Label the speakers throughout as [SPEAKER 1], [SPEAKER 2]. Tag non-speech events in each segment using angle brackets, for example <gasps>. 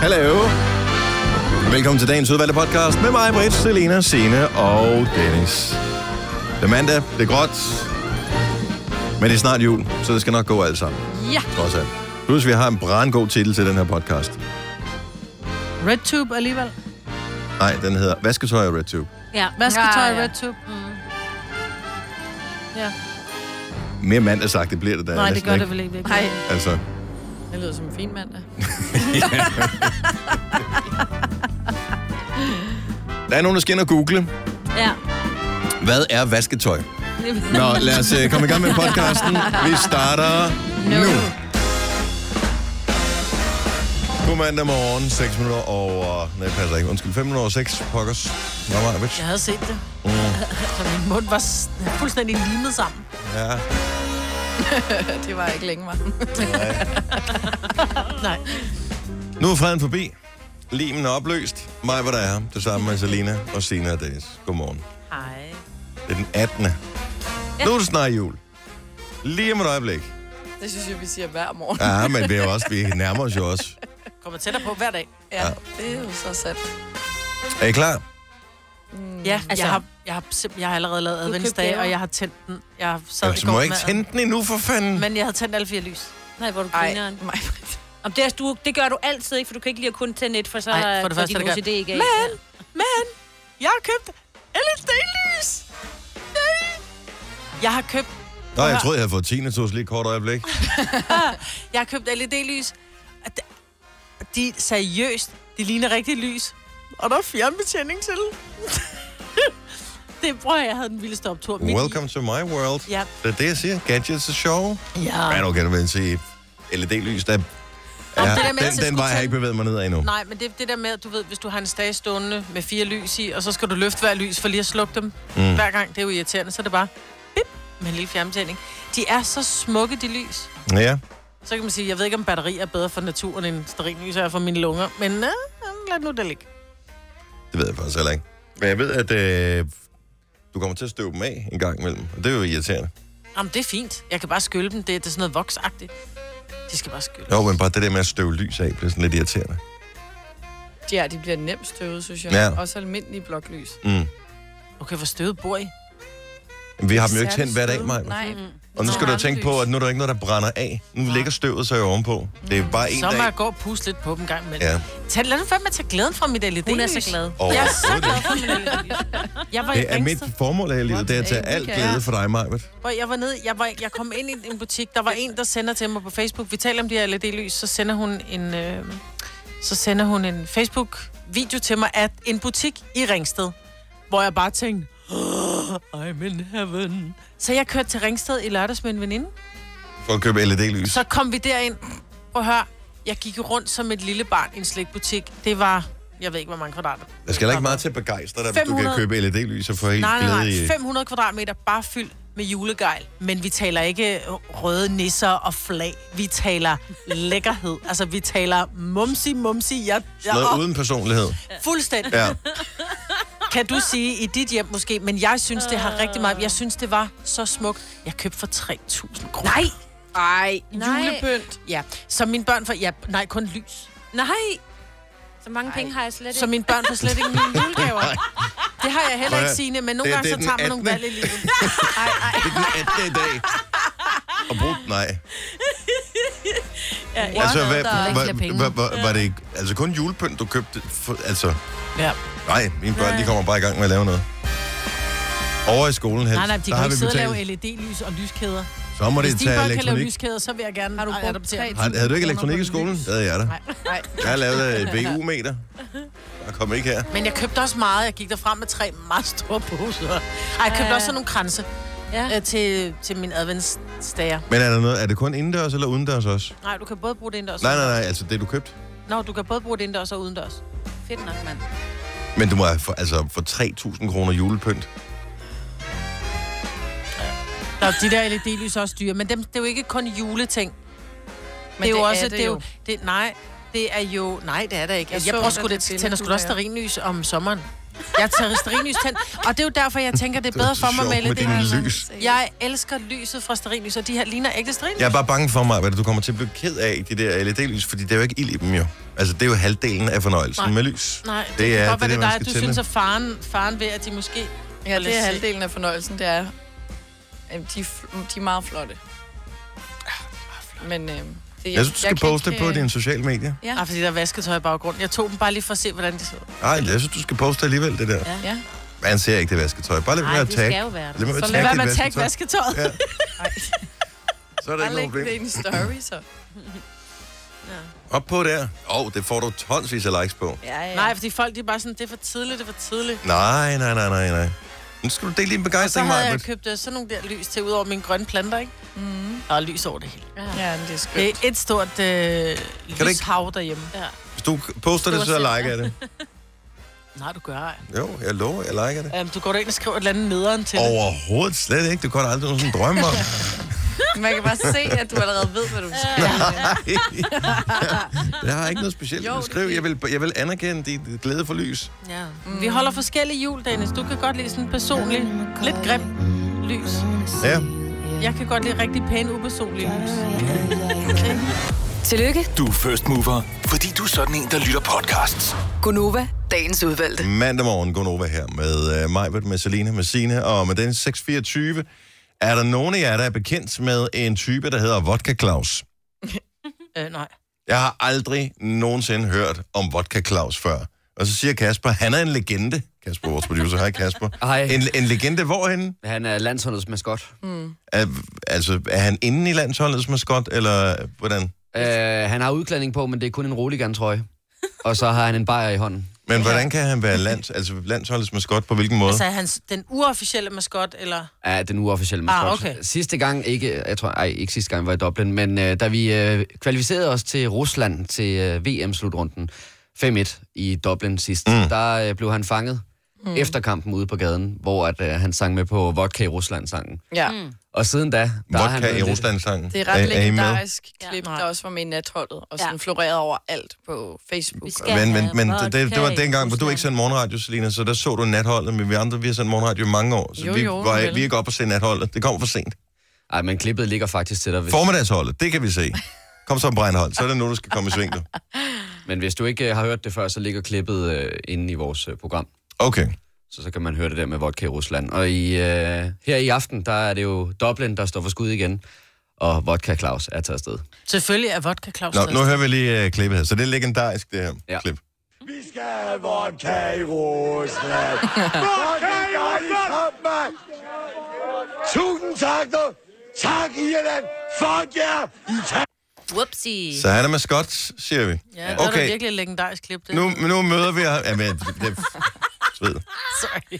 [SPEAKER 1] Hallo. Velkommen til dagens udvalgte podcast med mig, Britt, Selena, Sine og Dennis. Det er mandag, det er gråt, men det er snart jul, så det skal nok gå alt sammen,
[SPEAKER 2] Ja.
[SPEAKER 1] trods alt. Plus, vi har en brandgod titel til den her podcast.
[SPEAKER 3] RedTube alligevel.
[SPEAKER 1] Nej, den hedder Vasketøj og RedTube.
[SPEAKER 3] Ja. Vasketøj
[SPEAKER 2] Ja, ja.
[SPEAKER 3] RedTube. Mm. Ja.
[SPEAKER 1] Mere mandagsagt, det bliver det da.
[SPEAKER 3] Nej, det
[SPEAKER 1] næsten
[SPEAKER 3] gør
[SPEAKER 1] ikke.
[SPEAKER 3] det vel ikke. virkelig.
[SPEAKER 2] Nej,
[SPEAKER 1] Altså,
[SPEAKER 3] Det lyder som en
[SPEAKER 1] <laughs>
[SPEAKER 3] fin mandag.
[SPEAKER 1] der er nogen, der skal ind og google,
[SPEAKER 3] Ja.
[SPEAKER 1] hvad er vasketøj? Nå, lad os øh, komme i gang med podcasten. Vi
[SPEAKER 3] <laughs>
[SPEAKER 1] starter nu. nu. God mandag morgen, 6 minutter over... Nej, det passer ikke. Undskyld, 5 minutter over 6. Pokkers. Nå, nej, bitch.
[SPEAKER 3] Jeg havde set det.
[SPEAKER 1] Mm.
[SPEAKER 3] <laughs> Så min mund var s- fuldstændig limet sammen.
[SPEAKER 1] Ja.
[SPEAKER 2] <laughs> det var ikke længe, var den.
[SPEAKER 3] <laughs> Nej.
[SPEAKER 1] Nu er freden forbi. Limen er opløst. Mig var der er. Det samme med Selina og Sina og Dennis. Godmorgen.
[SPEAKER 3] Hej.
[SPEAKER 1] Det er den 18. Nu er det snart jul. Lige om et øjeblik.
[SPEAKER 2] Det synes jeg, vi siger hver morgen.
[SPEAKER 1] Ja, men vi, er jo også,
[SPEAKER 2] <laughs>
[SPEAKER 1] vi nærmer os jo også.
[SPEAKER 3] Kommer tættere på hver dag.
[SPEAKER 2] Ja, det er jo så sandt.
[SPEAKER 1] Er I klar?
[SPEAKER 2] Mm,
[SPEAKER 3] Ja, altså,
[SPEAKER 4] Altså-
[SPEAKER 3] jeg, har, jeg, har simp- jeg har allerede lavet adventsdag,
[SPEAKER 4] gaver.
[SPEAKER 3] og jeg har tændt den. Jeg har sad i
[SPEAKER 1] Altså,
[SPEAKER 3] går
[SPEAKER 1] må jeg ikke
[SPEAKER 3] med-
[SPEAKER 1] tænde den endnu, for fanden.
[SPEAKER 3] Men jeg havde tændt alle fire lys.
[SPEAKER 4] Nej, hvor er du
[SPEAKER 2] Ej,
[SPEAKER 4] grineren.
[SPEAKER 2] mig.
[SPEAKER 4] Om det, er- du, det gør du altid ikke, for du kan ikke lige at kun tænde et, for så
[SPEAKER 3] Ej, for
[SPEAKER 4] Ej,
[SPEAKER 3] det
[SPEAKER 4] for
[SPEAKER 3] første
[SPEAKER 4] din
[SPEAKER 3] er det
[SPEAKER 4] OCD ikke af.
[SPEAKER 3] Men, men, jeg har købt LED-lys. Nej. Jeg har købt
[SPEAKER 1] Nå, jeg troede, jeg havde fået tinnitus lige et kort øjeblik.
[SPEAKER 3] <laughs> Jeg har købt LED-lys. Og det- De er seriøst, de ligner rigtig lys. Og der er fjernbetjening til. <laughs> det prøver jeg havde den vildeste optur. midt i.
[SPEAKER 1] Welcome to my world.
[SPEAKER 3] Ja.
[SPEAKER 1] Det er det, jeg siger. Gadgets er sjove. Men
[SPEAKER 3] ja.
[SPEAKER 1] nu kan du vel sige, LED-lys, der
[SPEAKER 3] Om
[SPEAKER 1] er,
[SPEAKER 3] det der med, at
[SPEAKER 1] den, den
[SPEAKER 3] jeg
[SPEAKER 1] vej
[SPEAKER 3] skulle
[SPEAKER 1] har jeg
[SPEAKER 3] tænde-
[SPEAKER 1] ikke bevæget mig ned af endnu.
[SPEAKER 3] Nej, men det, det der med, at du ved, hvis du har en stage stående med fire lys i, og så skal du løfte hver lys for lige at slukke dem mm. hver gang. Det er jo irriterende, så er det bare bip, med en lille fjernbetjening. De er så smukke, de lys.
[SPEAKER 1] Ja,
[SPEAKER 3] Så kan man sige, jeg ved ikke, om batteri er bedre for naturen end stearinlys er for mine lunger. Men øh, lad nu det ligge.
[SPEAKER 1] det ved jeg faktisk heller ikke. Men jeg ved, at øh, du kommer til at støve dem af en gang imellem. Og det er jo irriterende.
[SPEAKER 3] Jamen, det er fint. Jeg kan bare skylle dem. Det, det er sådan noget voksagtigt. De skal bare skylles.
[SPEAKER 1] Jo, men bare det der med at støve lys af, bliver sådan lidt irriterende.
[SPEAKER 2] Ja, de bliver nemt støvet, synes jeg.
[SPEAKER 1] Ja.
[SPEAKER 2] Ja. Også almindelige bloklys.
[SPEAKER 1] Mm.
[SPEAKER 3] Okay, hvor støvet bor I? Mm.
[SPEAKER 1] Vi har dem jo ikke
[SPEAKER 2] Særligt
[SPEAKER 1] tændt hver dag,
[SPEAKER 2] støvet.
[SPEAKER 1] Maja.
[SPEAKER 2] Nej.
[SPEAKER 1] Og nu skal du
[SPEAKER 2] Rampelys.
[SPEAKER 1] tænke på, at nu er der ikke noget, der brænder af. Nu ligger støvet så jo ovenpå. Det er bare en
[SPEAKER 3] Så må
[SPEAKER 1] dag.
[SPEAKER 3] jeg gå og puste lidt på dem en gang imellem.
[SPEAKER 1] Ja.
[SPEAKER 3] Tag, lad nu fandme tage glæden fra mit E LED.
[SPEAKER 4] Hun er så glad.
[SPEAKER 1] Og
[SPEAKER 3] Jeg er så glad for mit LED. Jeg var i
[SPEAKER 1] det er mit
[SPEAKER 3] Ringsted,
[SPEAKER 1] formål af livet, det er at tage
[SPEAKER 2] What?
[SPEAKER 1] alt
[SPEAKER 2] Ja.
[SPEAKER 1] glæde for dig, Maja.
[SPEAKER 3] hvor jeg var nede, jeg, var, jeg kom ind i en butik, der var en, der sender til mig på Facebook. Vi taler om de her LED-lys, så sender hun en, øh, så sender hun en Facebook-video til mig af en butik i Ringsted, hvor jeg bare tænkte, oh, I'm in heaven. Så jeg kørte til Ringsted i lørdags med en veninde,
[SPEAKER 1] For at købe E LED-lys.
[SPEAKER 3] Så kom vi derind. Prøv at høre. Jeg gik rundt som et lille barn i en slikbutik. Det var, jeg ved ikke, hvor mange kvadrat.
[SPEAKER 1] Der skal heller ikke meget til at begejstre dig, hvis du kan
[SPEAKER 3] 500.
[SPEAKER 1] købe LED-lys og få helt
[SPEAKER 3] Nej, nej,
[SPEAKER 1] glæde i...
[SPEAKER 3] nej. 500 kvadratmeter bare fyldt med julegejl. Men vi taler ikke røde nisser og flag. Vi taler lækkerhed. Altså, vi taler mumsi, mumsi. Jeg, jeg,
[SPEAKER 1] Noget
[SPEAKER 3] åh,
[SPEAKER 1] uden personlighed.
[SPEAKER 3] fuldstændig.
[SPEAKER 1] Ja.
[SPEAKER 3] Kan du sige i dit hjem måske, men jeg synes, det har rigtig meget. Jeg synes, det var så smukt. Jeg købte for 3.000 kroner. Nej!
[SPEAKER 2] Ej,
[SPEAKER 4] Nej.
[SPEAKER 2] julepynt.
[SPEAKER 3] Ja, så mine børn får... Ja, nej, kun lys.
[SPEAKER 4] Nej! Så mange penge har jeg slet ikke.
[SPEAKER 3] Så mine børn får slet ikke mine julegaver. Det har jeg heller
[SPEAKER 1] Prøv
[SPEAKER 3] ikke,
[SPEAKER 1] at-
[SPEAKER 3] Signe, men nogle
[SPEAKER 1] det-
[SPEAKER 3] gange
[SPEAKER 1] det er
[SPEAKER 3] så tager man
[SPEAKER 1] den
[SPEAKER 3] nogle valg i
[SPEAKER 1] 18..
[SPEAKER 3] livet.
[SPEAKER 1] Det er den 18. i
[SPEAKER 3] <laughs>
[SPEAKER 1] dag. Og brugt, nej.
[SPEAKER 4] Ja, ja.
[SPEAKER 1] Altså, hvad,
[SPEAKER 4] Der er
[SPEAKER 1] hvad,
[SPEAKER 4] ikke flere penge.
[SPEAKER 1] hvad, hvad, var det ikke, altså kun julepynt, du købte? For, altså,
[SPEAKER 3] Ja.
[SPEAKER 1] nej, mine børn, de kommer bare i gang med at lave noget. Over i skolen helst.
[SPEAKER 3] Nej, nej, de
[SPEAKER 1] der
[SPEAKER 3] kan
[SPEAKER 1] har
[SPEAKER 3] ikke
[SPEAKER 1] vi
[SPEAKER 3] sidde og
[SPEAKER 1] betalt.
[SPEAKER 3] lave LED-lys og lyskæder.
[SPEAKER 1] Så må
[SPEAKER 3] Hvis
[SPEAKER 1] det
[SPEAKER 3] dine
[SPEAKER 1] tage
[SPEAKER 3] børn kan lave
[SPEAKER 1] elektronik.
[SPEAKER 3] lyskæder, så vil jeg gerne
[SPEAKER 2] Har du brugt
[SPEAKER 3] adoptere dem.
[SPEAKER 2] 3.000
[SPEAKER 1] Havde, havde du ikke elektronik i
[SPEAKER 2] kroner på
[SPEAKER 1] skolen?
[SPEAKER 2] lys?
[SPEAKER 1] Det havde jeg da.
[SPEAKER 2] Nej.
[SPEAKER 1] Jeg
[SPEAKER 3] <laughs>
[SPEAKER 1] øh, lavede et VU-meter. Jeg kom ikke her.
[SPEAKER 3] Men jeg købte også meget. Jeg gik derfra med tre meget store poser. Ej, jeg købte
[SPEAKER 4] Ja.
[SPEAKER 3] også sådan nogle kranse
[SPEAKER 4] Ja.
[SPEAKER 3] øh, til, til min adventsdager.
[SPEAKER 1] Men er, der noget, er det kun indendørs eller udendørs også?
[SPEAKER 3] Nej, du kan både bruge det indendørs.
[SPEAKER 1] Nej, nej, nej, altså det du købte.
[SPEAKER 3] Nå, du kan både bruge det indendørs og udendørs.
[SPEAKER 4] Fedt nok, mand.
[SPEAKER 1] Men du må have for, altså for 3.000 kroner julepynt.
[SPEAKER 3] Nå, de der LED-lys er også dyre, men dem, det er jo ikke kun juleting.
[SPEAKER 2] Men
[SPEAKER 3] det er jo også, det, er jo, det, nej, det er jo, nej, det er der ikke.
[SPEAKER 2] Jeg
[SPEAKER 3] Jeg,
[SPEAKER 2] så
[SPEAKER 3] jeg bruger
[SPEAKER 2] under
[SPEAKER 3] sgu det,
[SPEAKER 2] det
[SPEAKER 3] tænder sgu da også
[SPEAKER 2] billede,
[SPEAKER 3] stearinlys om sommeren. Jeg har terroristerlys tændt. Og det er jo derfor, jeg tænker, det er
[SPEAKER 1] Det er
[SPEAKER 3] bedre
[SPEAKER 1] så
[SPEAKER 3] for mig
[SPEAKER 1] sjovt
[SPEAKER 3] med
[SPEAKER 1] med
[SPEAKER 3] LED.
[SPEAKER 1] dine lys.
[SPEAKER 3] Jeg elsker lyset fra sterinlys, og de her ligner ægte sterinlys.
[SPEAKER 1] Jeg er bare bange for mig, hvad du kommer til at blive ked af, de der LED-lys, fordi det er jo ikke ild i dem jo. Altså, det er jo halvdelen af fornøjelsen
[SPEAKER 3] Nej.
[SPEAKER 1] Altså, med lys.
[SPEAKER 3] Nej, det, det er, kan godt være, det er
[SPEAKER 1] man
[SPEAKER 3] dig, at du
[SPEAKER 1] skal tænde.
[SPEAKER 3] synes, at faren, faren ved, at de måske...
[SPEAKER 2] Ja, det er
[SPEAKER 3] se.
[SPEAKER 2] halvdelen af fornøjelsen, det er, at de, er fl- de er meget flotte.
[SPEAKER 3] Ah,
[SPEAKER 2] Men øh, det,
[SPEAKER 1] Jeg synes, du skal
[SPEAKER 2] kan
[SPEAKER 1] poste det
[SPEAKER 2] ikke,
[SPEAKER 1] på
[SPEAKER 2] øh,
[SPEAKER 1] dine sociale medier.
[SPEAKER 2] Ja.
[SPEAKER 3] Ah, fordi der er vasketøj i baggrunden. Jeg tog dem bare lige for at se, hvordan de så. ud.
[SPEAKER 1] Nej, jeg synes, du skal poste alligevel det der.
[SPEAKER 4] Ja.
[SPEAKER 2] Ja.
[SPEAKER 1] Man ser ikke det vasketøj. Bare lad
[SPEAKER 4] Nej,
[SPEAKER 1] være at
[SPEAKER 4] det skal
[SPEAKER 1] tagge.
[SPEAKER 4] jo være
[SPEAKER 1] Lad
[SPEAKER 4] der.
[SPEAKER 1] være med
[SPEAKER 2] Så
[SPEAKER 1] at
[SPEAKER 2] lad
[SPEAKER 1] tagge dit
[SPEAKER 3] Lad være med at tagge
[SPEAKER 1] vasketøj.
[SPEAKER 3] vasketøjet.
[SPEAKER 1] Ja. Så er der
[SPEAKER 2] Bare
[SPEAKER 1] ikke
[SPEAKER 2] læg
[SPEAKER 1] nogen
[SPEAKER 2] det i
[SPEAKER 1] problem.
[SPEAKER 2] en story,
[SPEAKER 3] <laughs>
[SPEAKER 2] så.
[SPEAKER 1] Op på der. Åh, oh, det får du tonsvis af likes på.
[SPEAKER 2] Ja, ja.
[SPEAKER 3] Nej, fordi folk de er bare sådan, det er for tidligt, det er for tidligt.
[SPEAKER 1] Nej, nej, nej, nej, nej. Nu skal du dele din
[SPEAKER 3] Så
[SPEAKER 1] begejstring,
[SPEAKER 3] havde jeg
[SPEAKER 1] Majbert.
[SPEAKER 3] købt øh, sådan nogle der lys til, udover mine grønne planter, ikke? Mm. Der er lys over det hele.
[SPEAKER 2] ja men det er skønt.
[SPEAKER 3] Det er et stort øh, lyshav derhjemme. Ja.
[SPEAKER 1] Hvis du poster det, så
[SPEAKER 4] Storcenter.
[SPEAKER 1] liker jeg det.
[SPEAKER 3] Nej, du gør ej.
[SPEAKER 1] Jo, jeg lover, jeg liker det.
[SPEAKER 3] Um, du går da ind og skriver et eller andet nederen til det.
[SPEAKER 1] Overhovedet slet ikke. Det kunne jeg aldrig nogensinde drømme om.
[SPEAKER 2] øh, Man kan bare se, at du allerede ved, hvad du skal.
[SPEAKER 1] Jeg har ikke noget specielt
[SPEAKER 2] Jo,
[SPEAKER 1] at
[SPEAKER 2] det
[SPEAKER 1] beskrive.
[SPEAKER 2] er
[SPEAKER 1] Jeg vil, jeg vil anerkende dit glæde for lys.
[SPEAKER 3] Ja. Mm. Vi holder forskellige jul, Dennis. Du kan godt lide sådan personligt, lidt grim lys.
[SPEAKER 1] Ja.
[SPEAKER 3] Jeg kan godt lide rigtig pæne, upersonlige lys.
[SPEAKER 5] Tillykke,
[SPEAKER 6] Du er first mover, fordi du er sådan en, der lytter podcasts.
[SPEAKER 5] Gunova, dagens udvalgte.
[SPEAKER 1] Mandag morgen, Gunova her med uh, Majbert, med Selina, med Sine og med den 624. Er der nogen af jer, der er bekendt med en type, der hedder Vodka Claus?
[SPEAKER 3] Øh, nej.
[SPEAKER 1] Jeg har aldrig nogensinde hørt om Vodka Claus før. Og så siger Kasper, han er en legende. Kasper, vores producer. Hej Kasper.
[SPEAKER 7] Hej.
[SPEAKER 1] En, en legende hvorhen?
[SPEAKER 7] Han er landsholdets maskot. Mm.
[SPEAKER 1] Er, altså, er han inde i landsholdets maskot, eller hvordan?
[SPEAKER 7] Øh, han har udklædning på, men det er kun en roligan-trøje. Og så har han en bajer i hånden.
[SPEAKER 1] Men hvordan kan han være lands, altså landsholdets maskot på hvilken måde?
[SPEAKER 3] Altså, er hans, den uofficielle maskot, eller...
[SPEAKER 7] Ja, den uofficielle maskot.
[SPEAKER 3] Ah, okay.
[SPEAKER 7] Sidste gang, ikke, jeg tror, ej, ikke sidste gang var i Dublin, men øh, da vi øh, kvalificerede os til Rusland til øh, VM-slutrunden 5-1 i Dublin sidst, mm. der øh, blev han fanget mm. efter kampen ude på gaden, hvor at, øh, han sang med på Vodka i Rusland-sangen.
[SPEAKER 2] Ja.
[SPEAKER 3] Mm.
[SPEAKER 7] Og siden da, der er han
[SPEAKER 1] Vodka
[SPEAKER 7] blevet
[SPEAKER 1] i
[SPEAKER 7] lidt-
[SPEAKER 1] Rusland-sangen.
[SPEAKER 2] Det er ret
[SPEAKER 1] I med?
[SPEAKER 2] legendarisk klip,
[SPEAKER 3] Ja.
[SPEAKER 2] der også var med i natholdet, og sådan
[SPEAKER 4] Ja.
[SPEAKER 2] florerede overalt på Facebook.
[SPEAKER 4] Vi skal-
[SPEAKER 1] Men, men,
[SPEAKER 4] Ja,
[SPEAKER 1] men det, det, det var
[SPEAKER 4] vodka i
[SPEAKER 1] dengang, hvor du
[SPEAKER 4] Rusland.
[SPEAKER 1] ikke sendte morgenradio, Selina, så der så du natholdet, men vi andre, vi har sendt morgenradio i mange år, så
[SPEAKER 2] Jo,
[SPEAKER 1] vi,
[SPEAKER 2] jo,
[SPEAKER 1] var,
[SPEAKER 2] vel.
[SPEAKER 1] vi er ikke oppe og se natholdet. Det kom for sent.
[SPEAKER 7] Ej, men klippet ligger faktisk til dig. Hvis,
[SPEAKER 1] Formiddagsholdet, det kan vi se. Kom så, Breinholt, så er det nu, du skal komme i sving, du.
[SPEAKER 7] men hvis du ikke øh, har hørt det før, så ligger klippet øh, inde i vores øh, program.
[SPEAKER 1] Okay.
[SPEAKER 7] Så, så kan man høre det der med vodka i Rusland. Og i, øh, her i aften, der er det jo Dublin, der står for skud igen. Og vodka Claus er taget afsted.
[SPEAKER 3] Selvfølgelig er vodka Claus.
[SPEAKER 1] Nå, nu hører vi lige uh, klippet her, så det er legendarisk, det her ja.
[SPEAKER 7] Ja.
[SPEAKER 1] klip.
[SPEAKER 8] Vi skal have vodka i Rusland. vodka i Rusland, mand! Tusind tak, du. Tak, Irland. Fuck jer. Italien.
[SPEAKER 4] Whoopsie.
[SPEAKER 1] Så han er maskot, siger vi.
[SPEAKER 3] Ja, det okay. er da
[SPEAKER 1] okay,
[SPEAKER 3] virkelig et legendarisk klip, det.
[SPEAKER 1] nu, nu møder vi ham. Ja, men, det, det, sved.
[SPEAKER 9] <laughs>
[SPEAKER 3] Sorry.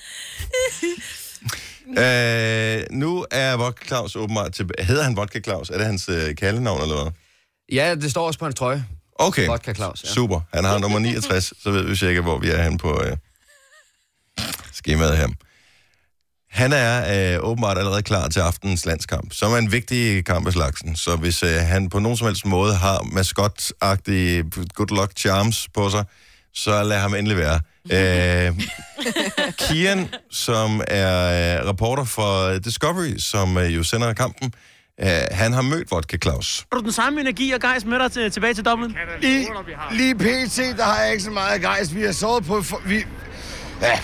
[SPEAKER 1] Øh, nu er Vodka Claus åbenbart tilbage. Hedder han Vodka Claus? Er det hans øh, kaldenavn eller hvad?
[SPEAKER 7] Ja, det står også på en trøje.
[SPEAKER 1] Okay.
[SPEAKER 7] Vodka Claus, ja.
[SPEAKER 1] Super. Han har nummer 69, så ved vi cirka, hvor vi er henne på øh, skemaet her. Han er øh, åbenbart allerede klar til aftenens landskamp, som er en vigtig kamp af slagsen. Så hvis øh, han på nogen som helst måde har maskotagtige good luck charms på sig, så lad ham endelig være. Øh, Kian, som er øh, reporter for Discovery, som øh, jo sender kampen, øh, han har mødt Vodka Claus.
[SPEAKER 10] Har du den samme energi og gejst med dig til, tilbage til Dublin?
[SPEAKER 8] Lige, lige pt, der har jeg ikke så meget gejst. Vi har sovet på... For, vi, ja,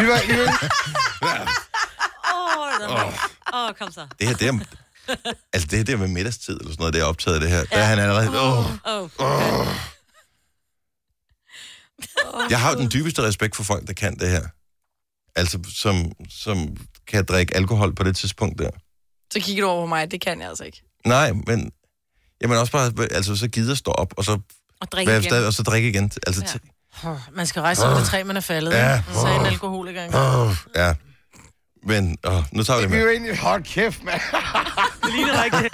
[SPEAKER 8] vi var... Vi var
[SPEAKER 4] Åh, oh. oh,
[SPEAKER 9] <laughs>
[SPEAKER 4] kom så.
[SPEAKER 1] det her, det er, altså det her, det er med middagstid eller sådan noget, det er optaget det her. Ja. Der er han allerede, åh,
[SPEAKER 4] Oh.
[SPEAKER 1] jeg har jo den dybeste respekt for folk, der kan det her. Altså, som, som kan drikke alkohol på det tidspunkt der.
[SPEAKER 2] Så kigger du over på mig, det kan jeg altså ikke.
[SPEAKER 1] Nej, men, jamen også bare, altså så gider stå op, og så,
[SPEAKER 4] Og drik
[SPEAKER 1] være
[SPEAKER 4] igen.
[SPEAKER 1] afsted, og så drikke igen. Altså, ja.
[SPEAKER 3] Oh, man skal rejse sig op det træ, man er faldet.
[SPEAKER 1] Ja.
[SPEAKER 3] Ja. Så en alkoholiker engang.
[SPEAKER 1] Åh, ja. Men, åh, nu tager vi det
[SPEAKER 8] vi
[SPEAKER 1] med.
[SPEAKER 8] var egentlig... Hold kæft, mand.
[SPEAKER 10] Det ligner dig ikke det.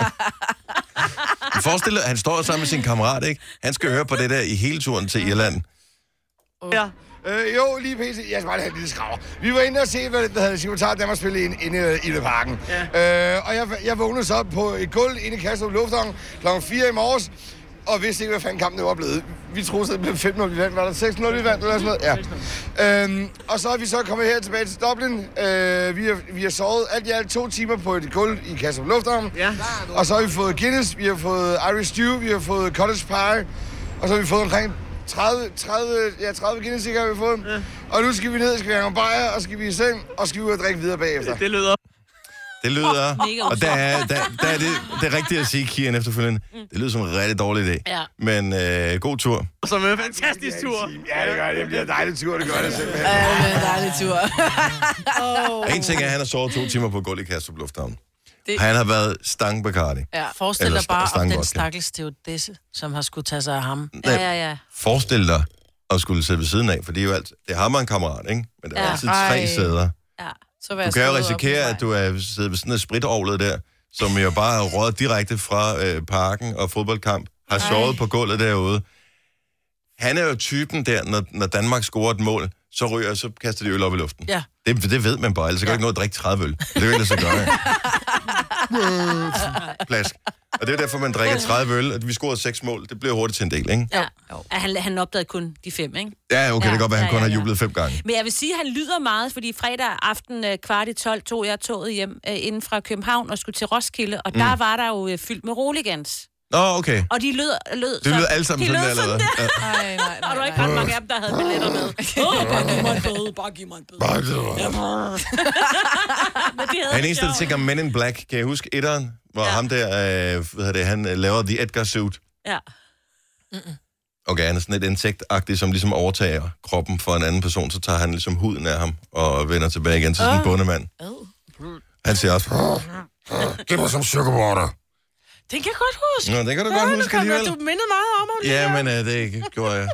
[SPEAKER 1] Forestil dig, han står jo sammen med sin kammerat, ikke? Han skal høre på det der i hele turen til Irland.
[SPEAKER 10] her.
[SPEAKER 8] Øh, jo, lige pt. Jeg skal bare lige have en lille skraver. Vi var inde og se, hvad det hedder, Simultar Danmark spille ind, inde øh, i Le Parken. Ja. Øh, og jeg, jeg vågnede så op på et gulv inde i Kastrup Lufthavn kl. 4 i morges.
[SPEAKER 11] og vidste ikke, hvad fanden kampen det var blevet. Vi troede, at det blev 5-0, vi vandt. Var der 6-0, vi vandt? Eller sådan noget? Ja. Øhm, og så er vi så kommet her tilbage til Dublin. Øh, vi, har, vi har sovet alt i alt to timer på et gulv i Kastrup Lufthavn. Ja. Og så har vi fået Guinness, vi har fået Irish Stew, vi har fået Cottage Pie. Og så har vi fået omkring 30, 30, ja, 30 Guinness, ikke, har vi fået. Ja. Og nu skal vi ned, skal vi have nogle bajer, og skal vi i seng, og skal vi ud og drikke videre bagefter.
[SPEAKER 10] Det lyder
[SPEAKER 1] Det lyder... Og der er, der, der er det, det er rigtigt at sige, Kian, efterfølgende. Det lyder som en rigtig dårlig idé.
[SPEAKER 10] Ja.
[SPEAKER 1] Men øh, god tur.
[SPEAKER 10] som en fantastisk tur.
[SPEAKER 11] Ja, det gør det. Det bliver en dejlig tur, det gør det simpelthen.
[SPEAKER 2] Ja, det er en dejlig tur.
[SPEAKER 1] Og En ting er, at han har sovet to timer på gulvet i Kastrup Lufthavn.
[SPEAKER 3] Det-
[SPEAKER 1] Han har været stang Bacardi.
[SPEAKER 3] Ja. Forestil
[SPEAKER 1] Eller
[SPEAKER 3] dig bare om den
[SPEAKER 1] stangvodka.
[SPEAKER 3] stakkels deodesse, som har skulle tage sig af ham.
[SPEAKER 1] Ja,
[SPEAKER 3] ja, ja.
[SPEAKER 1] Forestil dig at skulle sidde ved siden af, for det er jo alt, det har man en kammerat, ikke? Men der er
[SPEAKER 2] Ja.
[SPEAKER 1] altid tre
[SPEAKER 2] Ej.
[SPEAKER 1] sæder.
[SPEAKER 2] Så vil
[SPEAKER 1] Du
[SPEAKER 2] jeg
[SPEAKER 1] kan jo
[SPEAKER 2] sidde op
[SPEAKER 1] risikere,
[SPEAKER 2] hos
[SPEAKER 1] at du er siddet ved sådan et spritovlet der, som jo bare har råd direkte fra øh, parken og fodboldkamp, har
[SPEAKER 2] Ej.
[SPEAKER 1] sovet på gulvet derude. Han er jo typen der, når, når Danmark scorer et mål, så ryger så kaster de øl op i luften.
[SPEAKER 9] <laughs>
[SPEAKER 3] Ja.
[SPEAKER 1] Det, det ved man bare, ellers kan du ikke nå at drikke 30 øl. Det vil jeg så gøre.
[SPEAKER 4] <laughs>
[SPEAKER 1] Plask. Og det er derfor, man drikker 30 øl, at vi scorede seks mål. Det bliver hurtigt til en del, ikke?
[SPEAKER 4] Ja. At han, han opdagede kun de fem, ikke?
[SPEAKER 1] Ja, okay, ja, det kan godt være, at han
[SPEAKER 4] ja,
[SPEAKER 1] kun
[SPEAKER 4] ja,
[SPEAKER 1] har
[SPEAKER 4] ja.
[SPEAKER 1] jublet fem gange.
[SPEAKER 4] Men jeg vil sige, at han lyder meget, fordi fredag aften øh, kvart i 12 tog jeg toget hjem øh, inden fra København og skulle til Roskilde, og mm. der
[SPEAKER 1] Mm.
[SPEAKER 4] var der jo øh, fyldt med roligans.
[SPEAKER 1] Nå, okay.
[SPEAKER 4] Og de lød, lød
[SPEAKER 1] Det lyder alle sammen
[SPEAKER 4] de
[SPEAKER 1] sådan
[SPEAKER 4] lød
[SPEAKER 1] der, eller hvad? Ja.
[SPEAKER 4] Ej, nej, nej, og der var ikke ret mange af dem, der havde billetter med. Åh, bare giv mig en bøde, bare giv mig en bøde. <laughs> Men det havde
[SPEAKER 1] Han eneste, der tænker Men in Black, kan jeg huske etteren, hvor ja. ham der, øh, hvad hedder det, han øh, laver The Edgar Suit.
[SPEAKER 4] Ja.
[SPEAKER 1] Okay, han er sådan lidt insektagtig, som ligesom overtager kroppen for en anden person, så tager han ligesom huden af ham og vender tilbage igen til sådan en
[SPEAKER 3] Åh.
[SPEAKER 1] bondemand. Han siger også, giv mig som sukkerwater.
[SPEAKER 3] Den kan jeg godt huske.
[SPEAKER 1] Nå, den kan du
[SPEAKER 3] Ja,
[SPEAKER 1] godt
[SPEAKER 3] nu
[SPEAKER 1] huske
[SPEAKER 3] kom jeg-
[SPEAKER 1] alligevel.
[SPEAKER 3] Du mindede meget om ham.
[SPEAKER 1] Ja, men øh, det gjorde jeg.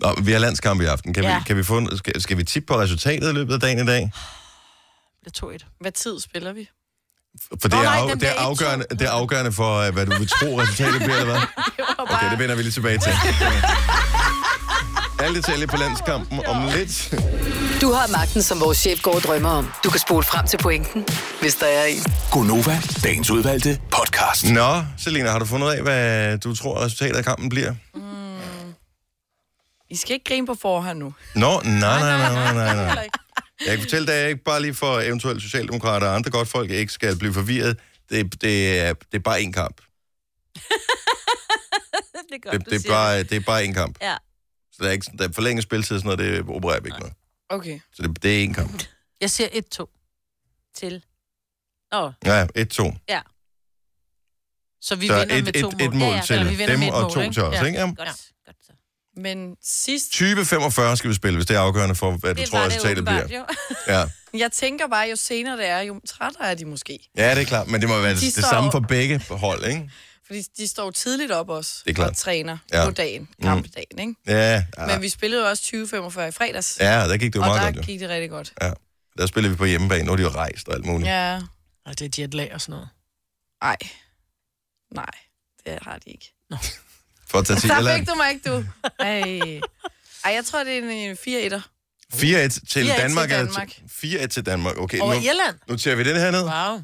[SPEAKER 1] Nå, vi har landskamp i aften. Kan, ja.
[SPEAKER 2] Ja.
[SPEAKER 1] vi, kan vi få, en- skal, skal vi tippe på resultatet i løbet af dagen i dag?
[SPEAKER 2] mig. Hvad tid spiller vi? <laughs>
[SPEAKER 1] For det
[SPEAKER 2] Nå,
[SPEAKER 1] er,
[SPEAKER 2] nej,
[SPEAKER 1] af,
[SPEAKER 2] den
[SPEAKER 1] det, er
[SPEAKER 2] bliver
[SPEAKER 1] afgørende, det er afgørende for, øh, hvad du vil tro, resultatet bliver, eller hvad? Okay, det vender vi lige tilbage til. Alle detaljer på landskampen om lidt.
[SPEAKER 5] Du har magten, som vores chef går og drømmer om. Du kan spole frem til pointen, hvis der er en.
[SPEAKER 1] Gonova, dagens udvalgte podcast. Nå, Selina, har du fundet ud af, hvad du tror, resultatet af kampen bliver?
[SPEAKER 2] I skal ikke grine på forhånd nu.
[SPEAKER 1] Nå, nej, nej, nej, nej, nej.
[SPEAKER 2] <laughs> Heller
[SPEAKER 1] nej. Jeg kan fortælle dig, at jeg ikke bare lige for eventuelle socialdemokrater og andre godt folk ikke skal blive forvirret. Det, det, er, det er bare én kamp.
[SPEAKER 4] det, er godt,
[SPEAKER 1] Det,
[SPEAKER 4] du
[SPEAKER 1] det, er
[SPEAKER 4] siger
[SPEAKER 1] bare, det er bare én kamp.
[SPEAKER 4] Ja.
[SPEAKER 1] Så der er, ikke, der er forlænget spilletid og sådan noget, det opererer vi ikke med.
[SPEAKER 2] Okay.
[SPEAKER 1] Så det, det er én kamp.
[SPEAKER 3] Jeg siger 1-2.
[SPEAKER 4] Til. Åh,
[SPEAKER 1] Ja, 1-2.
[SPEAKER 4] ja.
[SPEAKER 3] Så
[SPEAKER 1] vi Så vinder et- med to et- mål. et mål til
[SPEAKER 2] eller vi vinder
[SPEAKER 1] dem
[SPEAKER 2] med et
[SPEAKER 1] og
[SPEAKER 2] mål,
[SPEAKER 1] to til os, ikke? Ja.
[SPEAKER 2] Godt,
[SPEAKER 4] godt så.
[SPEAKER 2] Men sidst...
[SPEAKER 1] 20-45 skal vi spille, hvis det er afgørende for, hvad du tror, resultatet bliver.
[SPEAKER 2] jo.
[SPEAKER 1] Ja.
[SPEAKER 2] <laughs> Jeg tænker bare, jo senere det er, jo trættere er de måske.
[SPEAKER 1] ja, det er klart, men det må være
[SPEAKER 2] De
[SPEAKER 1] det, det
[SPEAKER 2] står-
[SPEAKER 1] samme for begge hold, ikke?
[SPEAKER 2] Fordi de står jo tidligt op også
[SPEAKER 1] Det er klart.
[SPEAKER 2] og træner
[SPEAKER 1] Ja.
[SPEAKER 2] ja. på dagen,
[SPEAKER 1] Mm.
[SPEAKER 2] kampdagen, ikke?
[SPEAKER 1] Ja, ah,
[SPEAKER 2] Ja.
[SPEAKER 1] ja.
[SPEAKER 2] Men vi spillede jo også 20-45 i fredags.
[SPEAKER 1] Ja, der gik det jo
[SPEAKER 2] og
[SPEAKER 1] meget
[SPEAKER 2] der
[SPEAKER 1] godt, jo.
[SPEAKER 2] gik det rigtig godt.
[SPEAKER 1] der spiller vi på hjemmebane, nu er de jo rejst og alt muligt. Ja.
[SPEAKER 2] Ja.
[SPEAKER 3] Og det er jetlag og sådan noget.
[SPEAKER 2] Ej. Nej, det har de ikke.
[SPEAKER 1] For at tage til
[SPEAKER 2] <laughs> Der fik
[SPEAKER 1] Irland.
[SPEAKER 2] du mig ikke, du. Ej. Ej, jeg tror, det er en øh, 4-1'er.
[SPEAKER 1] 4-1 til
[SPEAKER 2] 4-1 til
[SPEAKER 1] Danmark. er-
[SPEAKER 2] Danmark.
[SPEAKER 1] 4-1 til Danmark. Okay,
[SPEAKER 3] Over
[SPEAKER 1] nu,
[SPEAKER 3] Irland?
[SPEAKER 1] nu tager vi den her ned.
[SPEAKER 3] Wow.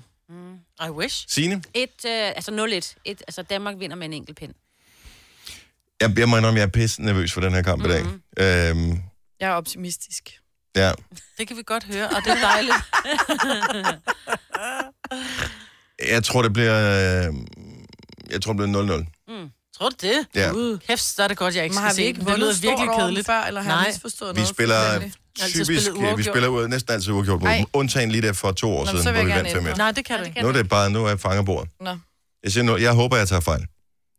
[SPEAKER 3] I wish.
[SPEAKER 1] Signe,
[SPEAKER 4] Et, øh, altså 0-1. Et, altså Danmark vinder med en enkelt pind.
[SPEAKER 1] jeg, jeg må indrømme, jeg er pisse nervøs for den her kamp mm-hmm.
[SPEAKER 2] Mhm.
[SPEAKER 1] i dag. Øhm,
[SPEAKER 2] Jeg er optimistisk.
[SPEAKER 1] ja.
[SPEAKER 3] Det kan vi godt høre, og det er dejligt.
[SPEAKER 1] <laughs> Jeg tror, det bliver... Øh, jeg tror, det bliver 0-0.
[SPEAKER 3] mm. Tror du det?
[SPEAKER 1] Ja.
[SPEAKER 3] Uh. Kæft, så er det godt, jeg ikke
[SPEAKER 2] Men
[SPEAKER 3] skal
[SPEAKER 2] har vi
[SPEAKER 3] se
[SPEAKER 2] ikke
[SPEAKER 3] den. Det lyder
[SPEAKER 2] vundet stort
[SPEAKER 3] virkelig
[SPEAKER 2] over dem
[SPEAKER 3] kedeligt.
[SPEAKER 2] før, eller har jeg
[SPEAKER 3] Nej.
[SPEAKER 2] misforstået
[SPEAKER 1] Vi spiller
[SPEAKER 2] fuldstændig?
[SPEAKER 3] Altid
[SPEAKER 1] typisk, øh,
[SPEAKER 3] spillet
[SPEAKER 1] vi spiller ud, næsten altid uafgjort mod
[SPEAKER 2] Ej.
[SPEAKER 1] dem. Undtagen lige der for to år
[SPEAKER 2] Nå,
[SPEAKER 1] siden,
[SPEAKER 2] så vil
[SPEAKER 1] hvor vi
[SPEAKER 2] jeg
[SPEAKER 1] vandt
[SPEAKER 2] gerne
[SPEAKER 1] 5
[SPEAKER 2] ændre.
[SPEAKER 3] Nej, det kan du ikke.
[SPEAKER 1] Nu er det bare, nu er jeg fangerbordet.
[SPEAKER 2] Nå.
[SPEAKER 1] Jeg, siger, nu, jeg håber, jeg tager fejl.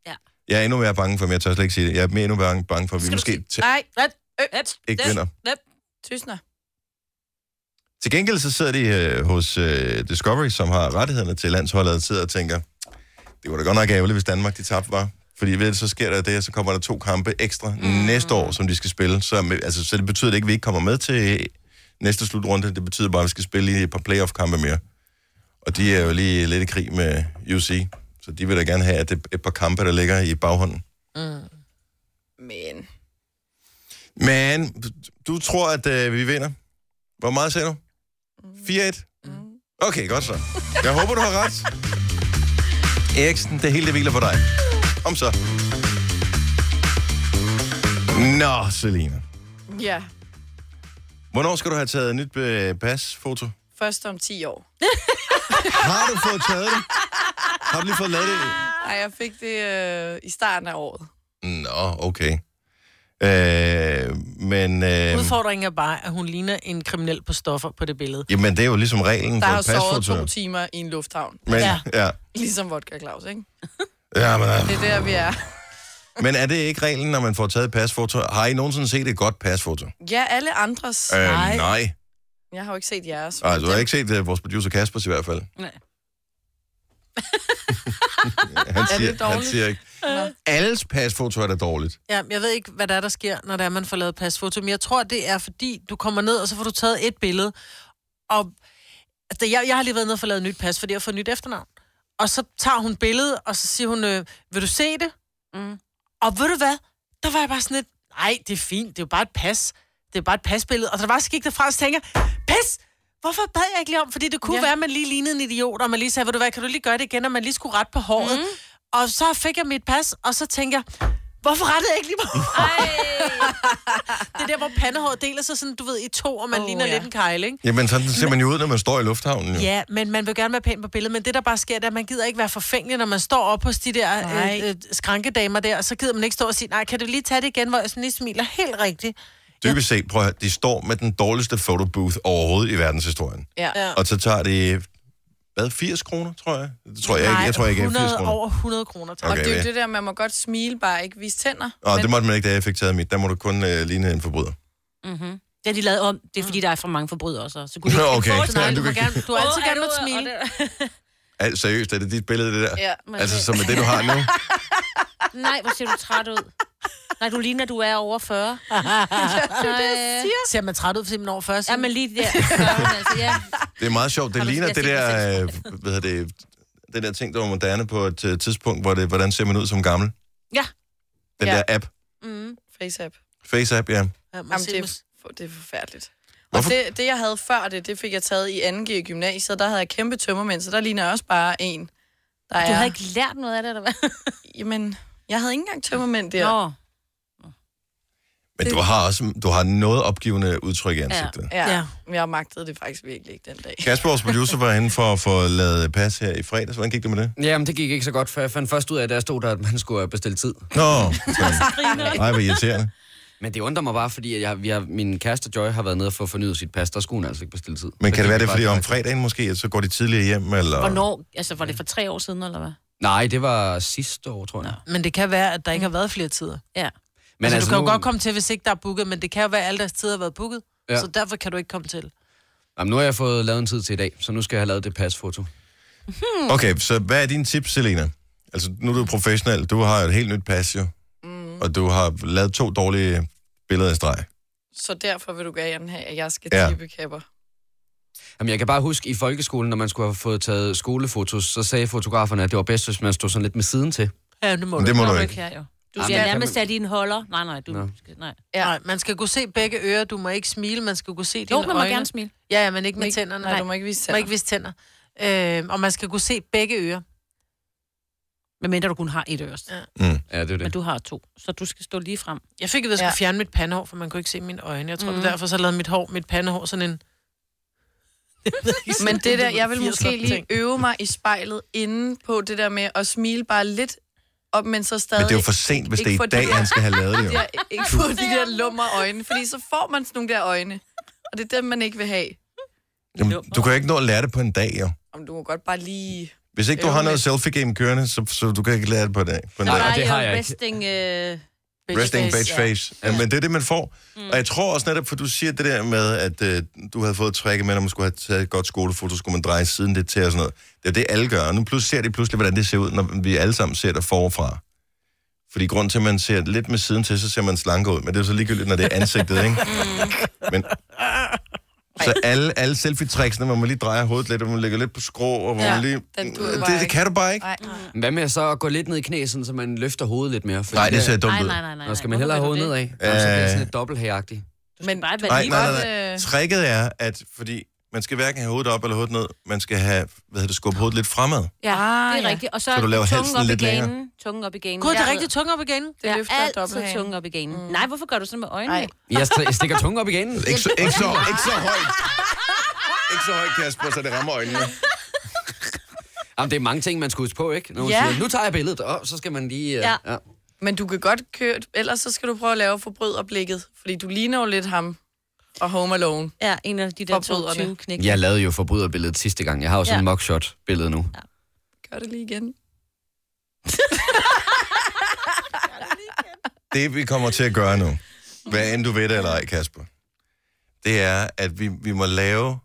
[SPEAKER 4] Ja.
[SPEAKER 1] Jeg er endnu mere bange for, men jeg tør slet ikke sige det. Jeg er mere endnu mere bange for, at vi måske til,
[SPEAKER 2] Nej.
[SPEAKER 4] Hvad?
[SPEAKER 1] ikke vinder.
[SPEAKER 2] Tysner.
[SPEAKER 1] Til gengæld så sidder de øh, hos øh, Discovery, som har rettighederne til landsholdet, og sidder og tænker, det var da godt nok ærgerligt, hvis Danmark de tabte var. Fordi ved, du, så sker der det, og så kommer der to kampe ekstra mm. næste år, som de skal spille. Så, med- altså, så det betyder det ikke, at vi ikke kommer med til næste slutrunde. Det betyder bare, at vi skal spille i et par playoff-kampe mere. Og de er jo lige lidt i krig med UC, så de vil da gerne have, at det er et par kampe, der ligger i baghånden.
[SPEAKER 2] Mm. Men...
[SPEAKER 1] Men du tror, at øh, vi vinder. Hvor meget sagde du? 4-1? Okay, godt så. Jeg håber, du har ret. Eriksen. Det hele det hviler på dig. Kom så. Nå, Selina.
[SPEAKER 2] Ja,
[SPEAKER 1] Hvornår skal du have taget nyt øh, pasfoto?
[SPEAKER 2] først om 10 år.
[SPEAKER 1] Har du fået taget det? Har du lige fået lavet det?
[SPEAKER 2] Nej, jeg fik det øh, i starten af året.
[SPEAKER 1] Nå, okay. Øh, men... Øh,
[SPEAKER 3] Udfordringen er bare, at hun ligner en kriminel på stoffer på det billede.
[SPEAKER 1] jamen, det er jo ligesom reglen
[SPEAKER 2] Der
[SPEAKER 1] for
[SPEAKER 2] har
[SPEAKER 1] et
[SPEAKER 2] sovet
[SPEAKER 1] pasfoto.
[SPEAKER 2] to timer i en lufthavn.
[SPEAKER 1] Men, ja. ja.
[SPEAKER 2] Ligesom vodka Claus, ikke?
[SPEAKER 1] ja men, øh.
[SPEAKER 2] Det er der, vi er.
[SPEAKER 1] men er det ikke reglen, når man får taget et pasfoto? Har I nogensinde set et godt pasfoto?
[SPEAKER 2] Ja, alle andres.
[SPEAKER 1] Øh, nej.
[SPEAKER 2] Jeg har jo ikke set jeres.
[SPEAKER 1] Altså, du har ikke set uh, vores producer Kaspers i hvert fald.
[SPEAKER 2] Nej.
[SPEAKER 1] Han
[SPEAKER 3] Er det
[SPEAKER 1] siger, han
[SPEAKER 3] dårligt?
[SPEAKER 1] siger ikke. Alles pasfoto er da dårligt.
[SPEAKER 3] Ja, jeg ved ikke, hvad der er, der sker, når der er, man får lavet pasfoto, men jeg tror, det er, fordi du kommer ned, og så får du taget et billede, og altså, jeg, jeg har lige været nede og fået lavet nyt pas, fordi jeg har fået nyt efternavn. Og så tager hun billedet, og så siger hun, øh, vil du se det? Mm. Og ved du hvad? Der var jeg bare sådan lidt, nej, det er fint, det er jo bare et pas. Det er bare et pasbillede. Og så var så gik derfra, og så tænker jeg, pis! Hvorfor bad jeg ikke lige om? Fordi det kunne ja. være, at man lige lignede en idiot, og man lige sagde, ved du hvad, kan du lige gøre det igen, og man lige skulle rette på håret. Mm. Og så fik jeg mit pas, og så tænker jeg, hvorfor rettede jeg ikke lige på <laughs> håret? det er der, hvor pandehåret deler sig sådan, du ved, i to, og man oh, ligner ja. lidt en kejle, ikke?
[SPEAKER 1] Jamen, sådan ser man jo ud, når man står i lufthavnen. Jo.
[SPEAKER 3] Ja, men man vil gerne være pæn på billedet, men det der bare sker, det er, at man gider ikke være forfængelig, når man står op hos de der
[SPEAKER 4] Nej.
[SPEAKER 3] øh, øh, skrankedamer der, og så gider man ikke stå og sige, nej, kan du lige tage det igen, hvor jeg sådan lige smiler helt rigtigt.
[SPEAKER 1] Dybest set, prøv at høre, de står med den dårligste photobooth overhovedet i verdenshistorien.
[SPEAKER 3] Ja. ja.
[SPEAKER 1] Og så tager det, hvad, 80 kroner, tror jeg? Det tror jeg,
[SPEAKER 2] Nej,
[SPEAKER 1] ikke. jeg tror ikke, jeg 80
[SPEAKER 2] 100
[SPEAKER 1] kroner.
[SPEAKER 2] over-
[SPEAKER 3] Over 100 kroner,
[SPEAKER 2] Okay, og det er jo
[SPEAKER 1] ja.
[SPEAKER 2] det der, man må godt smile, bare ikke vise tænder.
[SPEAKER 1] Nå, det måtte man ikke, da jeg fik taget mit. Der må du kun øh, ligne en forbryder.
[SPEAKER 4] Mm-hmm. Det har de lavet om. Det er, fordi der er for mange forbrydere så. så kunne de
[SPEAKER 1] Nå,
[SPEAKER 4] ikke
[SPEAKER 1] Mm. <laughs> okay.
[SPEAKER 4] forestille sig,
[SPEAKER 1] Ja,
[SPEAKER 4] at
[SPEAKER 1] du
[SPEAKER 4] du, må
[SPEAKER 1] kan-
[SPEAKER 4] gerne, du har
[SPEAKER 3] Åh,
[SPEAKER 4] altid
[SPEAKER 3] er
[SPEAKER 4] gerne
[SPEAKER 3] du-
[SPEAKER 4] måtte smile.
[SPEAKER 1] Al, seriøst, er det dit billede, det der?
[SPEAKER 4] Ja, men-
[SPEAKER 1] altså, som er det, du har nu?
[SPEAKER 4] Nej, hvor ser du træt ud. Nej, du ligner, du er
[SPEAKER 1] <laughs>
[SPEAKER 4] over 40. ja,
[SPEAKER 3] Ser man træt ud, fordi man er over 40?
[SPEAKER 4] Ja, men lige der.
[SPEAKER 3] <laughs>
[SPEAKER 4] 40'erne, altså, ja.
[SPEAKER 1] Det er meget sjovt. Det ligner
[SPEAKER 4] jeg
[SPEAKER 1] det
[SPEAKER 4] set
[SPEAKER 1] der, øh, hvad hedder det, den der ting, der var moderne på et øh, tidspunkt, hvor det, hvordan ser man ud som gammel?
[SPEAKER 4] Ja.
[SPEAKER 1] Den
[SPEAKER 2] Ja.
[SPEAKER 1] der app.
[SPEAKER 2] Mm. FaceApp.
[SPEAKER 1] FaceApp, ja.
[SPEAKER 3] Jamen,
[SPEAKER 2] det, er, for- det er forfærdeligt. Og det, det, jeg havde før det, det fik jeg taget i 2G i gymnasiet. Der havde jeg kæmpe tømmermænd, så der ligner jeg også bare en. Der
[SPEAKER 4] Du
[SPEAKER 2] er...
[SPEAKER 4] havde ikke lært noget af det, eller hvad?
[SPEAKER 2] <laughs> Jamen, jeg havde ikke engang tømmermænd der.
[SPEAKER 4] Nå.
[SPEAKER 1] Men du har også du har noget opgivende udtryk i ansigtet.
[SPEAKER 2] Ja. ja. Men jeg magtede det faktisk virkelig ikke den dag.
[SPEAKER 1] Kasper, vores producer, var henne for at få lavet pas her i fredags. Hvordan gik det med det?
[SPEAKER 7] Jamen, det gik ikke så godt, for jeg fandt først ud af, at der stod der, at man skulle øh, bestille tid.
[SPEAKER 1] Nå, nej, hvor irriterende.
[SPEAKER 7] Men det undrer mig bare, fordi at jeg, vi har, min kæreste Joy har været nede for at fornyet sit pas. Der skulle hun altså ikke bestille tid.
[SPEAKER 1] Men
[SPEAKER 7] Så
[SPEAKER 1] kan det være
[SPEAKER 7] gik
[SPEAKER 1] det, er, fordi
[SPEAKER 7] bare-
[SPEAKER 1] om fredagen måske, at så går de tidligere hjem, eller...
[SPEAKER 4] Hvornår? Altså, var det for tre år siden, eller hvad?
[SPEAKER 7] Nej, det var sidste år, tror jeg.
[SPEAKER 3] Men det kan være, at der ikke har været flere tider.
[SPEAKER 4] Ja.
[SPEAKER 7] Men
[SPEAKER 3] Men altså,
[SPEAKER 7] altså
[SPEAKER 3] du kan jo
[SPEAKER 7] nu-
[SPEAKER 3] godt komme til, hvis ikke der er booket, men det kan jo være, at alle deres tider har været booket.
[SPEAKER 7] Ja.
[SPEAKER 3] Ja. Så derfor kan du ikke komme til.
[SPEAKER 7] Jamen, nu har jeg fået lavet en tid til i dag, så nu skal jeg have lavet det pasfoto.
[SPEAKER 1] Hmm. Okay, så hvad er dine tips, Selena? Altså, nu er du professionel. Du har et helt nyt pas, jo. Mm. Og du har lavet to dårlige billeder i streg.
[SPEAKER 2] Så derfor vil du gerne have, at jeg skal
[SPEAKER 7] Ja.
[SPEAKER 2] ja. tippe kapper.
[SPEAKER 7] Jamen, jeg kan bare huske i folkeskolen, når man skulle have fået taget skolefotos, så sagde fotograferne, at det var bedst, hvis man stod sådan lidt med siden til.
[SPEAKER 3] Ja, det må
[SPEAKER 7] Men det må du
[SPEAKER 4] Nå,
[SPEAKER 7] ikke.
[SPEAKER 4] kan jo. Du
[SPEAKER 7] Ej,
[SPEAKER 4] skal
[SPEAKER 7] men-
[SPEAKER 4] nærmest have dine holder. Nej, nej, du
[SPEAKER 7] Nå.
[SPEAKER 4] skal... Nej.
[SPEAKER 3] Ja. Nej, man skal kunne se begge ører. Du må ikke smile, man skal kunne se dine
[SPEAKER 4] Jo,
[SPEAKER 3] øjne.
[SPEAKER 4] man må gerne smile.
[SPEAKER 3] Ja, ja, men ikke
[SPEAKER 4] Men
[SPEAKER 3] med
[SPEAKER 4] ikke-
[SPEAKER 3] tænderne.
[SPEAKER 4] nej, du må ikke vise
[SPEAKER 3] Må ikke vise tænder. Øh, og man skal kunne se begge ører.
[SPEAKER 4] Medmindre du kun har et øres. Ja.
[SPEAKER 1] Mm.
[SPEAKER 7] Ja, det er det.
[SPEAKER 4] Men du har to, så du skal stå lige frem.
[SPEAKER 3] Jeg fik at vide, at jeg skulle fjerne mit pandehår, for man kunne ikke se mine øjne. Jeg tror, mm. det
[SPEAKER 4] Mm.
[SPEAKER 3] er derfor, så lavede mit hår, mit pandehår sådan
[SPEAKER 4] <laughs>
[SPEAKER 3] en...
[SPEAKER 2] Men det der, jeg vil måske lige øve mig i spejlet inden på det der med at smile bare lidt op, men så stadig...
[SPEAKER 1] Men det er jo for sent, hvis
[SPEAKER 2] ikke
[SPEAKER 1] det er
[SPEAKER 2] få
[SPEAKER 1] i dag,
[SPEAKER 2] der-
[SPEAKER 1] han skal have lavet det, jo.
[SPEAKER 2] Ja, ikke få de der
[SPEAKER 4] <laughs>
[SPEAKER 2] lummer øjne, fordi så får man sådan nogle der øjne. Og det er dem, man ikke vil have.
[SPEAKER 1] Jamen, du kan jo ikke nå at lære det på en dag, jo.
[SPEAKER 2] Om du må godt bare lige...
[SPEAKER 1] Hvis ikke du har noget selfie-game kørende, så, så du kan ikke lære det på en dag. På en dag.
[SPEAKER 4] Resting, øh,
[SPEAKER 1] Resting bitch face. Ja. Men det er det, man får. Mm. Og jeg tror også netop, for du siger det der med, at øh, du havde fået trækket med, når man skulle have taget et godt skolefoto, skulle man dreje siden det til og sådan noget. Det er det, alle gør. Og nu pludselig ser de pludselig, hvordan det ser ud, når vi alle sammen ser det forfra. Fordi grund til, at man ser lidt med siden til, så ser man slanke ud. Men det er jo så ligegyldigt, når det er ansigtet, <laughs> ikke?
[SPEAKER 11] Mm.
[SPEAKER 1] Men, så alle, alle selfie-tricksene, hvor man lige drejer hovedet lidt, og man lægger lidt på skrå, og hvor
[SPEAKER 2] Ja,
[SPEAKER 1] man lige...
[SPEAKER 2] den duer
[SPEAKER 1] det,
[SPEAKER 2] bare
[SPEAKER 1] det
[SPEAKER 2] ikke.
[SPEAKER 1] kan du bare ikke.
[SPEAKER 7] Mm. Hvad med så at gå lidt ned i knæ, sådan, så man løfter hovedet lidt mere? Fordi
[SPEAKER 1] Nej, det ser dumt
[SPEAKER 7] Nej,
[SPEAKER 1] ud.
[SPEAKER 7] nej, nej, nej. Nå, skal man hellere have hovedet nedad?
[SPEAKER 1] Øh.
[SPEAKER 7] Ja. Så bliver det sådan lidt dobbelthagagtigt.
[SPEAKER 2] Men
[SPEAKER 4] bare
[SPEAKER 1] Nej, nej, nej. Tricket er, at fordi Man skal hverken have hovedet op eller hovedet ned. Man skal have, hvad hedder det, skubbe hovedet lidt fremad.
[SPEAKER 4] Ja, ah, det er ja. rigtigt. Og så,
[SPEAKER 1] Så du laver
[SPEAKER 4] tungen
[SPEAKER 1] halsen
[SPEAKER 4] op
[SPEAKER 1] lidt
[SPEAKER 4] i
[SPEAKER 1] længere.
[SPEAKER 4] ganen. Tungen op i ganen.
[SPEAKER 3] Gud, det er
[SPEAKER 4] Jeg-
[SPEAKER 3] rigtigt, tungen op i ganen.
[SPEAKER 4] Det løfter
[SPEAKER 3] løfter
[SPEAKER 4] altid
[SPEAKER 3] dobbelthagen.
[SPEAKER 4] tungen op i ganen. Mm. Nej, hvorfor gør du sådan med øjnene? <laughs>
[SPEAKER 3] Nej.
[SPEAKER 7] Jeg, st- jeg stikker tungen op i ganen.
[SPEAKER 1] <laughs> Ikke så, ikke så, ikke så højt. Ikke så højt, Kasper, så det rammer øjnene.
[SPEAKER 7] Jamen, det er mange ting, man skal huske på, ikke? Når
[SPEAKER 2] Ja.
[SPEAKER 7] ja. siger, nu tager jeg billedet, og så skal man lige... øh,
[SPEAKER 2] Ja. Men du kan godt køre, ellers så skal du prøve at lave forbryderblikket, fordi du ligner jo lidt ham og Home Alone.
[SPEAKER 4] Ja, en af de der 22 knæk.
[SPEAKER 7] Jeg lavede jo forbryderbilledet sidste gang. Jeg har jo sådan
[SPEAKER 2] Ja.
[SPEAKER 7] ja. mugshot-billede nu. Ja.
[SPEAKER 2] Gør det lige igen.
[SPEAKER 1] Det, vi kommer til at gøre nu, hvad end du ved det eller ej, Kasper, det er, at vi, vi må lave...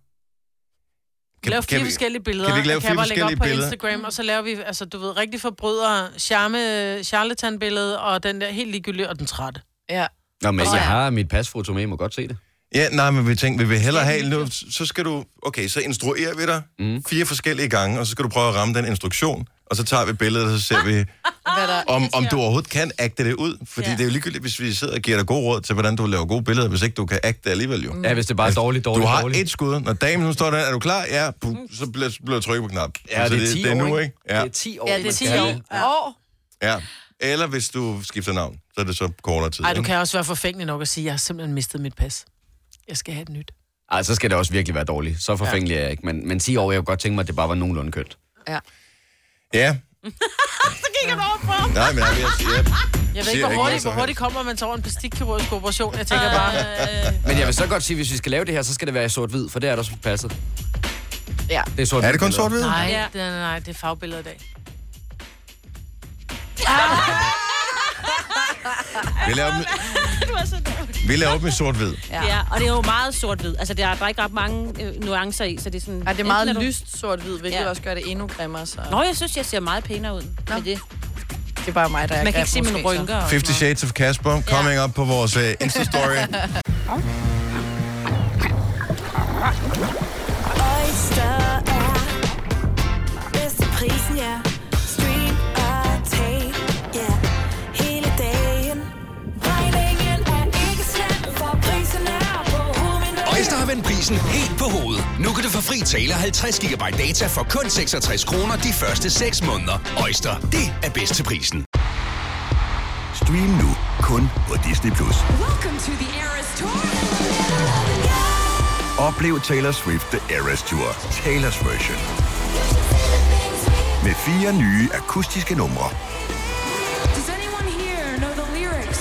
[SPEAKER 3] Kan, lave fire
[SPEAKER 1] vi-
[SPEAKER 3] forskellige billeder.
[SPEAKER 1] Kan vi ikke lave
[SPEAKER 3] af
[SPEAKER 1] fire
[SPEAKER 3] Kappa og lægge
[SPEAKER 1] forskellige
[SPEAKER 3] op
[SPEAKER 1] billeder?
[SPEAKER 3] på Instagram, og så laver vi, altså du ved, rigtig forbrydere, charme, charlatan-billede, og den der helt ligegyldige, og den trætte.
[SPEAKER 2] Ja.
[SPEAKER 7] Nå, men
[SPEAKER 3] Åh,
[SPEAKER 7] jeg
[SPEAKER 3] ja.
[SPEAKER 7] har Ah, mit pasfoto med, I må godt se det.
[SPEAKER 1] Ja, nej, men vi tænkte, vi vil hellere have... Nu, så skal du... Okay, så instruerer vi dig mm. fire forskellige gange, og så skal du prøve at ramme den instruktion, og så tager vi billedet, og så ser vi,
[SPEAKER 2] Hvad der
[SPEAKER 1] om, om du overhovedet kan agte det ud. Fordi ja. det er jo ligegyldigt, hvis vi sidder og giver dig gode råd til, hvordan du laver gode billeder, hvis ikke du kan agte det alligevel jo. Altså,
[SPEAKER 7] Ja, hvis det er bare er dårligt, dårligt,
[SPEAKER 1] Du har
[SPEAKER 7] dårligt.
[SPEAKER 1] et skud. Når damen nu står der, er du klar? Ja, Puh, så bliver bliver du trykket på knap.
[SPEAKER 7] Ja,
[SPEAKER 1] så
[SPEAKER 7] det er 10
[SPEAKER 1] det er
[SPEAKER 7] år,
[SPEAKER 1] nu,
[SPEAKER 7] ikke?
[SPEAKER 1] ikke? Ja.
[SPEAKER 7] Det er 10 år,
[SPEAKER 3] Ja, det er 10
[SPEAKER 1] Ja.
[SPEAKER 3] år. år.
[SPEAKER 1] Ja. Eller hvis du skifter navn, så er det så kortere tid.
[SPEAKER 3] Ej, du
[SPEAKER 1] ikke?
[SPEAKER 3] kan også være forfængelig nok at sige, jeg har simpelthen mistet mit pas. Jeg skal have et nyt.
[SPEAKER 7] Ej, så skal det også virkelig være dårligt. Så forfængelig er jeg ikke. Men, men 10 år, jeg kunne godt tænke mig, at det bare var nogenlunde kønt.
[SPEAKER 2] Ja.
[SPEAKER 1] Ja.
[SPEAKER 3] <laughs> Så gik han over på.
[SPEAKER 1] Nej, men jeg, jeg, jeg,
[SPEAKER 3] Jeg ved
[SPEAKER 7] siger
[SPEAKER 3] ikke, hvor
[SPEAKER 7] ikke noget
[SPEAKER 3] hurtigt, hvor
[SPEAKER 7] som
[SPEAKER 3] hurtigt kommer man til over en plastikkirurgisk operation. Jeg tænker bare,
[SPEAKER 7] Men jeg vil så godt sige, at hvis vi skal lave det her, så skal det være i sort-hvid, for det er der så passet.
[SPEAKER 2] Ja.
[SPEAKER 7] Det er, sort
[SPEAKER 1] Er det kun sort-hvid?
[SPEAKER 3] nej, ja. det, er- nej, det er fagbilleder i dag.
[SPEAKER 1] vi laver dem,
[SPEAKER 4] du er så dum.
[SPEAKER 1] vi laver dem i sort-hvid.
[SPEAKER 4] Ja. ja, og det er jo meget sort-hvid. Altså, der er, der er ikke ret mange øh, nuancer i, så det er sådan...
[SPEAKER 2] Ja, det er
[SPEAKER 4] Enten
[SPEAKER 2] meget
[SPEAKER 4] du-
[SPEAKER 2] lyst sort-hvid, hvilket ja.
[SPEAKER 4] Ja.
[SPEAKER 2] også gør det endnu grimmere. Så
[SPEAKER 4] Nå, jeg synes, jeg ser meget pænere ud med det.
[SPEAKER 2] <laughs> det er bare mig, der er
[SPEAKER 4] Man
[SPEAKER 2] grim
[SPEAKER 4] kan ikke se mine
[SPEAKER 2] måske, så.
[SPEAKER 4] rynker. og sådan
[SPEAKER 1] 50 Shades of Casper, coming up på vores uh, Insta-story.
[SPEAKER 9] <laughs>
[SPEAKER 3] <laughs>
[SPEAKER 9] Oyster er bedst til prisen, ja. Stream og tag, ja. Hele dagen. Regningen er ikke slem, for prisen er på hovedet.
[SPEAKER 6] Øjster har vendt prisen helt på hovedet. Nu kan du få fri tale 50 GB data for kun 66 kroner de første 6 måneder. Øjster, det er bedst til prisen.
[SPEAKER 12] Stream nu kun på Disney+. Plus.
[SPEAKER 13] Welcome to the Eras Tour.
[SPEAKER 12] Oplev Taylor Swift The Eras Tour, Taylor's version. Med fire nye akustiske numre.
[SPEAKER 13] Does anyone here know the lyrics?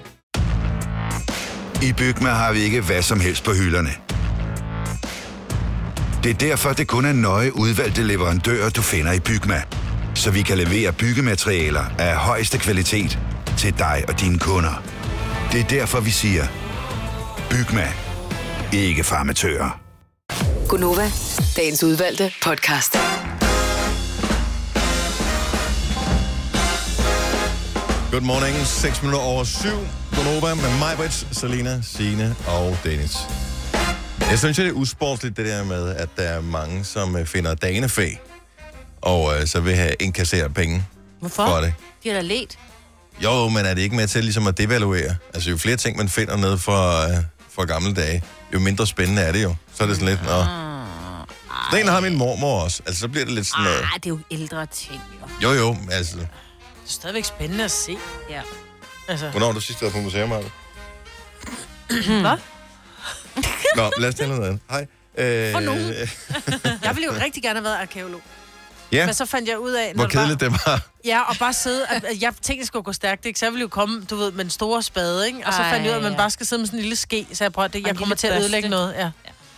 [SPEAKER 12] I Bygma har vi ikke hvad som helst på hylderne. Det er derfor, det kun er nøje udvalgte leverandører, du finder i Bygma. Så vi kan levere byggematerialer af højeste kvalitet til dig og dine kunder. Det er derfor, vi siger, Bygma. Ikke farmatører.
[SPEAKER 5] Gunova, dagens udvalgte podcast.
[SPEAKER 1] Good morning, 6 minutter over 7. Gonova med mig, Brits, Selina, Sine og Dennis. Jeg synes, det er usportsligt det der med, at der er mange, som øh, finder danefæ, og øh, så vil have indkasseret penge
[SPEAKER 4] Hvorfor?
[SPEAKER 1] for det.
[SPEAKER 4] noget. De er da let.
[SPEAKER 1] Jo, men er det ikke med til ligesom at devaluere? Altså, jo flere ting, man finder ned fra, øh, fra gamle dage, jo mindre spændende er det jo. Så er det sådan lidt, nå.
[SPEAKER 3] Ah.
[SPEAKER 1] Den har min mormor også. Altså, så bliver det lidt sådan noget.
[SPEAKER 4] Ah, det er jo ældre ting, jo.
[SPEAKER 3] Ah.
[SPEAKER 1] Jo, jo, altså.
[SPEAKER 3] Det er stadigvæk spændende at se.
[SPEAKER 4] Ja.
[SPEAKER 3] Altså.
[SPEAKER 1] Hvornår har du sidst været på museum, Arbe?
[SPEAKER 3] <clears throat> Hvad?
[SPEAKER 1] Nå, lad os tale om noget andet. Hej. Øh,
[SPEAKER 3] For nogen. <clears throat> Jeg ville jo rigtig gerne have været arkeolog.
[SPEAKER 1] Ja.
[SPEAKER 3] Men så fandt jeg ud af... når
[SPEAKER 1] Hvor
[SPEAKER 3] det var-
[SPEAKER 1] kedeligt det var.
[SPEAKER 3] Ja, og bare sidde... At, at jeg tænkte, det skulle gå stærkt, ikke? Så jeg ville jo komme, du ved, med en stor spade, ikke? Og så fandt jeg ud af, at man bare skal sidde med sådan en lille ske, så jeg prøver, det, jeg kommer til at ødelægge noget, ja.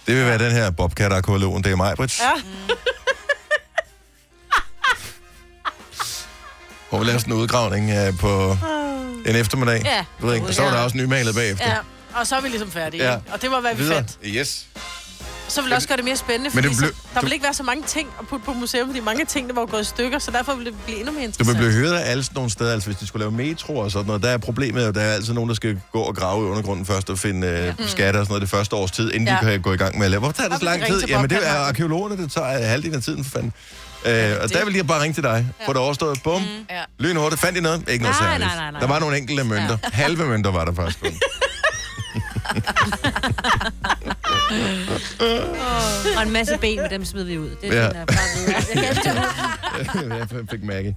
[SPEAKER 1] Det vil være den her Bobcat-arkeologen, det er mig, Brits.
[SPEAKER 3] ja.
[SPEAKER 1] Hvor vi lavede sådan en udgravning øh, på en eftermiddag.
[SPEAKER 3] Ja.
[SPEAKER 1] Du ved ikke, og så var der også nymalet bagefter.
[SPEAKER 3] Ja. og så er vi ligesom færdige.
[SPEAKER 1] Ja.
[SPEAKER 3] Ja. Og det var, hvad vi
[SPEAKER 1] Videre.
[SPEAKER 3] fandt.
[SPEAKER 1] Yes.
[SPEAKER 3] Så vil det også gøre det mere spændende,
[SPEAKER 1] Men
[SPEAKER 3] fordi
[SPEAKER 1] det
[SPEAKER 3] det
[SPEAKER 1] blev-
[SPEAKER 3] så, der
[SPEAKER 1] du-
[SPEAKER 3] vil ikke være så mange ting at putte på museum, fordi mange af tingene var gået i stykker, så derfor ville det blive endnu mere
[SPEAKER 1] Du vil
[SPEAKER 3] interessant.
[SPEAKER 1] blive høret af alle sådan nogle steder, altså hvis de skulle lave metro og sådan noget, der er problemet, at der er altid nogen, der skal gå og grave i undergrunden først og finde øh,
[SPEAKER 3] Mm.
[SPEAKER 1] skatter og sådan noget det første års tid, inden ja.
[SPEAKER 3] Ja.
[SPEAKER 1] de kan gå i gang med at lave. Hvorfor tager
[SPEAKER 3] Og
[SPEAKER 1] det så
[SPEAKER 3] vi
[SPEAKER 1] lang
[SPEAKER 3] kan ringe
[SPEAKER 1] tid?
[SPEAKER 3] til
[SPEAKER 1] Jamen det er
[SPEAKER 3] Bobkammeraten.
[SPEAKER 1] arkeologerne, der tager øh, halvdelen af tiden for fanden. Øh, og der vil jeg bare ringe til dig, få det overstået. Bum.
[SPEAKER 3] Mm.
[SPEAKER 2] Ja.
[SPEAKER 1] Lyn hurtigt. Fandt I noget? Ikke noget
[SPEAKER 2] Nej,
[SPEAKER 1] særligt.
[SPEAKER 2] nej, nej, nej.
[SPEAKER 1] Der var nogle enkelte mønter. Halve mønter var der faktisk. kun.
[SPEAKER 4] Og en masse ben, men dem smider vi ud.
[SPEAKER 1] Ja.
[SPEAKER 4] Det er ja. bare videre. <laughs>
[SPEAKER 1] jeg fik mærke.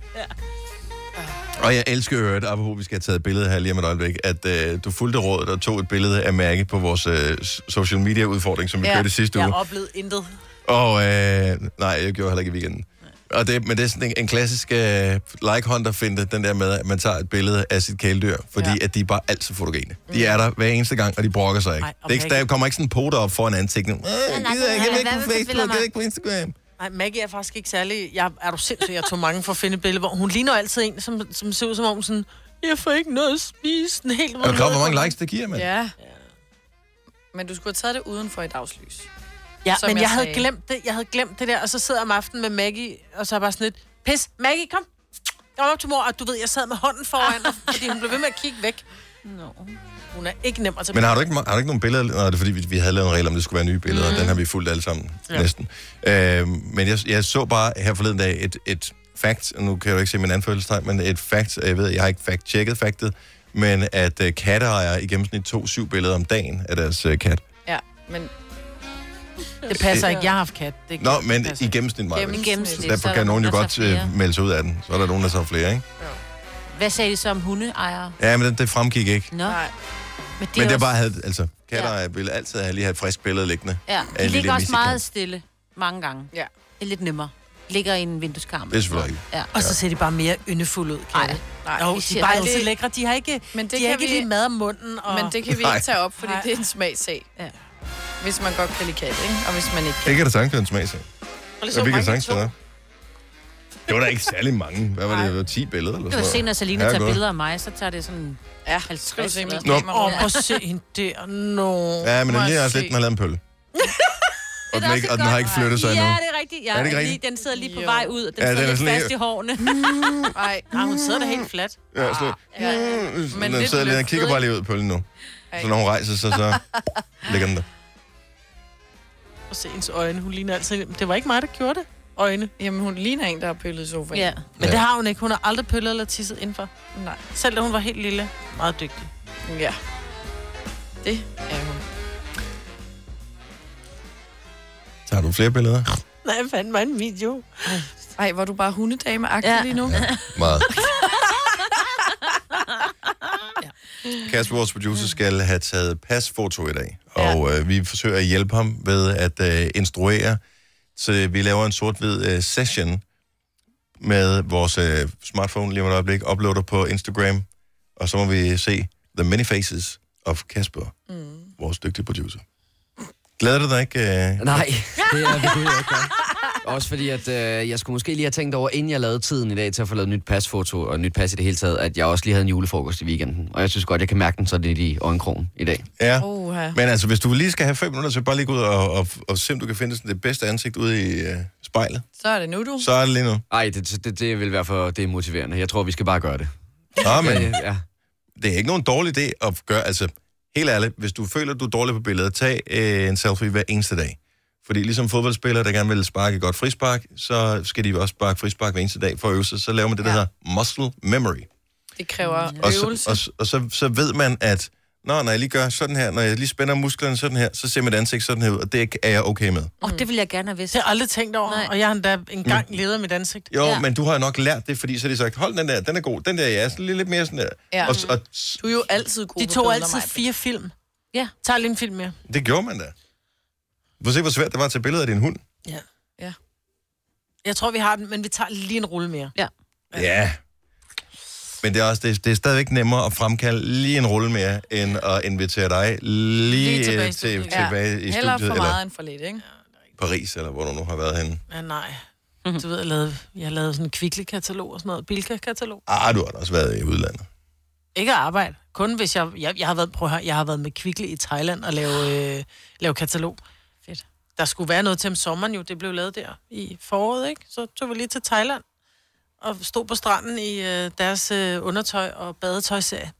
[SPEAKER 1] Og jeg elsker øvrigt, apropos vi skal have taget et billede her lige om et øjeblik, at øh, du fulgte rådet og tog et billede af Mærke på vores øh, s- social media udfordring, som vi ja. kørte sidste
[SPEAKER 3] jeg
[SPEAKER 1] uge.
[SPEAKER 3] oplevede intet.
[SPEAKER 1] Og øh, nej, jeg gjorde heller ikke i weekenden. Og det, men det er sådan en, en klassisk øh, like hunter finte den der med, at man tager et billede af sit kæledyr, fordi ja. at de er bare altid fotogene. De er der hver eneste gang, og de brokker sig ikke.
[SPEAKER 3] Nej,
[SPEAKER 1] Ej, det er ikke
[SPEAKER 3] okay.
[SPEAKER 1] der kommer ikke sådan en pote op foran ansigtet. Øh,
[SPEAKER 3] nej,
[SPEAKER 1] gider ikke, jeg vil ikke
[SPEAKER 3] nej, hvad
[SPEAKER 1] på
[SPEAKER 3] vil du spille
[SPEAKER 1] Facebook, jeg
[SPEAKER 3] mig?
[SPEAKER 1] vil ikke på Instagram.
[SPEAKER 3] Nej, Maggie er faktisk ikke særlig... Jeg, er du sindssyg, jeg tog mange for at finde et billede, hvor hun ligner altid en, som, som ser ud som om hun sådan... Jeg får ikke noget at spise. Den helt
[SPEAKER 1] Er du klar, over, hvor mange likes det giver, mand?
[SPEAKER 2] Ja. Men du skulle have taget det udenfor i dagslys.
[SPEAKER 3] Ja,
[SPEAKER 2] Som
[SPEAKER 3] men
[SPEAKER 2] jeg
[SPEAKER 3] jeg, jeg havde
[SPEAKER 2] sagde.
[SPEAKER 3] glemt det. Jeg havde glemt det der, og så sidder jeg om aftenen med Maggie, og så er jeg bare sådan lidt, pis, Maggie, kom. Jeg var op til mor, og du ved, jeg sad med hånden foran, og- fordi hun blev ved med at kigge væk. No. Hun er ikke nem at tage
[SPEAKER 1] Men har du
[SPEAKER 3] billeder
[SPEAKER 1] ikke, har du ikke nogen billeder? Nej, det er fordi, vi, vi havde lavet en regel om, at det skulle være nye billeder, mm. og den har vi fulgt alle sammen, ja.
[SPEAKER 3] Ja.
[SPEAKER 1] næsten. Øh, men jeg, jeg så bare her forleden dag et, et fact, og nu kan jeg jo ikke se min anførselstegn, men et fact, og jeg ved, jeg har ikke fact-checket factet, men at øh, katteejere i gennemsnit tog syv billeder om dagen af deres øh, kat.
[SPEAKER 2] Ja, men...
[SPEAKER 3] Det passer ikke. Jeg altså har haft kat. Det
[SPEAKER 1] Nå, men i gennemsnit meget.
[SPEAKER 4] Gennem-
[SPEAKER 1] vel?
[SPEAKER 4] gennemsnit,
[SPEAKER 1] Så
[SPEAKER 4] så
[SPEAKER 1] derfor
[SPEAKER 4] er der
[SPEAKER 1] kan nogen jo
[SPEAKER 4] nogen, der
[SPEAKER 1] godt
[SPEAKER 4] tager flere.
[SPEAKER 1] øh, melde sig ud af den. Så er der nogen, der tager flere, ikke?
[SPEAKER 4] Hvad sagde de så om hundeejere?
[SPEAKER 1] Ja, men det, det fremgik ikke.
[SPEAKER 4] Nå. Nej. Men
[SPEAKER 1] men det er
[SPEAKER 4] også-
[SPEAKER 1] bare, havde, altså, katteejere ville altid have lige have et frisk billede liggende.
[SPEAKER 4] Ja,
[SPEAKER 1] af
[SPEAKER 4] de
[SPEAKER 1] en lille
[SPEAKER 4] ligger også
[SPEAKER 1] missekat.
[SPEAKER 4] meget stille mange gange.
[SPEAKER 2] Ja.
[SPEAKER 4] Det er lidt nemmere. Ligger i en vindueskarm.
[SPEAKER 1] Det er selvfølgelig rigtigt.
[SPEAKER 4] Ja.
[SPEAKER 3] Og så ser de bare mere yndefulde ud, kan Nej.
[SPEAKER 2] Nej,
[SPEAKER 3] Jo,
[SPEAKER 2] vi
[SPEAKER 3] de
[SPEAKER 2] siger-
[SPEAKER 3] er bare
[SPEAKER 2] Nej,
[SPEAKER 3] altid
[SPEAKER 2] det-
[SPEAKER 3] lækre. De har ikke, men det de
[SPEAKER 2] kan
[SPEAKER 3] har ikke
[SPEAKER 2] vi-
[SPEAKER 3] lige mad om munden. Og...
[SPEAKER 2] Men det kan vi
[SPEAKER 1] Nej.
[SPEAKER 2] ikke tage op, fordi
[SPEAKER 3] Nej.
[SPEAKER 2] det er en smagssag.
[SPEAKER 4] Ja.
[SPEAKER 2] Hvis man godt kan lide kat, ikke? Og hvis man ikke kan.
[SPEAKER 1] Ikke er der sagtens en smagsag.
[SPEAKER 2] Og det så
[SPEAKER 1] Og vi kan
[SPEAKER 2] mange
[SPEAKER 1] sagtens
[SPEAKER 2] to.
[SPEAKER 1] det Det var der ikke særlig mange. Hvad var det? Det var 10 billeder eller
[SPEAKER 4] Det var
[SPEAKER 1] sådan
[SPEAKER 4] se, når Salina tager
[SPEAKER 1] Herregud.
[SPEAKER 4] billeder af mig, så tager det sådan
[SPEAKER 2] ja,
[SPEAKER 4] 50
[SPEAKER 2] se
[SPEAKER 4] eller
[SPEAKER 2] mit
[SPEAKER 4] sådan
[SPEAKER 1] kamera.
[SPEAKER 4] noget.
[SPEAKER 3] Åh, prøv at se hende der. Nå.
[SPEAKER 1] Ja, men
[SPEAKER 3] Må
[SPEAKER 1] den
[SPEAKER 3] jeg
[SPEAKER 1] ligner også
[SPEAKER 3] se.
[SPEAKER 1] lidt, den har lavet en pølle. og, den er ikke, og den har ikke flyttet sig
[SPEAKER 4] ja,
[SPEAKER 1] endnu.
[SPEAKER 4] Ja, det er rigtigt. Ja,
[SPEAKER 1] Er det ikke
[SPEAKER 4] lige,
[SPEAKER 1] rigtigt?
[SPEAKER 4] den sidder lige på
[SPEAKER 3] Jo.
[SPEAKER 4] vej ud, og den
[SPEAKER 1] Ja,
[SPEAKER 4] ja,
[SPEAKER 1] den er
[SPEAKER 4] sidder lidt
[SPEAKER 1] sådan
[SPEAKER 4] fast i
[SPEAKER 1] lidt-
[SPEAKER 4] hårene.
[SPEAKER 2] Nej,
[SPEAKER 3] Nej, hun sidder da helt flat.
[SPEAKER 1] Ja, så,
[SPEAKER 2] Ja, ja.
[SPEAKER 1] mm,
[SPEAKER 2] Men
[SPEAKER 1] den
[SPEAKER 2] lidt
[SPEAKER 1] sidder lige, den
[SPEAKER 2] løftet,
[SPEAKER 1] kigger bare lige ud af pøllen nu. Så når hun rejser sig,
[SPEAKER 2] <laughs>
[SPEAKER 3] <laughs>
[SPEAKER 1] så ligger den der.
[SPEAKER 3] Prøv at se hendes øjne. Hun ligner altid... Det var ikke mig, der gjorde det. Øjne.
[SPEAKER 2] Jamen, hun ligner en, der har pøllet i sofaen.
[SPEAKER 3] Ja. Men
[SPEAKER 1] Ja.
[SPEAKER 3] det har hun ikke. Hun har aldrig pøllet eller tisset indenfor.
[SPEAKER 2] Nej.
[SPEAKER 3] Selv da hun var helt lille. Meget dygtig.
[SPEAKER 2] Ja. Det er hun.
[SPEAKER 1] Tager du flere billeder?
[SPEAKER 3] Nej, jeg fandt mig en video.
[SPEAKER 2] Ej, var du bare hundedame-agtig ja. lige nu? <laughs>
[SPEAKER 1] Meget. Kasper, vores producer, skal have taget pasfoto i dag. Og øh, vi forsøger at hjælpe ham ved at øh, instruere. Så vi laver en sort-hvid øh, session med vores øh, smartphone lige om et øjeblik, uploader på Instagram, og så må vi se The Many Faces of Kasper, mm. vores dygtige producer. Glæder du dig ikke? Øh?
[SPEAKER 7] Nej, det er det kunne jeg ikke gøre. Også fordi, at øh, jeg skulle måske lige have tænkt over, inden jeg lavede tiden i dag til at få lavet nyt pasfoto og nyt pas i det hele taget, at jeg også lige havde en julefrokost i weekenden. Og jeg synes godt, jeg kan mærke den sådan lidt i øjenkrogen i dag.
[SPEAKER 1] Ja.
[SPEAKER 2] Oha.
[SPEAKER 1] Men altså, hvis du lige skal have fem minutter, så bare lige gå ud og, og, og se, om du kan finde sådan det bedste ansigt ude i øh, spejlet.
[SPEAKER 2] Så er det nu, du.
[SPEAKER 1] Så er det lige nu.
[SPEAKER 7] Ej, det, det, det vil være for det er motiverende. Jeg tror, vi skal bare gøre det.
[SPEAKER 1] Nå,
[SPEAKER 7] Ja,
[SPEAKER 1] men
[SPEAKER 7] ja.
[SPEAKER 1] det er ikke nogen dårlig idé at gøre, altså helt ærligt, hvis du føler, du er dårlig på billedet, tag øh, en selfie hver eneste dag. Fordi ligesom fodboldspillere, der gerne vil sparke et godt frispark, så skal de også sparke frispark hver eneste dag for at øve sig. Så laver man det, der ja. hedder muscle memory.
[SPEAKER 2] Det kræver
[SPEAKER 14] Mm.
[SPEAKER 1] Og, så,
[SPEAKER 2] øvelse.
[SPEAKER 1] og, så- og så, så ved man, at når, når jeg lige gør sådan her, når jeg lige spænder musklerne sådan her, så ser mit ansigt sådan her ud, og det er jeg okay med.
[SPEAKER 4] Åh,
[SPEAKER 2] Mm.
[SPEAKER 4] oh, det vil jeg gerne have vidst.
[SPEAKER 3] Det har jeg aldrig tænkt over, Nej. og jeg har endda engang mm. ledet mit ansigt.
[SPEAKER 1] Jo, ja. men du har jo nok lært det, fordi så har de sagt, hold den der, den er god, den der, ja, sådan lidt, lidt mere sådan der.
[SPEAKER 3] Ja.
[SPEAKER 1] Og, og
[SPEAKER 2] Du er jo altid god
[SPEAKER 3] De
[SPEAKER 2] på
[SPEAKER 3] tog
[SPEAKER 2] billeder,
[SPEAKER 3] altid
[SPEAKER 2] Maja.
[SPEAKER 3] fire film.
[SPEAKER 4] Ja.
[SPEAKER 3] Tag lige en film mere.
[SPEAKER 1] det gjorde man da. Prøv at se, hvor svært det var at tage billeder af din hund.
[SPEAKER 3] Ja.
[SPEAKER 2] ja.
[SPEAKER 3] Jeg tror, vi har den, men vi tager lige en rulle mere.
[SPEAKER 4] Ja.
[SPEAKER 1] Ja. Men det er, også, det, det er stadigvæk nemmere at fremkalde lige en rulle mere, end at invitere dig lige, lige tilbage, til,
[SPEAKER 2] studiet.
[SPEAKER 1] tilbage i
[SPEAKER 2] Hellere
[SPEAKER 1] studiet,
[SPEAKER 2] for
[SPEAKER 1] eller
[SPEAKER 2] meget end for lidt, ikke?
[SPEAKER 1] Paris, eller hvor du nu har været henne.
[SPEAKER 3] Ja, nej. Du ved, jeg lavede, jeg lavede sådan en kvickly-katalog og sådan noget. Bilka-katalog.
[SPEAKER 1] Ah, du har da også været i udlandet.
[SPEAKER 3] Ikke at arbejde. Kun hvis jeg... Jeg, jeg har været, prøv at høre, jeg har været med Kvickly i Thailand og lave, øh, lave katalog. Fedt. Der skulle være noget til om sommeren jo. Det blev lavet der i foråret, ikke? Så tog vi lige til Thailand og stod på stranden i øh, deres øh, undertøj og badetøjserie.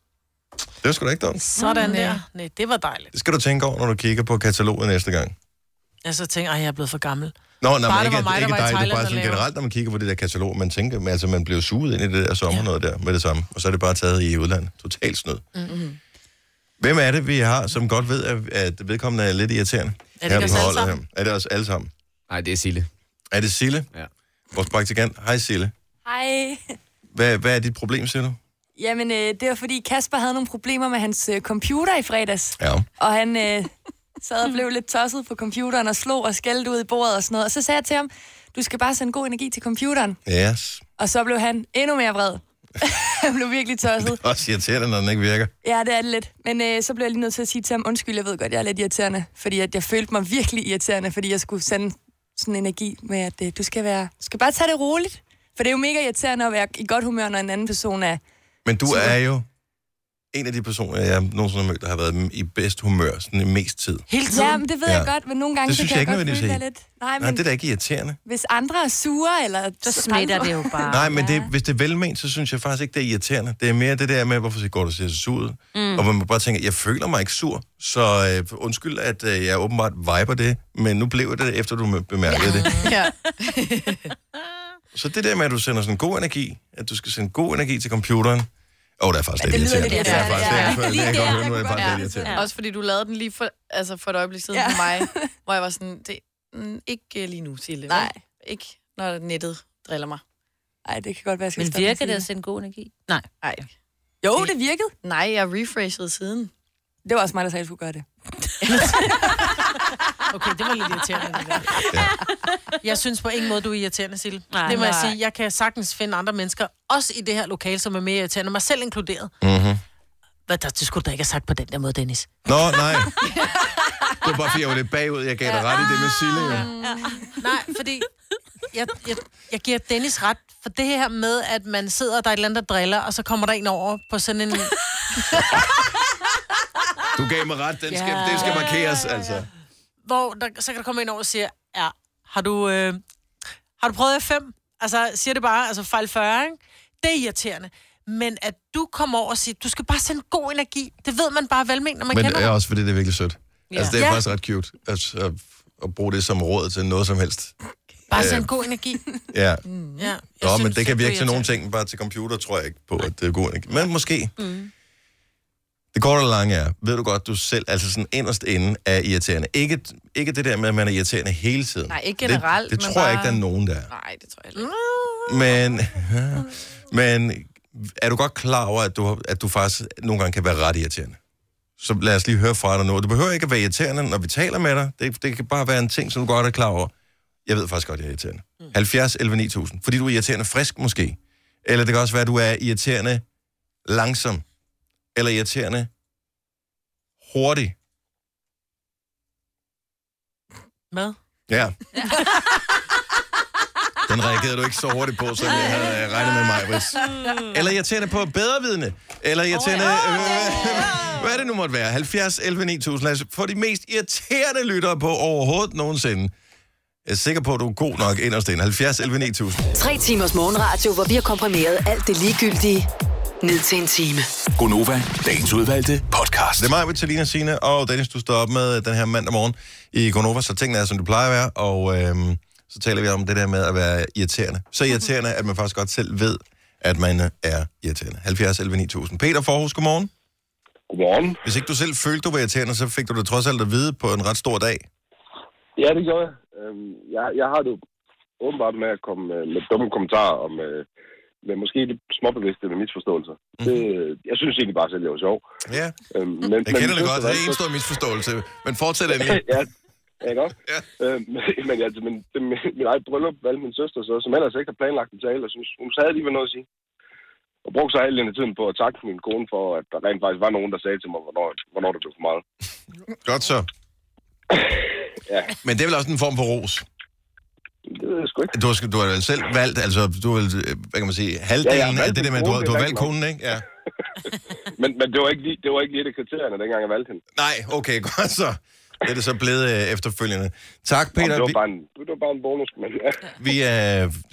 [SPEAKER 1] Det var sgu da ikke dumt.
[SPEAKER 3] Sådan der. Nej, det var dejligt.
[SPEAKER 1] Det skal du tænke over, når du kigger på kataloget næste gang.
[SPEAKER 3] Jeg så tænkte, at jeg er blevet for gammel.
[SPEAKER 1] Nå, nej,
[SPEAKER 3] Bare
[SPEAKER 1] men
[SPEAKER 3] det
[SPEAKER 1] ikke,
[SPEAKER 3] var mig, der
[SPEAKER 1] ikke
[SPEAKER 3] var i
[SPEAKER 1] dig, det er
[SPEAKER 3] Thailand
[SPEAKER 1] bare
[SPEAKER 3] og
[SPEAKER 1] sådan
[SPEAKER 3] lave.
[SPEAKER 1] generelt, når man kigger på det der katalog, man tænker, men altså man bliver suget ind i det der sommer noget der med det samme, og så er det bare taget i udlandet. Totalt snyd.
[SPEAKER 9] Mm-hmm.
[SPEAKER 1] Hvem er det, vi har, som godt ved, at, at vedkommende er lidt irriterende?
[SPEAKER 9] Er det
[SPEAKER 1] Her
[SPEAKER 9] ikke os
[SPEAKER 1] på
[SPEAKER 9] alle
[SPEAKER 1] holdet
[SPEAKER 9] sammen?
[SPEAKER 1] her. Er det os alle sammen? Nej, det er Sille. Er det Sille? Ja. Vores praktikant. Hej Sille.
[SPEAKER 14] Hej. <laughs>
[SPEAKER 1] Hvad, hvad er dit problem, Sille?
[SPEAKER 14] Jamen, øh, det var fordi Kasper havde nogle problemer med hans øh, computer i fredags.
[SPEAKER 1] Ja.
[SPEAKER 14] Og han øh, <laughs> sad og blev lidt tosset på computeren og slog og skældte ud i bordet og sådan noget. Og så sagde jeg til ham, du skal bare sende god energi til computeren.
[SPEAKER 1] Yes.
[SPEAKER 14] Og så blev han endnu mere vred. <laughs> han blev virkelig tosset.
[SPEAKER 1] Også irriterende, når den ikke virker.
[SPEAKER 14] Ja, det er det lidt. Men øh, så blev jeg lige nødt til at sige til ham, undskyld, jeg ved godt, jeg er lidt irriterende. Fordi at jeg følte mig virkelig irriterende, fordi jeg skulle sende sådan energi med, at øh, du skal være... Du skal bare tage det roligt. For det er jo mega irriterende at være i godt humør, når en anden person er...
[SPEAKER 1] Men du er jo en af de personer, jeg nogensinde har mødt, der har været i bedst humør, sådan i mest tid.
[SPEAKER 14] Hele tiden? Ja, men det ved jeg godt, men nogle gange
[SPEAKER 1] Det
[SPEAKER 14] så
[SPEAKER 1] synes
[SPEAKER 14] kan
[SPEAKER 1] jeg ikke
[SPEAKER 14] jeg, godt
[SPEAKER 1] nødvendigvis
[SPEAKER 14] føle
[SPEAKER 1] er
[SPEAKER 14] det lidt. Nej,
[SPEAKER 1] Nej,
[SPEAKER 14] men
[SPEAKER 1] det er da ikke irriterende.
[SPEAKER 14] hvis andre er sure, eller... Så
[SPEAKER 4] smitter det jo bare.
[SPEAKER 1] Nej, men det, hvis det er velment, så synes jeg faktisk ikke, det er irriterende. Det er mere det der med, hvorfor går du og ser så sur ud? Mm.
[SPEAKER 4] Mm.
[SPEAKER 1] Og hvor man bare tænker, jeg føler mig ikke sur, så øh, undskyld, at øh, jeg åbenbart viber det, men nu blev det, efter du bemærkede ja. det.
[SPEAKER 2] Ja.
[SPEAKER 1] Så det der med, at du sender sådan god energi, at du skal sende god energi til computeren, åh, oh, det er faktisk lidt irriterende. Det er faktisk det, jeg føler, det er jeg godt høre nu, er det faktisk lidt irriterende.
[SPEAKER 2] Også fordi du lavede den lige for, altså for et øjeblik siden ja. for mig,
[SPEAKER 14] <laughs>
[SPEAKER 2] hvor jeg var sådan, det, mm, ikke øh, lige nu, Sille. Nej. Ikke når nettet driller mig.
[SPEAKER 14] Nej, det kan godt være, jeg skal
[SPEAKER 4] Men virker det at sende god energi?
[SPEAKER 3] Nej.
[SPEAKER 2] Nej.
[SPEAKER 14] Jo, det virkede.
[SPEAKER 2] Nej, jeg refreshede siden.
[SPEAKER 14] Det var også mig, der sagde, at jeg skulle gøre
[SPEAKER 2] <laughs>
[SPEAKER 14] det.
[SPEAKER 3] Okay, det var lidt irriterende. Det der. Jeg synes på ingen måde, du er irriterende, Sille.
[SPEAKER 4] Nej.
[SPEAKER 3] det må jeg
[SPEAKER 4] Nej.
[SPEAKER 3] sige. Jeg kan sagtens finde andre mennesker, også i det her lokale, som er mere irriterende, mig selv inkluderet.
[SPEAKER 1] Mm-hmm.
[SPEAKER 3] Hvad der, det skulle du da ikke have sagt på den der måde, Dennis.
[SPEAKER 1] Nå, <laughs> nej. Det var bare, fordi jeg var lidt bagud. Jeg gav dig ret i det med Sille. Ja.
[SPEAKER 3] Nej, fordi jeg, jeg, jeg giver Dennis ret for det her med, at man sidder, og der er et eller andet, der driller, og så kommer der en over på sådan
[SPEAKER 4] <laughs>
[SPEAKER 3] en...
[SPEAKER 1] Du gav mig ret. Den skal,
[SPEAKER 3] Ja.
[SPEAKER 1] den skal markeres, altså.
[SPEAKER 3] hvor der, så kan der komme en over og sige, ja, har du, øh, har du prøvet F5? Altså, siger det bare, altså fejl 40, ikke? Det er irriterende. Men at du kommer over og siger, du skal bare sende god energi, det ved man bare velment, når man
[SPEAKER 1] Men
[SPEAKER 3] kender
[SPEAKER 1] det er
[SPEAKER 3] dig.
[SPEAKER 1] også, fordi det er virkelig sødt.
[SPEAKER 3] Ja.
[SPEAKER 1] Altså, det er
[SPEAKER 3] Ja.
[SPEAKER 1] faktisk ret cute at, at, at bruge det som råd til noget som helst.
[SPEAKER 3] Bare
[SPEAKER 1] Øh,
[SPEAKER 3] sende god energi.
[SPEAKER 1] Ja.
[SPEAKER 3] ja.
[SPEAKER 1] Nå, men det kan virke til nogle ting, bare til computer tror jeg ikke på, at det er god energi. Men måske.
[SPEAKER 3] Mm.
[SPEAKER 1] Det korte og lange er, ved du godt, du selv, altså sådan inderst inde, er irriterende. Ikke, ikke det der med, at man er irriterende hele tiden.
[SPEAKER 2] Nej, ikke generelt,
[SPEAKER 1] Det, det
[SPEAKER 2] men
[SPEAKER 1] tror jeg
[SPEAKER 2] bare-
[SPEAKER 1] ikke, der er nogen, der er.
[SPEAKER 2] Nej, det tror jeg ikke.
[SPEAKER 1] Men, <laughs> men er du godt klar over, at du, at du faktisk nogle gange kan være ret irriterende? Så lad os lige høre fra dig nu. Du behøver ikke at være irriterende, når vi taler med dig. Det, det kan bare være en ting, som du godt er klar over. Jeg ved faktisk godt, jeg er irriterende. Mm. 70 11 9000. Fordi du er irriterende frisk måske. Eller det kan også være, at du er irriterende langsom. Eller irriterende hurtig.
[SPEAKER 3] Mad.
[SPEAKER 1] Ja. Den reagerede du ikke så hurtigt på, som jeg havde øh, regnet med mig, Britt. <laughs> Eller irriterende på bedrevidende. Eller irriterende... Oh, øh, <laughs> hvad det nu måtte være? 70, 11, 9000. Lad os få de mest irriterende lyttere på overhovedet nogensinde. Jeg er sikker på, at du er god nok inderst inde. 70, 11, 9000.
[SPEAKER 5] Tre timers morgenradio, hvor vi har komprimeret alt det ligegyldige ned til en time.
[SPEAKER 1] Gonova, dagens udvalgte podcast. Det er mig, Vitalina Sine og Dennis, du står op med den her mandag morgen i Gonova, så tingene er, som de plejer at være, og øhm, så taler vi om det der med at være irriterende. Så irriterende, at man faktisk godt selv ved, at man er irriterende. 70 11 9000. Peter Forhus, godmorgen.
[SPEAKER 15] Godmorgen.
[SPEAKER 1] Hvis ikke du selv følte, du var irriterende, så fik du det trods alt at vide på en ret stor dag.
[SPEAKER 15] Ja, det gjorde jeg. Øhm, jeg. Jeg har det jo åbenbart med at komme øh, med, med dumme kommentarer og med, med måske lidt småbevidste med misforståelser.
[SPEAKER 1] Mhm.
[SPEAKER 15] Mm. Det, jeg synes egentlig bare selv, jeg var sjov.
[SPEAKER 1] Ja.
[SPEAKER 15] Øhm, men,
[SPEAKER 1] Jeg kender det godt, det er en stor misforståelse, men fortsæt endelig.
[SPEAKER 15] <laughs> ja, ja, ikke også? Ja. Øhm, <laughs> men altså, men, det, min, min eget bryllup valgte min søster så, som ellers ikke har planlagt en tale, og synes, hun havde alligevel noget at sige. Og brugte så hele den tiden på at takke min kone for, at der rent faktisk var nogen, der sagde til mig, hvornår, hvornår det blev for meget.
[SPEAKER 1] Godt så.
[SPEAKER 15] Ja.
[SPEAKER 1] Men det er vel også en form for ros?
[SPEAKER 15] Det ved jeg sgu ikke.
[SPEAKER 1] Du har, du har vel selv valgt, altså, du har, vel, øh, hvad kan man sige, halvdelen ja,
[SPEAKER 15] valgt
[SPEAKER 1] af det der
[SPEAKER 15] min
[SPEAKER 1] med, du, har-
[SPEAKER 15] kone,
[SPEAKER 1] du har
[SPEAKER 15] det er
[SPEAKER 1] valgt
[SPEAKER 15] rigtigt nok.
[SPEAKER 1] konen, ikke? Ja.
[SPEAKER 15] <laughs> Men, men det, var ikke lige, det var ikke lige et af kriterierne, dengang jeg valgte hende.
[SPEAKER 1] Nej, okay, <laughs> godt så. Det er det så blevet øh, efterfølgende. Tak,
[SPEAKER 15] Peter,
[SPEAKER 1] Peter.
[SPEAKER 15] det, var bare en, det var bare en bonus, men ja.
[SPEAKER 1] Vi, vi, er,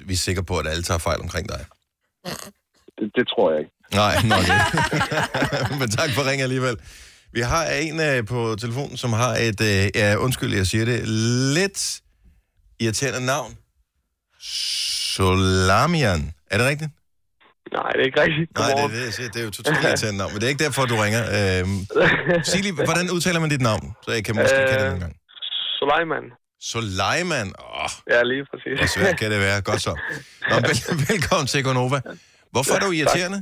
[SPEAKER 1] vi er sikre på, at alle tager fejl omkring dig.
[SPEAKER 15] Det, det tror jeg ikke.
[SPEAKER 1] Nej, nok ikke. Men tak for ringen alligevel. Vi har en øh, på telefonen, som har et, øh, ja, undskyld, jeg siger det, lidt irriterende navn. Solamian. Er det rigtigt?
[SPEAKER 16] Nej, det er ikke rigtigt.
[SPEAKER 1] Nej, det, er det, jeg siger. det er jo totalt irriterende navn, men det er ikke derfor, du ringer. Øhm, sig lige, hvordan udtaler man dit navn, så jeg kan måske øh... kende det en gang?
[SPEAKER 16] Suleiman.
[SPEAKER 1] Suleiman. Åh,
[SPEAKER 16] Ja, lige præcis.
[SPEAKER 1] hvor svært kan det være. Godt så. Nå, vel, velkommen til Gonova. Hvorfor er du
[SPEAKER 16] Ja, tak.
[SPEAKER 1] irriterende?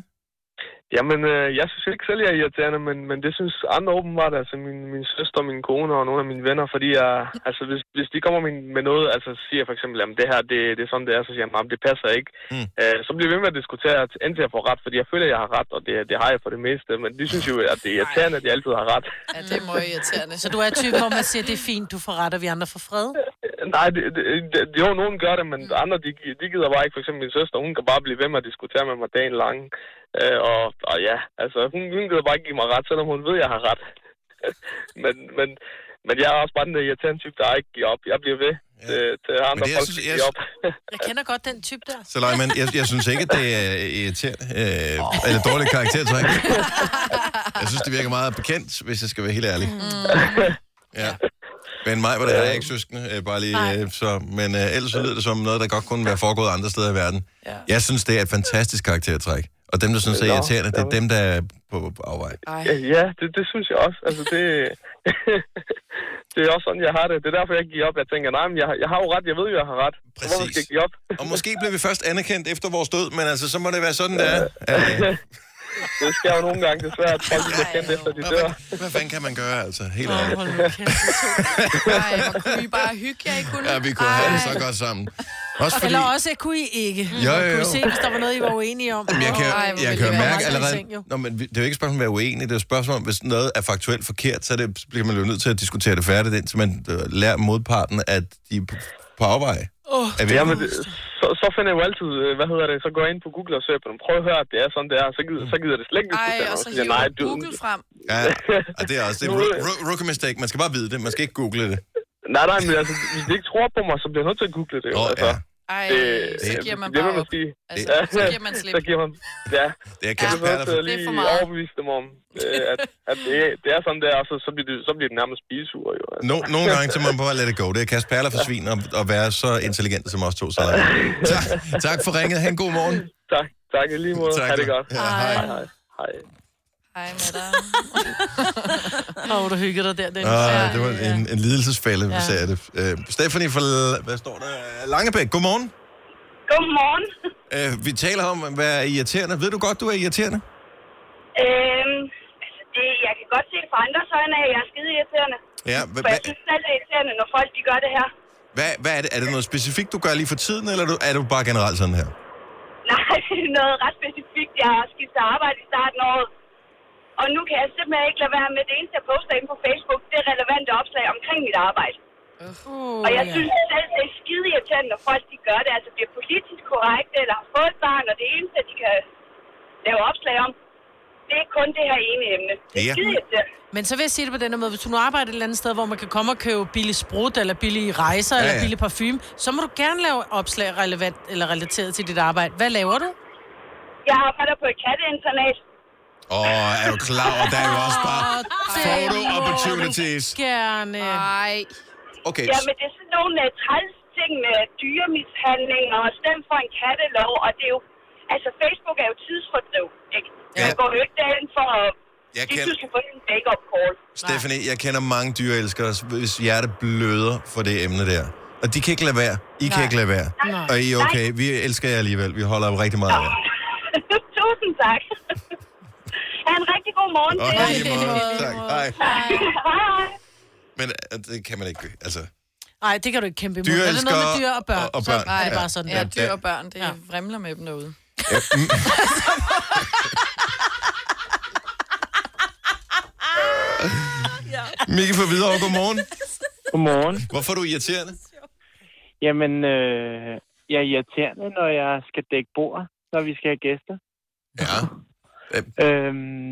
[SPEAKER 16] Jamen, øh, jeg synes ikke selv, jeg er irriterende, men, men det synes andre åbenbart, altså min, min søster, min kone og nogle af mine venner, fordi jeg, altså hvis, hvis de kommer med, med noget, altså siger for eksempel, jamen det her, det, det er sådan, det er, så siger jeg, jamen det passer ikke.
[SPEAKER 1] Mm.
[SPEAKER 16] Øh, så bliver vi ved med at diskutere, at indtil jeg får ret, fordi jeg føler, jeg har ret, og det, det har jeg for det meste, men de synes jo, at det er irriterende, at jeg altid har ret.
[SPEAKER 2] Ja, det er meget irriterende.
[SPEAKER 3] Så du er typen, hvor man siger, det er fint, du får ret, og vi andre får fred.
[SPEAKER 16] Nej, det, det, det, jo, nogen gør det,
[SPEAKER 1] Mm.
[SPEAKER 16] men andre, de, gi- de gider bare ikke. For eksempel min søster, hun kan bare blive ved med at diskutere med mig dagen lang. Øh, og, og ja, altså, hun, hun gider bare ikke give mig ret, selvom hun ved, jeg har ret. <laughs> men, men, men jeg er også bare den der irriterende type, der ikke giver op. Jeg bliver ved ja. til, til andre
[SPEAKER 1] det- jeg
[SPEAKER 16] folk,
[SPEAKER 1] synes-
[SPEAKER 16] synes,
[SPEAKER 1] jeg
[SPEAKER 16] giver op.
[SPEAKER 3] Jeg kender godt den type der.
[SPEAKER 1] Suleiman, jeg, jeg synes ikke, at det er irriterende. Øh, Eller dårligt karaktertræk. Jeg synes, det virker meget bekendt, hvis jeg skal være helt ærlig.
[SPEAKER 16] Mm.
[SPEAKER 1] Ja. Men mig, hvor det er ikke søskende, øh, bare lige, øh, så, men øh, ellers så lyder det som noget, der godt kunne være foregået andre steder i verden. Jeg synes, det er et fantastisk karaktertræk. Og dem, der synes, det er
[SPEAKER 16] Nå,
[SPEAKER 1] irriterende, det er dem, der er på, på afvej.
[SPEAKER 16] <laughs> Ja, Ja, det, det synes jeg også. Altså, det, <laughs> det er også sådan, jeg har det. Det er derfor, jeg ikke giver op. Jeg tænker, nej, men jeg, har- jeg har jo ret. Jeg ved jo, jeg har ret. Præcis. Hvorfor skal jeg give op?
[SPEAKER 1] <laughs> Og måske bliver vi først anerkendt efter vores død, men altså, så må det være sådan, det
[SPEAKER 16] <laughs>
[SPEAKER 1] er. Øh,
[SPEAKER 16] det sker jo nogle gange, desværre, at folk bliver kendt efter, de dør.
[SPEAKER 1] Hvad fanden kan man gøre, altså? Helt ærligt.
[SPEAKER 2] Nej, hvor kunne I bare hygge jer, I kunne?
[SPEAKER 1] Ja, vi kunne have det
[SPEAKER 2] Ej.
[SPEAKER 1] så godt sammen. Også fordi...
[SPEAKER 3] Eller også kunne I ikke.
[SPEAKER 1] Jo, jo, jo.
[SPEAKER 3] Kunne I se, hvis der var noget, I var uenige om.
[SPEAKER 1] Jamen, jeg kan,
[SPEAKER 3] Ej, hvor
[SPEAKER 1] jeg
[SPEAKER 3] ville
[SPEAKER 1] kan
[SPEAKER 3] det
[SPEAKER 1] jo
[SPEAKER 3] være
[SPEAKER 1] mærke
[SPEAKER 3] meget
[SPEAKER 1] allerede...
[SPEAKER 3] ting, jo.
[SPEAKER 1] Nå, men vi- det er jo ikke et spørgsmål om at være uenig, det er jo et spørgsmål om, hvis noget er faktuelt forkert, så, er det, så bliver man jo nødt til at diskutere det færdigt, indtil man øh, lærer modparten, at de er på- på afvej.
[SPEAKER 16] Oh.
[SPEAKER 1] Er vi-
[SPEAKER 16] Jamen, det- så, så finder jeg jo altid, øh, hvad hedder det, så går jeg ind på Google og søger på dem. Prøv at høre, at det er sådan, det er. Så gider, så gider det slet ikke
[SPEAKER 2] Ej,
[SPEAKER 16] diskutere
[SPEAKER 2] og
[SPEAKER 16] noget.
[SPEAKER 2] så
[SPEAKER 16] siger jeg, nej,
[SPEAKER 2] hiver
[SPEAKER 16] du,
[SPEAKER 2] Google frem.
[SPEAKER 1] Ja, og det er også det er ro- ro- rookie mistake. Man skal bare vide det, man skal ikke google det.
[SPEAKER 16] nej, nej, men altså, hvis de ikke tror på mig, så bliver jeg nødt til at google det. Oh, altså. ja.
[SPEAKER 2] Ej, så giver man
[SPEAKER 16] det,
[SPEAKER 2] bare
[SPEAKER 16] vil man
[SPEAKER 2] op.
[SPEAKER 16] sige.
[SPEAKER 2] Altså,
[SPEAKER 16] Ja.
[SPEAKER 2] så giver man slip.
[SPEAKER 16] <laughs> Så giver man, ja.
[SPEAKER 1] Det er
[SPEAKER 16] Jeg
[SPEAKER 1] Kasper
[SPEAKER 16] er
[SPEAKER 1] Perler.
[SPEAKER 16] nødt til at
[SPEAKER 2] Det er for
[SPEAKER 16] lige
[SPEAKER 2] meget.
[SPEAKER 16] overbevise dem om, øh, at, at det, er- det er sådan, det er, og så, så bliver det, så bliver det nærmest spisur, jo. Altså.
[SPEAKER 1] No, nogle gange, så må man bare lade det gå. Det er Kasper Perler for svin at, at være så intelligent som os to. Så
[SPEAKER 16] <laughs>
[SPEAKER 1] tak, tak for ringet. Ha' en god morgen.
[SPEAKER 16] Tak, tak i lige måde.
[SPEAKER 1] Tak,
[SPEAKER 16] ha' det
[SPEAKER 1] tak.
[SPEAKER 16] godt.
[SPEAKER 1] Ja, hej.
[SPEAKER 16] hej. hej. hej.
[SPEAKER 2] Hej med dig.
[SPEAKER 3] Åh, oh, du hyggede dig der, Dennis.
[SPEAKER 1] Ah, det var en, en lidelsesfælde, hvis
[SPEAKER 3] Ja.
[SPEAKER 1] jeg er det. Øh, Stephanie fra, L- hvad står der? Langebæk, godmorgen.
[SPEAKER 17] Godmorgen.
[SPEAKER 1] Øh, vi taler om, hvad er irriterende. Ved du godt, du er irriterende?
[SPEAKER 17] Øhm, altså, det, jeg kan godt se det fra andres øjne af, at jeg er skide irriterende.
[SPEAKER 1] Ja, hvad,
[SPEAKER 17] For
[SPEAKER 1] hvad,
[SPEAKER 17] jeg synes selv, det er irriterende, når folk de gør det her. <laughs>
[SPEAKER 1] hvad, hvad er det? Er det noget specifikt, du gør lige for tiden, eller er du, er du bare generelt sådan her?
[SPEAKER 17] Nej, det er noget ret specifikt. Jeg har skiftet arbejde i starten af året. Og nu kan jeg simpelthen ikke lade være med det eneste, jeg poster inde på Facebook. Det er relevante opslag omkring mit arbejde.
[SPEAKER 3] Uh,
[SPEAKER 17] Og jeg synes selv, det er skide irriterende, når folk de gør det. Altså bliver politisk korrekte, eller har fået et barn, og det eneste, de kan lave opslag om, det er kun det her ene emne. Det er
[SPEAKER 3] Ja.
[SPEAKER 17] skide irriterende.
[SPEAKER 3] Men så vil jeg sige det på den her måde. Hvis du nu arbejder et eller andet sted, hvor man kan komme og købe billig sprut, eller billige rejser, ja, ja.
[SPEAKER 17] Ja, ja.
[SPEAKER 3] eller billig parfume, så må du gerne lave opslag relevant eller relateret til dit arbejde. Hvad laver du?
[SPEAKER 17] Jeg arbejder på et katteinternat.
[SPEAKER 1] Åh, oh, er du klar over, der er jo også bare photo
[SPEAKER 3] må du
[SPEAKER 1] opportunities.
[SPEAKER 3] Gerne.
[SPEAKER 2] Nej.
[SPEAKER 1] Okay,
[SPEAKER 17] Ja, men det er sådan nogle uh, træls ting med dyremishandling og stem for en kattelov, og det er jo... Altså, Facebook er jo tidsfordriv, ikke? Ja. Man går jo ikke derind for at...
[SPEAKER 1] Jeg
[SPEAKER 17] Jeg kan...
[SPEAKER 1] kender-
[SPEAKER 17] du skal få en backup call.
[SPEAKER 1] Stephanie, jeg kender mange dyreelskere, hvis hjerte bløder for det emne der. Og de kan ikke lade være. I kan
[SPEAKER 17] Nej.
[SPEAKER 1] ikke lade være.
[SPEAKER 17] Nej.
[SPEAKER 1] Og I er okay. Vi elsker jer alligevel. Vi holder op rigtig meget af jer.
[SPEAKER 17] <laughs> Tusind
[SPEAKER 1] <laughs>
[SPEAKER 17] tak. ha' en rigtig god morgen
[SPEAKER 1] Og
[SPEAKER 17] til
[SPEAKER 1] i lige måde. Tak. Hej.
[SPEAKER 17] Hej.
[SPEAKER 1] Men øh, det kan man ikke. Altså,
[SPEAKER 3] Nej, det kan du ikke kæmpe imod.
[SPEAKER 1] Dyr
[SPEAKER 3] er det noget
[SPEAKER 1] elsker-
[SPEAKER 3] med dyr og børn?
[SPEAKER 1] og- og børn.
[SPEAKER 3] Så er det
[SPEAKER 1] Ja.
[SPEAKER 3] bare sådan.
[SPEAKER 1] Ja,
[SPEAKER 3] der.
[SPEAKER 1] dyr og
[SPEAKER 2] børn, det ja. vrimler med dem
[SPEAKER 3] <laughs>
[SPEAKER 2] derude.
[SPEAKER 1] ja, mm, Mikke fra Hvidovre, godmorgen.
[SPEAKER 18] Godmorgen.
[SPEAKER 1] Hvorfor er du irriterende?
[SPEAKER 18] Jamen, øh, jeg er irriterende, når jeg skal dække bord, når vi skal have gæster.
[SPEAKER 1] Ja.
[SPEAKER 18] Øhm,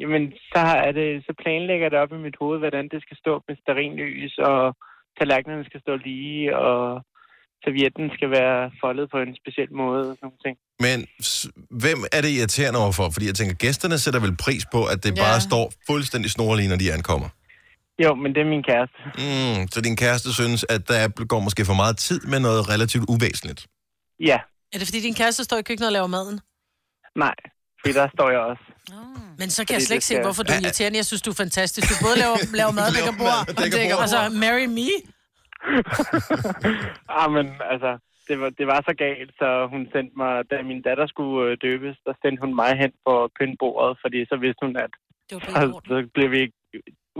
[SPEAKER 18] jamen, så, har jeg det, så planlægger jeg det op i mit hoved, hvordan det skal stå med starinlys, og tallerkenerne skal stå lige, og servietten skal være foldet på en speciel måde, og sådan nogle ting.
[SPEAKER 1] Men s- hvem er det irriterende overfor? Fordi jeg tænker, gæsterne sætter vel pris på, at det
[SPEAKER 18] Ja.
[SPEAKER 1] ja. bare står fuldstændig snorlige, når de ankommer.
[SPEAKER 18] Jo, men det er min kæreste.
[SPEAKER 1] Mm, så din kæreste synes, at der er- går måske for meget tid med noget relativt uvæsentligt.
[SPEAKER 18] Ja,
[SPEAKER 3] Er det fordi din kæreste står i køkkenet og laver maden?
[SPEAKER 18] nej, fordi der står jeg også.
[SPEAKER 3] Men så kan
[SPEAKER 18] Fordi
[SPEAKER 3] jeg slet
[SPEAKER 18] det
[SPEAKER 3] ikke se,
[SPEAKER 18] skal-
[SPEAKER 3] hvorfor du er
[SPEAKER 18] Ja.
[SPEAKER 3] irriterende. Jeg synes, du er fantastisk. Du både laver,
[SPEAKER 18] <laughs>
[SPEAKER 3] laver mad,
[SPEAKER 18] Laver
[SPEAKER 3] dækker
[SPEAKER 18] mad,
[SPEAKER 3] bord, og
[SPEAKER 18] dækker
[SPEAKER 3] dækker
[SPEAKER 18] bord.
[SPEAKER 3] og så marry me.
[SPEAKER 18] Ah, men altså, det var, det var så galt, så hun sendte mig, da min datter skulle øh, døbes, der sendte hun mig hen på pyndbordet, fordi så vidste hun, at
[SPEAKER 3] det
[SPEAKER 18] så, så blev vi ikke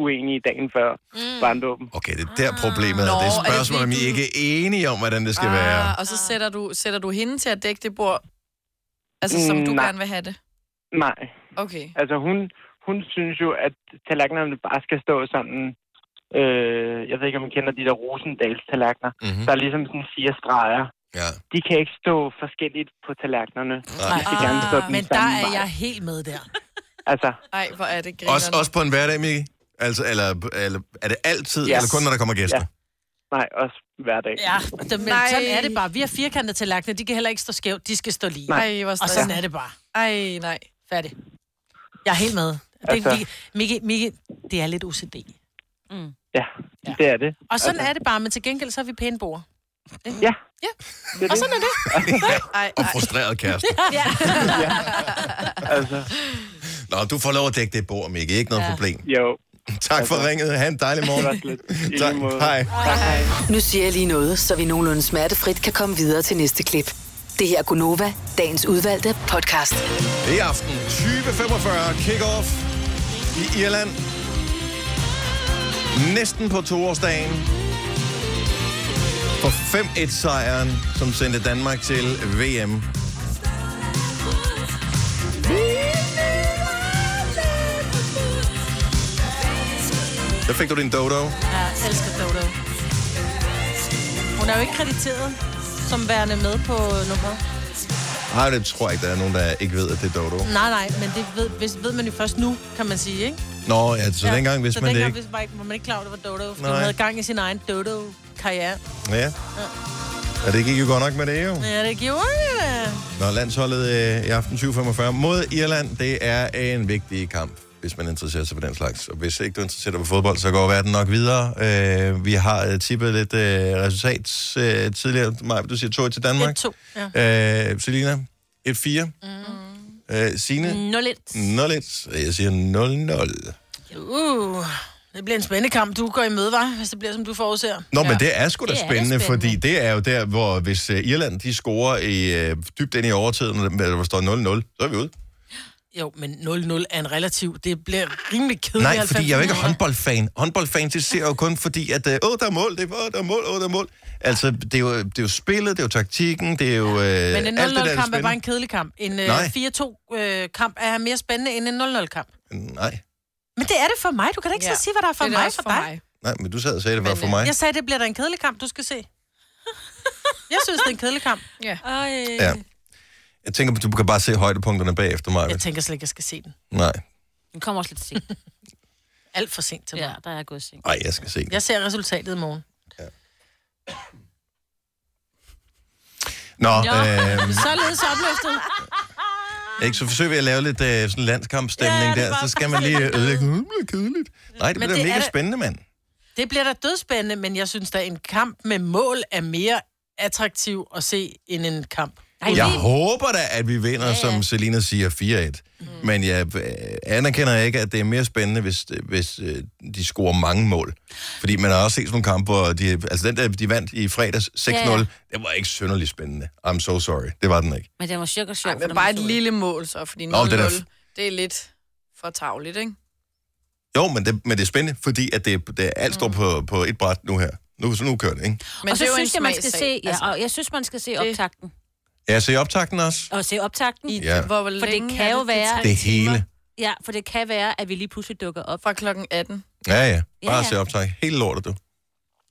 [SPEAKER 18] uenige dagen før mm. barndåben.
[SPEAKER 1] Okay, det er
[SPEAKER 18] Ah.
[SPEAKER 1] der problemet er.
[SPEAKER 2] Nå,
[SPEAKER 1] Det
[SPEAKER 2] er
[SPEAKER 1] er
[SPEAKER 2] det
[SPEAKER 1] spørgsmålet, om I
[SPEAKER 2] fordi du-
[SPEAKER 1] ikke er enige om, hvordan det skal ah. være.
[SPEAKER 2] Og så sætter du, sætter du hende til at dække det bord, altså som
[SPEAKER 18] Mm,
[SPEAKER 2] du
[SPEAKER 18] nej.
[SPEAKER 2] gerne vil have det.
[SPEAKER 18] Nej,
[SPEAKER 2] Okay.
[SPEAKER 18] altså hun, hun synes jo, at tallerkenerne bare skal stå sådan... Øh, jeg ved ikke, om I kender de der Rosendals-tallerkener. Mm-hmm. Der er ligesom sådan fire streger.
[SPEAKER 1] Mhm. Ja.
[SPEAKER 18] De kan ikke stå forskelligt på tallerkenerne. De skal gerne stå
[SPEAKER 3] Ah,
[SPEAKER 18] den
[SPEAKER 3] men
[SPEAKER 18] samme
[SPEAKER 3] der er
[SPEAKER 18] vej.
[SPEAKER 3] jeg helt med der.
[SPEAKER 18] Altså,
[SPEAKER 2] Ej, hvor er det
[SPEAKER 1] Også, også på en hverdag, Mikke? Altså, eller, eller er det altid, yes. eller kun når der kommer gæster?
[SPEAKER 18] nej, også hver dag.
[SPEAKER 3] Ja, det, men
[SPEAKER 2] Nej.
[SPEAKER 3] sådan er det bare. Vi har firkantede tallerkener, de kan heller ikke stå skævt, de skal stå lige.
[SPEAKER 2] Nej. Ej, hvor
[SPEAKER 3] og
[SPEAKER 2] stress.
[SPEAKER 3] sådan er det bare.
[SPEAKER 2] Ej, nej.
[SPEAKER 3] Færdig. Jeg er helt med. Det,
[SPEAKER 18] Altså.
[SPEAKER 3] altså. Mikke, Mikke, det er lidt OCD. Mm.
[SPEAKER 18] Ja, ja, det er det. Altså-
[SPEAKER 3] Og sådan er det bare, men til gengæld så er vi pæne bord.
[SPEAKER 18] Ja.
[SPEAKER 3] Ja,
[SPEAKER 18] det.
[SPEAKER 3] og sådan er det.
[SPEAKER 2] Ej,
[SPEAKER 1] Og frustreret kæreste.
[SPEAKER 3] <laughs> ja.
[SPEAKER 18] altså.
[SPEAKER 1] Nå, du får lov at dække det bord, Mikke. Ikke noget
[SPEAKER 5] Ja.
[SPEAKER 1] ja. problem.
[SPEAKER 18] Jo.
[SPEAKER 1] Tak for ringet. Ha' en dejlig morgen. tak. Hej.
[SPEAKER 5] Nu siger jeg lige noget, så vi nogenlunde smertefrit kan komme videre til næste klip. Det her er Gunova, dagens udvalgte podcast.
[SPEAKER 1] I aften 20.45 kick-off i Irland. Næsten på toårsdagen. For 5-1-sejren, som sendte Danmark til VM. Der fik du din dodo.
[SPEAKER 3] Ja, elsker Dodo. Hun er jo ikke krediteret som værende med på nummeret.
[SPEAKER 1] Nej, det tror jeg ikke, der er nogen, der ikke ved, at det er dodo.
[SPEAKER 3] Nej, nej, men det ved, hvis, ved man jo først nu, kan man sige, ikke?
[SPEAKER 1] Nå, ja, så dengang vidste
[SPEAKER 3] så
[SPEAKER 1] man det
[SPEAKER 3] dengang
[SPEAKER 1] ikke.
[SPEAKER 3] vidste man ikke. var man ikke klar over, det var Dodo, for hun
[SPEAKER 1] Nej.
[SPEAKER 3] havde gang i sin egen Dodo-karriere.
[SPEAKER 1] Ja. ja. det gik jo godt nok med det, jo.
[SPEAKER 3] Ja, det gjorde det.
[SPEAKER 1] Når landsholdet øh, i aften 2045 mod Irland, det er en vigtig kamp, hvis man interesserer sig for den slags. Og hvis ikke du interesserer dig for fodbold, så går verden nok videre. Øh, vi har øh, tippet lidt øh, resultat øh, tidligere. Maja, du siger 2 til Danmark.
[SPEAKER 3] 1-2,
[SPEAKER 1] ja. Øh, Selina, 1-4. Mm. Øh, Signe,
[SPEAKER 3] 0-1.
[SPEAKER 1] 0-1. Jeg siger 0-0.
[SPEAKER 3] Uh, det bliver en spændende kamp, du går i møde, var, hvis det bliver, som du forudser.
[SPEAKER 1] Nå, men det er sgu da
[SPEAKER 3] Det er da
[SPEAKER 1] spændende, spændende, fordi
[SPEAKER 3] spændende.
[SPEAKER 1] det er jo der, hvor hvis øh, Irland de scorer i, øh, dybt ind i overtiden, eller hvor står 0-0, så er vi ude.
[SPEAKER 3] Jo, men 0-0 er en relativ. Det bliver rimelig kedeligt.
[SPEAKER 1] Nej, fordi jeg er jo ikke håndboldfan. Håndboldfans, de ser jo kun fordi, at øh, åh, der er mål, det er, åh, der er mål, åh, der er mål. Altså, det er, jo, det er jo spillet, det er jo taktikken, det er jo øh,
[SPEAKER 3] Men en
[SPEAKER 1] alt det der, der
[SPEAKER 3] 0-0-kamp er bare en
[SPEAKER 1] spændende.
[SPEAKER 3] kedelig kamp. En øh,
[SPEAKER 1] Nej.
[SPEAKER 3] 4-2-kamp er mere spændende end en 0-0-kamp.
[SPEAKER 1] Nej,
[SPEAKER 3] Men det er det for mig. Du kan da ikke ja.
[SPEAKER 2] Ja.
[SPEAKER 3] så sige, hvad der er for
[SPEAKER 2] Det er det
[SPEAKER 3] mig øh,
[SPEAKER 2] også
[SPEAKER 3] for,
[SPEAKER 2] for
[SPEAKER 3] dig.
[SPEAKER 2] mig.
[SPEAKER 1] nej, men du sad og sagde, det var for mig.
[SPEAKER 3] Jeg sagde, det bliver da en kedelig kamp, du skal <laughs> se. Jeg synes, det er en kedelig kamp.
[SPEAKER 2] Ja.
[SPEAKER 3] Ej.
[SPEAKER 1] Ja. Jeg tænker, du kan bare se højdepunkterne bagefter mig.
[SPEAKER 3] Jeg tænker slet ikke, jeg skal se den.
[SPEAKER 1] Nej,
[SPEAKER 3] Den kommer også lidt sent. <laughs> Alt for sent til mig. Ja, der er jeg gået sent.
[SPEAKER 1] nej, jeg skal se.
[SPEAKER 3] Jeg ser resultatet i morgen.
[SPEAKER 1] Nå, øh,
[SPEAKER 3] <laughs> Således opløftet.
[SPEAKER 1] ikke, så forsøger vi at lave lidt øh, sådan landskampstemning ja, der, så skal man lige øh, ødelægge.
[SPEAKER 3] <laughs>
[SPEAKER 1] "Mm, <laughs> det er kedeligt. Nej, det bliver
[SPEAKER 3] Men det er
[SPEAKER 1] mega
[SPEAKER 3] da-
[SPEAKER 1] spændende, mand.
[SPEAKER 3] Det bliver da dødspændende, men jeg synes, at en kamp med mål er mere attraktiv at se end en kamp.
[SPEAKER 1] Jeg håber da, at vi vinder, ja, ja. som Selina siger, 4-1. Mm. Men jeg øh, anerkender ikke, at det er mere spændende, hvis, hvis øh, de scorer mange mål. Fordi man har også set sådan nogle kampe, hvor de, altså den der, de vandt i fredags 6-0, ja,
[SPEAKER 4] Ja, ja.
[SPEAKER 1] ja. det var ikke synderligt spændende. I'm so sorry. Det var den ikke.
[SPEAKER 4] Men det var cirka
[SPEAKER 2] Ej,
[SPEAKER 4] sjovt. for
[SPEAKER 2] men
[SPEAKER 4] dem,
[SPEAKER 2] bare
[SPEAKER 4] der
[SPEAKER 2] et
[SPEAKER 4] så det.
[SPEAKER 2] lille mål så, fordi 0-0,
[SPEAKER 1] Nå, det er da
[SPEAKER 2] det er lidt for tavligt, ikke?
[SPEAKER 1] Jo, men det, men det er spændende, fordi at det, det alt står på, på et bræt nu her. Nu, så nu kører det, ikke?
[SPEAKER 4] Men og så
[SPEAKER 2] det er jo en
[SPEAKER 4] synes jeg, man skal
[SPEAKER 2] smagssag,
[SPEAKER 4] se, ja,
[SPEAKER 2] altså.
[SPEAKER 4] og jeg synes, man skal se optakten.
[SPEAKER 1] Ja, så i optakten også.
[SPEAKER 4] Og se optakten. I,
[SPEAKER 1] Ja. hvor
[SPEAKER 4] for det kan jo være...
[SPEAKER 1] Det hele.
[SPEAKER 4] Ja, for det kan være, at vi lige pludselig dukker op.
[SPEAKER 2] Fra klokken 18.
[SPEAKER 1] Ja, ja. Bare
[SPEAKER 4] Ja,
[SPEAKER 1] ja,
[SPEAKER 4] ja.
[SPEAKER 1] se optag. Helt lortet, du.
[SPEAKER 2] Det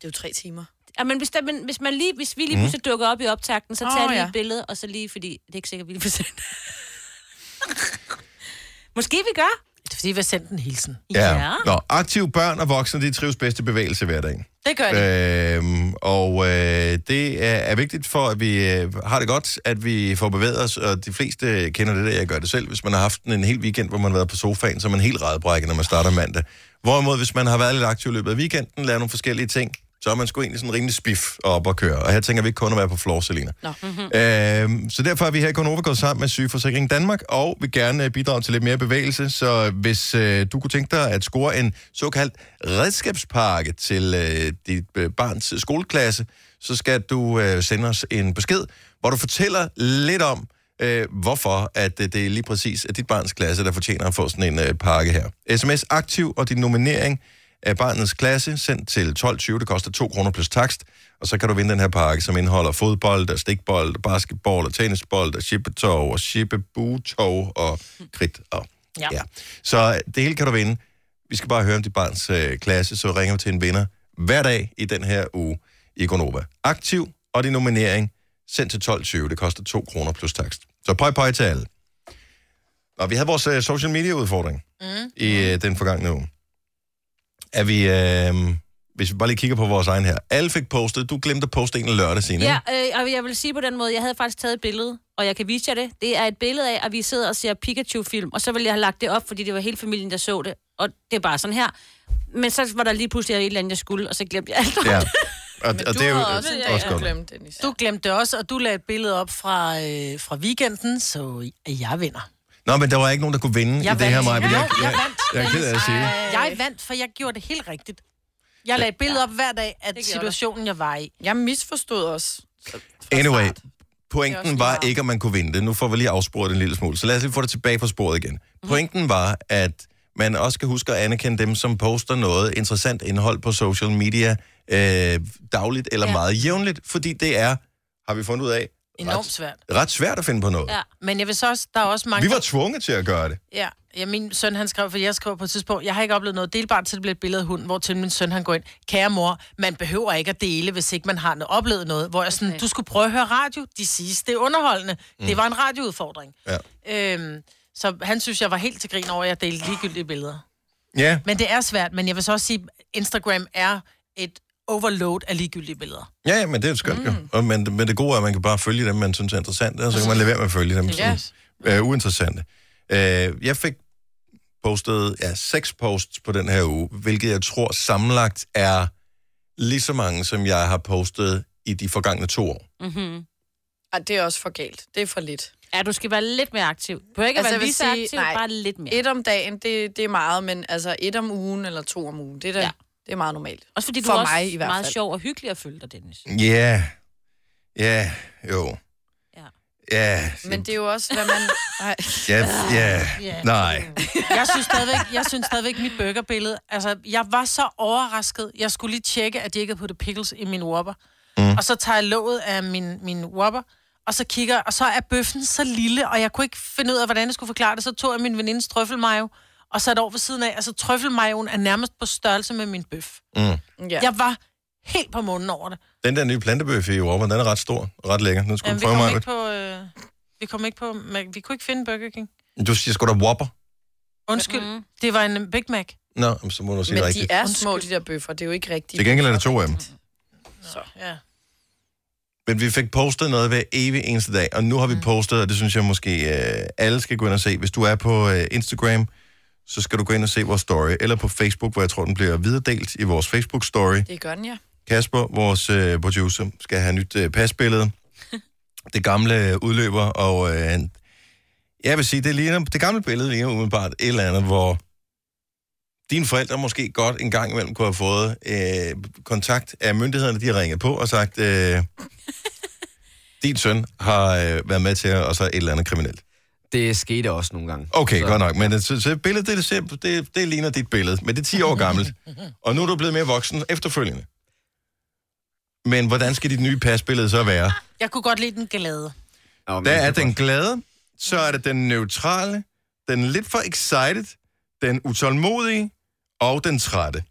[SPEAKER 2] er jo tre timer.
[SPEAKER 4] Ja, men hvis, der, men hvis, man lige, hvis vi lige
[SPEAKER 1] Mm.
[SPEAKER 4] pludselig dukker op i optakten, så
[SPEAKER 2] Åh,
[SPEAKER 4] tager oh, lige
[SPEAKER 2] ja.
[SPEAKER 3] <laughs>
[SPEAKER 4] et billede, og så lige, fordi det er ikke sikkert, vi lige får sendt. Måske vi gør.
[SPEAKER 3] Det er fordi, vi har sendt en hilsen.
[SPEAKER 1] Nå, aktive børn og voksne, de trives bedst i bevægelse hver dag.
[SPEAKER 3] Det gør de.
[SPEAKER 1] Øhm, og øh, det er, er vigtigt for, at vi øh, har det godt, at vi får bevæget os, og de fleste kender det der, jeg gør det selv, hvis man har haft en, en hel weekend, hvor man har været på sofaen, så er man helt redbrækket, når man starter mandag. Hvorimod, hvis man har været lidt aktiv i løbet af weekenden, lavet nogle forskellige ting, så er man sgu egentlig sådan rimelig spif og op at køre. Og her tænker vi ikke kun at være på floor, Selina.
[SPEAKER 4] Nå. Mm-hmm.
[SPEAKER 1] Øhm, så derfor er vi her i Gonova gået sammen med Sygeforsikring Danmark, og vil gerne øh, bidrage til lidt mere bevægelse. Så hvis øh, du kunne tænke dig at score en såkaldt redskabspakke til øh, dit øh, barns skoleklasse, så skal du øh, sende os en besked, hvor du fortæller lidt om, øh, hvorfor at øh, det er lige præcis at dit barns klasse, der fortjener at få sådan en øh, pakke her. SMS aktiv og din nominering af barnets klasse, sendt til 12.20. Det koster 2 kroner plus takst. Og så kan du vinde den her pakke, som indeholder fodbold, og stikbold, og basketball, og tennisbold, og chippetog, og chippebutog, og kridt. Og,
[SPEAKER 4] Ja.
[SPEAKER 1] ja. Så det hele kan du vinde. Vi skal bare høre om dit barns øh, klasse, så ringer vi til en vinder hver dag i den her uge i Gonova. Aktiv og din nominering sendt til 12.20. Det koster 2 kroner plus takst. Så pøj pøj til alle. Og vi havde vores øh, social media udfordring
[SPEAKER 3] Mm.
[SPEAKER 1] i øh, den forgangne uge. Er vi, øh, hvis vi bare lige kigger på vores egen her. Alle fik postet. Du glemte at poste en lørdag, Signe.
[SPEAKER 4] Ja,
[SPEAKER 1] ikke?
[SPEAKER 4] øh, og jeg vil sige på den måde, jeg havde faktisk taget et billede, og jeg kan vise jer det. Det er et billede af, at vi sidder og ser Pikachu-film, og så ville jeg have lagt det op, fordi det var hele familien, der så det. Og det er bare sådan her. Men så var der lige pludselig et eller andet, jeg skulle, og så glemte jeg alt.
[SPEAKER 1] Ja. Og, og det er jo godt.
[SPEAKER 4] Dennis.
[SPEAKER 3] Du glemte det også, og du lagde et billede op fra, øh, fra weekenden, så jeg vinder.
[SPEAKER 1] Nå, men der var ikke nogen, der kunne vinde
[SPEAKER 3] Jeg
[SPEAKER 1] i Mm, det her,
[SPEAKER 3] vandt.
[SPEAKER 1] Maja. men
[SPEAKER 3] Jo,
[SPEAKER 1] Jeg,
[SPEAKER 3] jeg
[SPEAKER 1] jeg,
[SPEAKER 3] vandt.
[SPEAKER 1] jeg er ked af at sige det.
[SPEAKER 3] Jeg vandt, for jeg gjorde det helt rigtigt. Jeg lagde et billede op hver dag af situationen, jeg var i.
[SPEAKER 2] Jeg misforstod også.
[SPEAKER 1] Anyway,
[SPEAKER 2] Det er
[SPEAKER 1] pointen
[SPEAKER 2] også
[SPEAKER 1] var ikke, at man kunne vinde det. Nu får vi lige afsporet en lille smule, så lad os lige få det tilbage på sporet igen. Pointen var, at man også skal huske at anerkende dem, som poster noget interessant indhold på social media øh, dagligt eller ja. meget jævnligt, fordi det er, har vi fundet ud af,
[SPEAKER 3] Enormt svært.
[SPEAKER 1] ret svært at finde på noget.
[SPEAKER 3] Ja. Men jeg vil så også, der er også mange...
[SPEAKER 1] Vi var tvunget til at gøre det.
[SPEAKER 3] Ja, ja, min søn han skrev, for jeg skrev på et tidspunkt, jeg har ikke oplevet noget delbart, så det blev et billede af hunden, hvor til min søn han går ind, kære mor, man behøver ikke at dele, hvis ikke man har noget, oplevet noget, hvor jeg sådan, okay. du skulle prøve at høre radio, de siges, det er underholdende, mm. det var en radioudfordring.
[SPEAKER 1] Ja.
[SPEAKER 3] Øhm, så han synes, jeg var helt til grin over, at jeg delte ligegyldige billeder.
[SPEAKER 9] <laughs>
[SPEAKER 1] Ja,
[SPEAKER 3] Men det er svært, men jeg vil så også sige, Instagram er et overload af ligegyldige billeder.
[SPEAKER 1] ja, ja men det er jo skønt mm. jo. Og, men, men det gode er, at man kan bare følge dem, man synes er interessante, og så kan man lade være med at følge dem, som
[SPEAKER 3] Yes.
[SPEAKER 1] er uinteressante. Øh, jeg fik postet ja, seks posts på den her uge, hvilket jeg tror sammenlagt er lige så mange, som jeg har postet i de forgangne to år.
[SPEAKER 4] Mm-hmm.
[SPEAKER 2] Ej, det er også for galt. Det er for lidt.
[SPEAKER 4] Ja, du skal være lidt mere aktiv. Du behøver ikke altså,
[SPEAKER 2] jeg
[SPEAKER 4] være
[SPEAKER 2] vil
[SPEAKER 4] lige så aktiv, nej. bare lidt mere.
[SPEAKER 2] Et om dagen, det, det er meget, men altså et om ugen eller to om ugen, det er, da, ja. det er meget normalt.
[SPEAKER 4] Også fordi du
[SPEAKER 2] For
[SPEAKER 4] er også
[SPEAKER 2] mig i hvert
[SPEAKER 4] meget
[SPEAKER 2] fald.
[SPEAKER 4] sjov og hyggelig at følge dig, Dennis.
[SPEAKER 1] Ja, ja, jo. Ja,
[SPEAKER 2] Men det er jo også, hvad man... Nej.
[SPEAKER 1] ja, ja,
[SPEAKER 3] Ja.
[SPEAKER 1] nej.
[SPEAKER 3] Jeg synes stadigvæk, jeg synes stadigvæk mit burgerbillede, altså jeg var så overrasket, jeg skulle lige tjekke, at de ikke havde puttet pickles i min Whopper. Mm. Og så tager jeg låget af min, min Whopper, og så kigger, og så er bøffen så lille, og jeg kunne ikke finde ud af, hvordan jeg skulle forklare det. Så tog jeg min venindes trøffelmayo, og satte over ved siden af, altså trøffelmajoen er nærmest på størrelse med min bøf.
[SPEAKER 1] Mm.
[SPEAKER 3] Ja. Jeg var helt på munden over det.
[SPEAKER 1] Den der nye plantebøf i Europa, den er ret stor og ret lækker. Den skulle
[SPEAKER 3] Jamen,
[SPEAKER 1] du
[SPEAKER 3] vi
[SPEAKER 1] prøve
[SPEAKER 3] kom
[SPEAKER 1] mig.
[SPEAKER 3] ikke på... Øh, vi kom ikke på... Mac- Vi kunne ikke finde Burger King.
[SPEAKER 1] Du siger sgu da Whopper.
[SPEAKER 3] Undskyld, mm. det var en Big Mac.
[SPEAKER 1] Nå, jamen, så må du sige
[SPEAKER 2] Men
[SPEAKER 1] rigtigt.
[SPEAKER 2] de er små, de der bøffer. Det er jo ikke rigtigt.
[SPEAKER 1] Til gengæld er der to af dem.
[SPEAKER 3] Så. Ja.
[SPEAKER 1] Men vi fik postet noget hver evig eneste dag, og nu har vi postet, og det synes jeg måske øh, alle skal gå ind og se. Hvis du er på øh, Instagram, så skal du gå ind og se vores story, eller på Facebook, hvor jeg tror, den bliver videredelt i vores Facebook-story.
[SPEAKER 2] Det gør den, ja.
[SPEAKER 1] Kasper, vores øh, producer, skal have nyt øh, pasbillede. Det gamle øh, udløber, og øh, jeg vil sige, det, ligner, det gamle billede ligner umiddelbart et eller andet, hvor dine forældre måske godt en gang imellem kunne have fået øh, kontakt af myndighederne, de har ringet på og sagt, øh, din søn har øh, været med til at, og så et eller andet kriminelt.
[SPEAKER 7] Det skete også nogle gange.
[SPEAKER 1] Okay, så. godt nok. Men øh, så, så billedet, det, det, ser- det, det ligner dit billede, men det er 10 år
[SPEAKER 7] <laughs>
[SPEAKER 1] gammelt. Og nu er du blevet mere voksen efterfølgende. Men hvordan skal dit nye pasbillede så være?
[SPEAKER 3] Jeg kunne godt lide den glade.
[SPEAKER 1] Der er den glade, så er det den neutrale, den lidt for excited, den utålmodige og den trætte.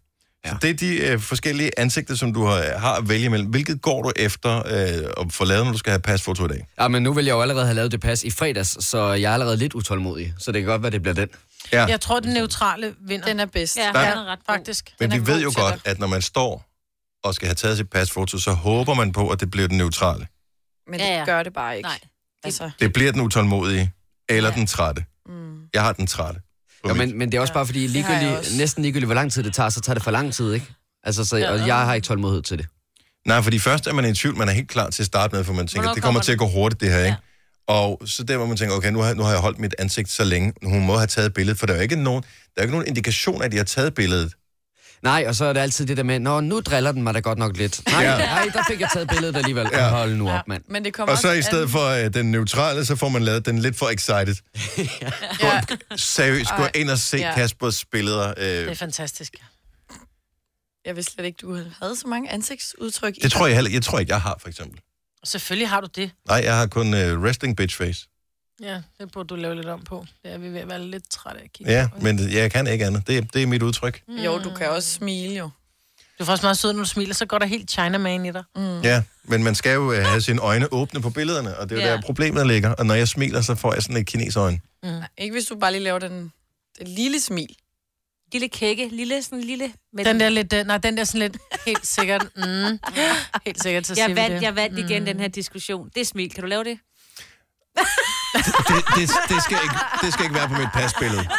[SPEAKER 1] Ja. Så det er de øh, forskellige ansigter, som du har, har at vælge imellem. Hvilket går du efter øh, at få lavet, når du skal have pasfoto i dag?
[SPEAKER 7] Ja, men nu vil jeg jo allerede have lavet det pas i fredags, så jeg er allerede lidt utålmodig. Så det kan godt være, det bliver den.
[SPEAKER 1] Ja.
[SPEAKER 3] Jeg tror, den neutrale vinder. Den
[SPEAKER 2] er bedst.
[SPEAKER 3] Ja,
[SPEAKER 1] Der-
[SPEAKER 3] den er ret faktisk.
[SPEAKER 1] Men
[SPEAKER 3] den
[SPEAKER 1] vi ved jo godt, at når man står og skal have taget sit pasfoto, så håber man på, at det bliver den neutrale.
[SPEAKER 2] Men det ja, ja. gør det bare ikke. Nej. Altså.
[SPEAKER 1] Det bliver den utålmodige, eller ja. den trætte. Mm. Jeg har den trætte.
[SPEAKER 7] Ja, men, men det er også bare fordi,
[SPEAKER 1] Det har jeg
[SPEAKER 7] ligegyldigt,
[SPEAKER 1] også.
[SPEAKER 7] næsten ligegyldigt, hvor lang tid det tager, så tager det for lang tid, ikke? Altså, så, og jeg har ikke tålmodighed til det.
[SPEAKER 1] Nej, fordi først er man i tvivl, man er helt klar til at starte med, for man tænker,
[SPEAKER 7] Hvornår
[SPEAKER 1] det kommer
[SPEAKER 7] kommer
[SPEAKER 1] til at gå hurtigt, det her, ikke? Og så der, hvor man tænker, okay, nu har, nu har jeg holdt mit ansigt så længe, hun må have taget billedet, for der er jo ikke nogen, der er jo ikke nogen indikation af, at de har taget billedet.
[SPEAKER 7] Nej, og så er det altid det der med, nå, nu driller den mig da godt nok lidt. Nej,
[SPEAKER 1] Ja.
[SPEAKER 7] ja. nej der fik jeg taget billedet alligevel. Ja. Hold nu op, mand.
[SPEAKER 2] Men det kommer
[SPEAKER 1] Og så
[SPEAKER 2] også
[SPEAKER 1] i stedet
[SPEAKER 2] an-
[SPEAKER 1] for øh, den neutrale, så får man lavet den lidt for
[SPEAKER 7] <laughs>
[SPEAKER 1] excited. ja. Seriøst, gå
[SPEAKER 2] Ej.
[SPEAKER 1] ind og se
[SPEAKER 2] Ja.
[SPEAKER 1] Kaspers billeder.
[SPEAKER 3] Det er
[SPEAKER 1] Øh,
[SPEAKER 3] fantastisk.
[SPEAKER 2] Jeg vidste slet ikke, du havde så mange ansigtsudtryk. i
[SPEAKER 1] det tror
[SPEAKER 2] dig.
[SPEAKER 1] jeg heller Jeg tror ikke, jeg har, for eksempel.
[SPEAKER 3] Og selvfølgelig har du det.
[SPEAKER 1] Nej, jeg har kun øh, wrestling bitch face.
[SPEAKER 3] Ja, det burde du lave lidt om på. Det er vi ved at være lidt trætte af at kigge
[SPEAKER 1] Ja,
[SPEAKER 3] på.
[SPEAKER 1] men jeg kan ikke andet. Det, det er mit udtryk.
[SPEAKER 2] Jo, du kan også smile jo.
[SPEAKER 3] Mm. Du er faktisk meget sød, når du smiler, så går der helt Chinaman i dig. Mm.
[SPEAKER 1] Ja, men man skal jo øh, have sine øjne åbne på billederne, og det er jo
[SPEAKER 3] Ja.
[SPEAKER 1] der problemet ligger. Og når jeg smiler, så får jeg sådan et kinesøjne.
[SPEAKER 2] Mm. Ikke hvis du bare lige laver den, den lille smil.
[SPEAKER 4] Lille kække, lille, sådan lille... Med
[SPEAKER 3] Den der lidt, øh, nej, den der sådan lidt helt sikkert, mm, helt sikkert, så siger
[SPEAKER 4] jeg
[SPEAKER 3] vi
[SPEAKER 4] vandt,
[SPEAKER 3] det. Mm.
[SPEAKER 4] jeg vandt igen den her diskussion. Det er smil, kan du lave det?
[SPEAKER 1] Det, det, det, skal ikke, det skal ikke være på mit pasbillede.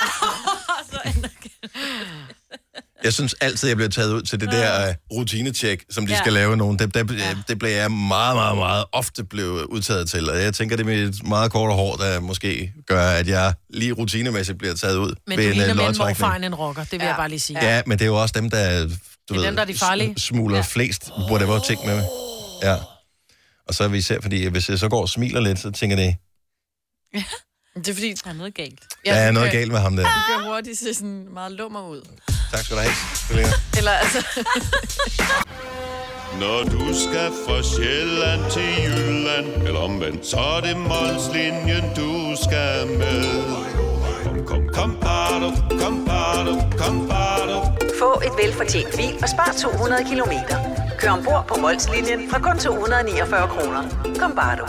[SPEAKER 1] Jeg synes altid, jeg bliver taget ud til det der uh, rutinetjek, som de
[SPEAKER 19] Ja.
[SPEAKER 1] ja. skal lave nogen. Det, det, det blev jeg meget, meget, meget ofte blev udtaget til. Og jeg tænker, det er mit meget korte hår, der måske gør, at jeg lige rutinemæssigt bliver taget ud
[SPEAKER 3] Men
[SPEAKER 1] ved
[SPEAKER 3] du
[SPEAKER 1] en øh,
[SPEAKER 3] ligner mere en
[SPEAKER 1] lodtrækning.
[SPEAKER 3] morfar end en rocker, det vil ja. jeg bare lige sige.
[SPEAKER 1] Ja, men det er jo også dem, der, du
[SPEAKER 3] er
[SPEAKER 1] ved,
[SPEAKER 3] dem, der er de
[SPEAKER 1] sm-
[SPEAKER 3] farlige.
[SPEAKER 1] smugler ja. flest whatever ting med. Ja. Og så er vi især, fordi hvis jeg så går og smiler lidt, så tænker det,
[SPEAKER 2] Det er fordi... Der er noget galt.
[SPEAKER 1] Der er noget galt med ham der.
[SPEAKER 2] Du kan hurtigt se sådan meget lummer ud.
[SPEAKER 1] tak skal du have. Selina."
[SPEAKER 2] Eller altså...
[SPEAKER 20] Når du skal fra Sjælland til Jylland, eller omvendt, så er det Molslinjen, du skal med. Kom, kom, kom, bado, kom, bado, kom, bado.
[SPEAKER 21] Få et velfortjent bil og spar 200 kilometer. Kør ombord på Molslinjen fra kun 249 kroner. Kom bare du.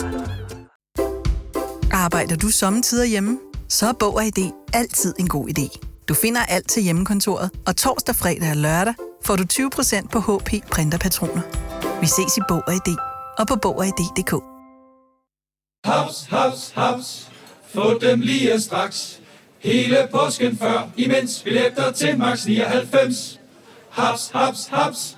[SPEAKER 22] Arbejder du sommetider hjemme? Så er Bog og ID altid en god idé. Du finder alt til hjemmekontoret, og torsdag, fredag og lørdag får du 20% på HP printerpatroner. Vi ses i Bog og ID og på Bog og ID.dk.
[SPEAKER 23] Haps, haps, haps. Få dem lige straks. Hele påsken før, imens billetter til max 99. Haps, haps, haps.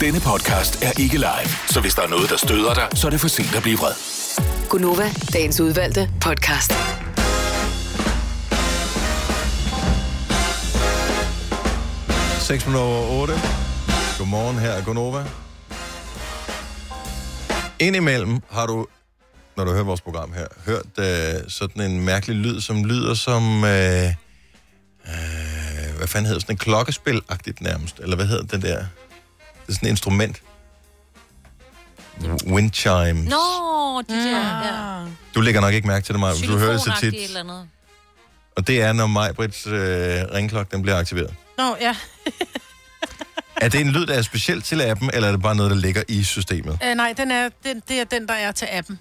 [SPEAKER 24] Denne podcast er ikke live, så hvis der er noget, der støder dig, så er det for sent at blive vred.
[SPEAKER 5] Gunova, dagens udvalgte podcast.
[SPEAKER 1] Seks minutter over 8. Godmorgen, her er Gonova. Indimellem har du, når du hører vores program her, hørt øh, sådan en mærkelig lyd, som lyder som... Øh, øh, hvad fanden hedder sådan en klokkespil-agtigt nærmest? Eller hvad hedder den der? Det er sådan et instrument. Wind chime.
[SPEAKER 4] Nå, de der...
[SPEAKER 3] Mm.
[SPEAKER 4] Ja.
[SPEAKER 1] Du lægger nok ikke mærke til det, Maja, men du hører det så
[SPEAKER 4] Xylofonagtigt
[SPEAKER 1] tit.
[SPEAKER 4] eller andet.
[SPEAKER 1] Og det er, når Majbrits øh, ringklokke den bliver aktiveret.
[SPEAKER 3] Nå, ja.
[SPEAKER 1] Er det en lyd, der er specielt til appen, eller er det bare noget, der ligger i systemet?
[SPEAKER 3] Øh, nej, den er, den, det er den, der er til appen.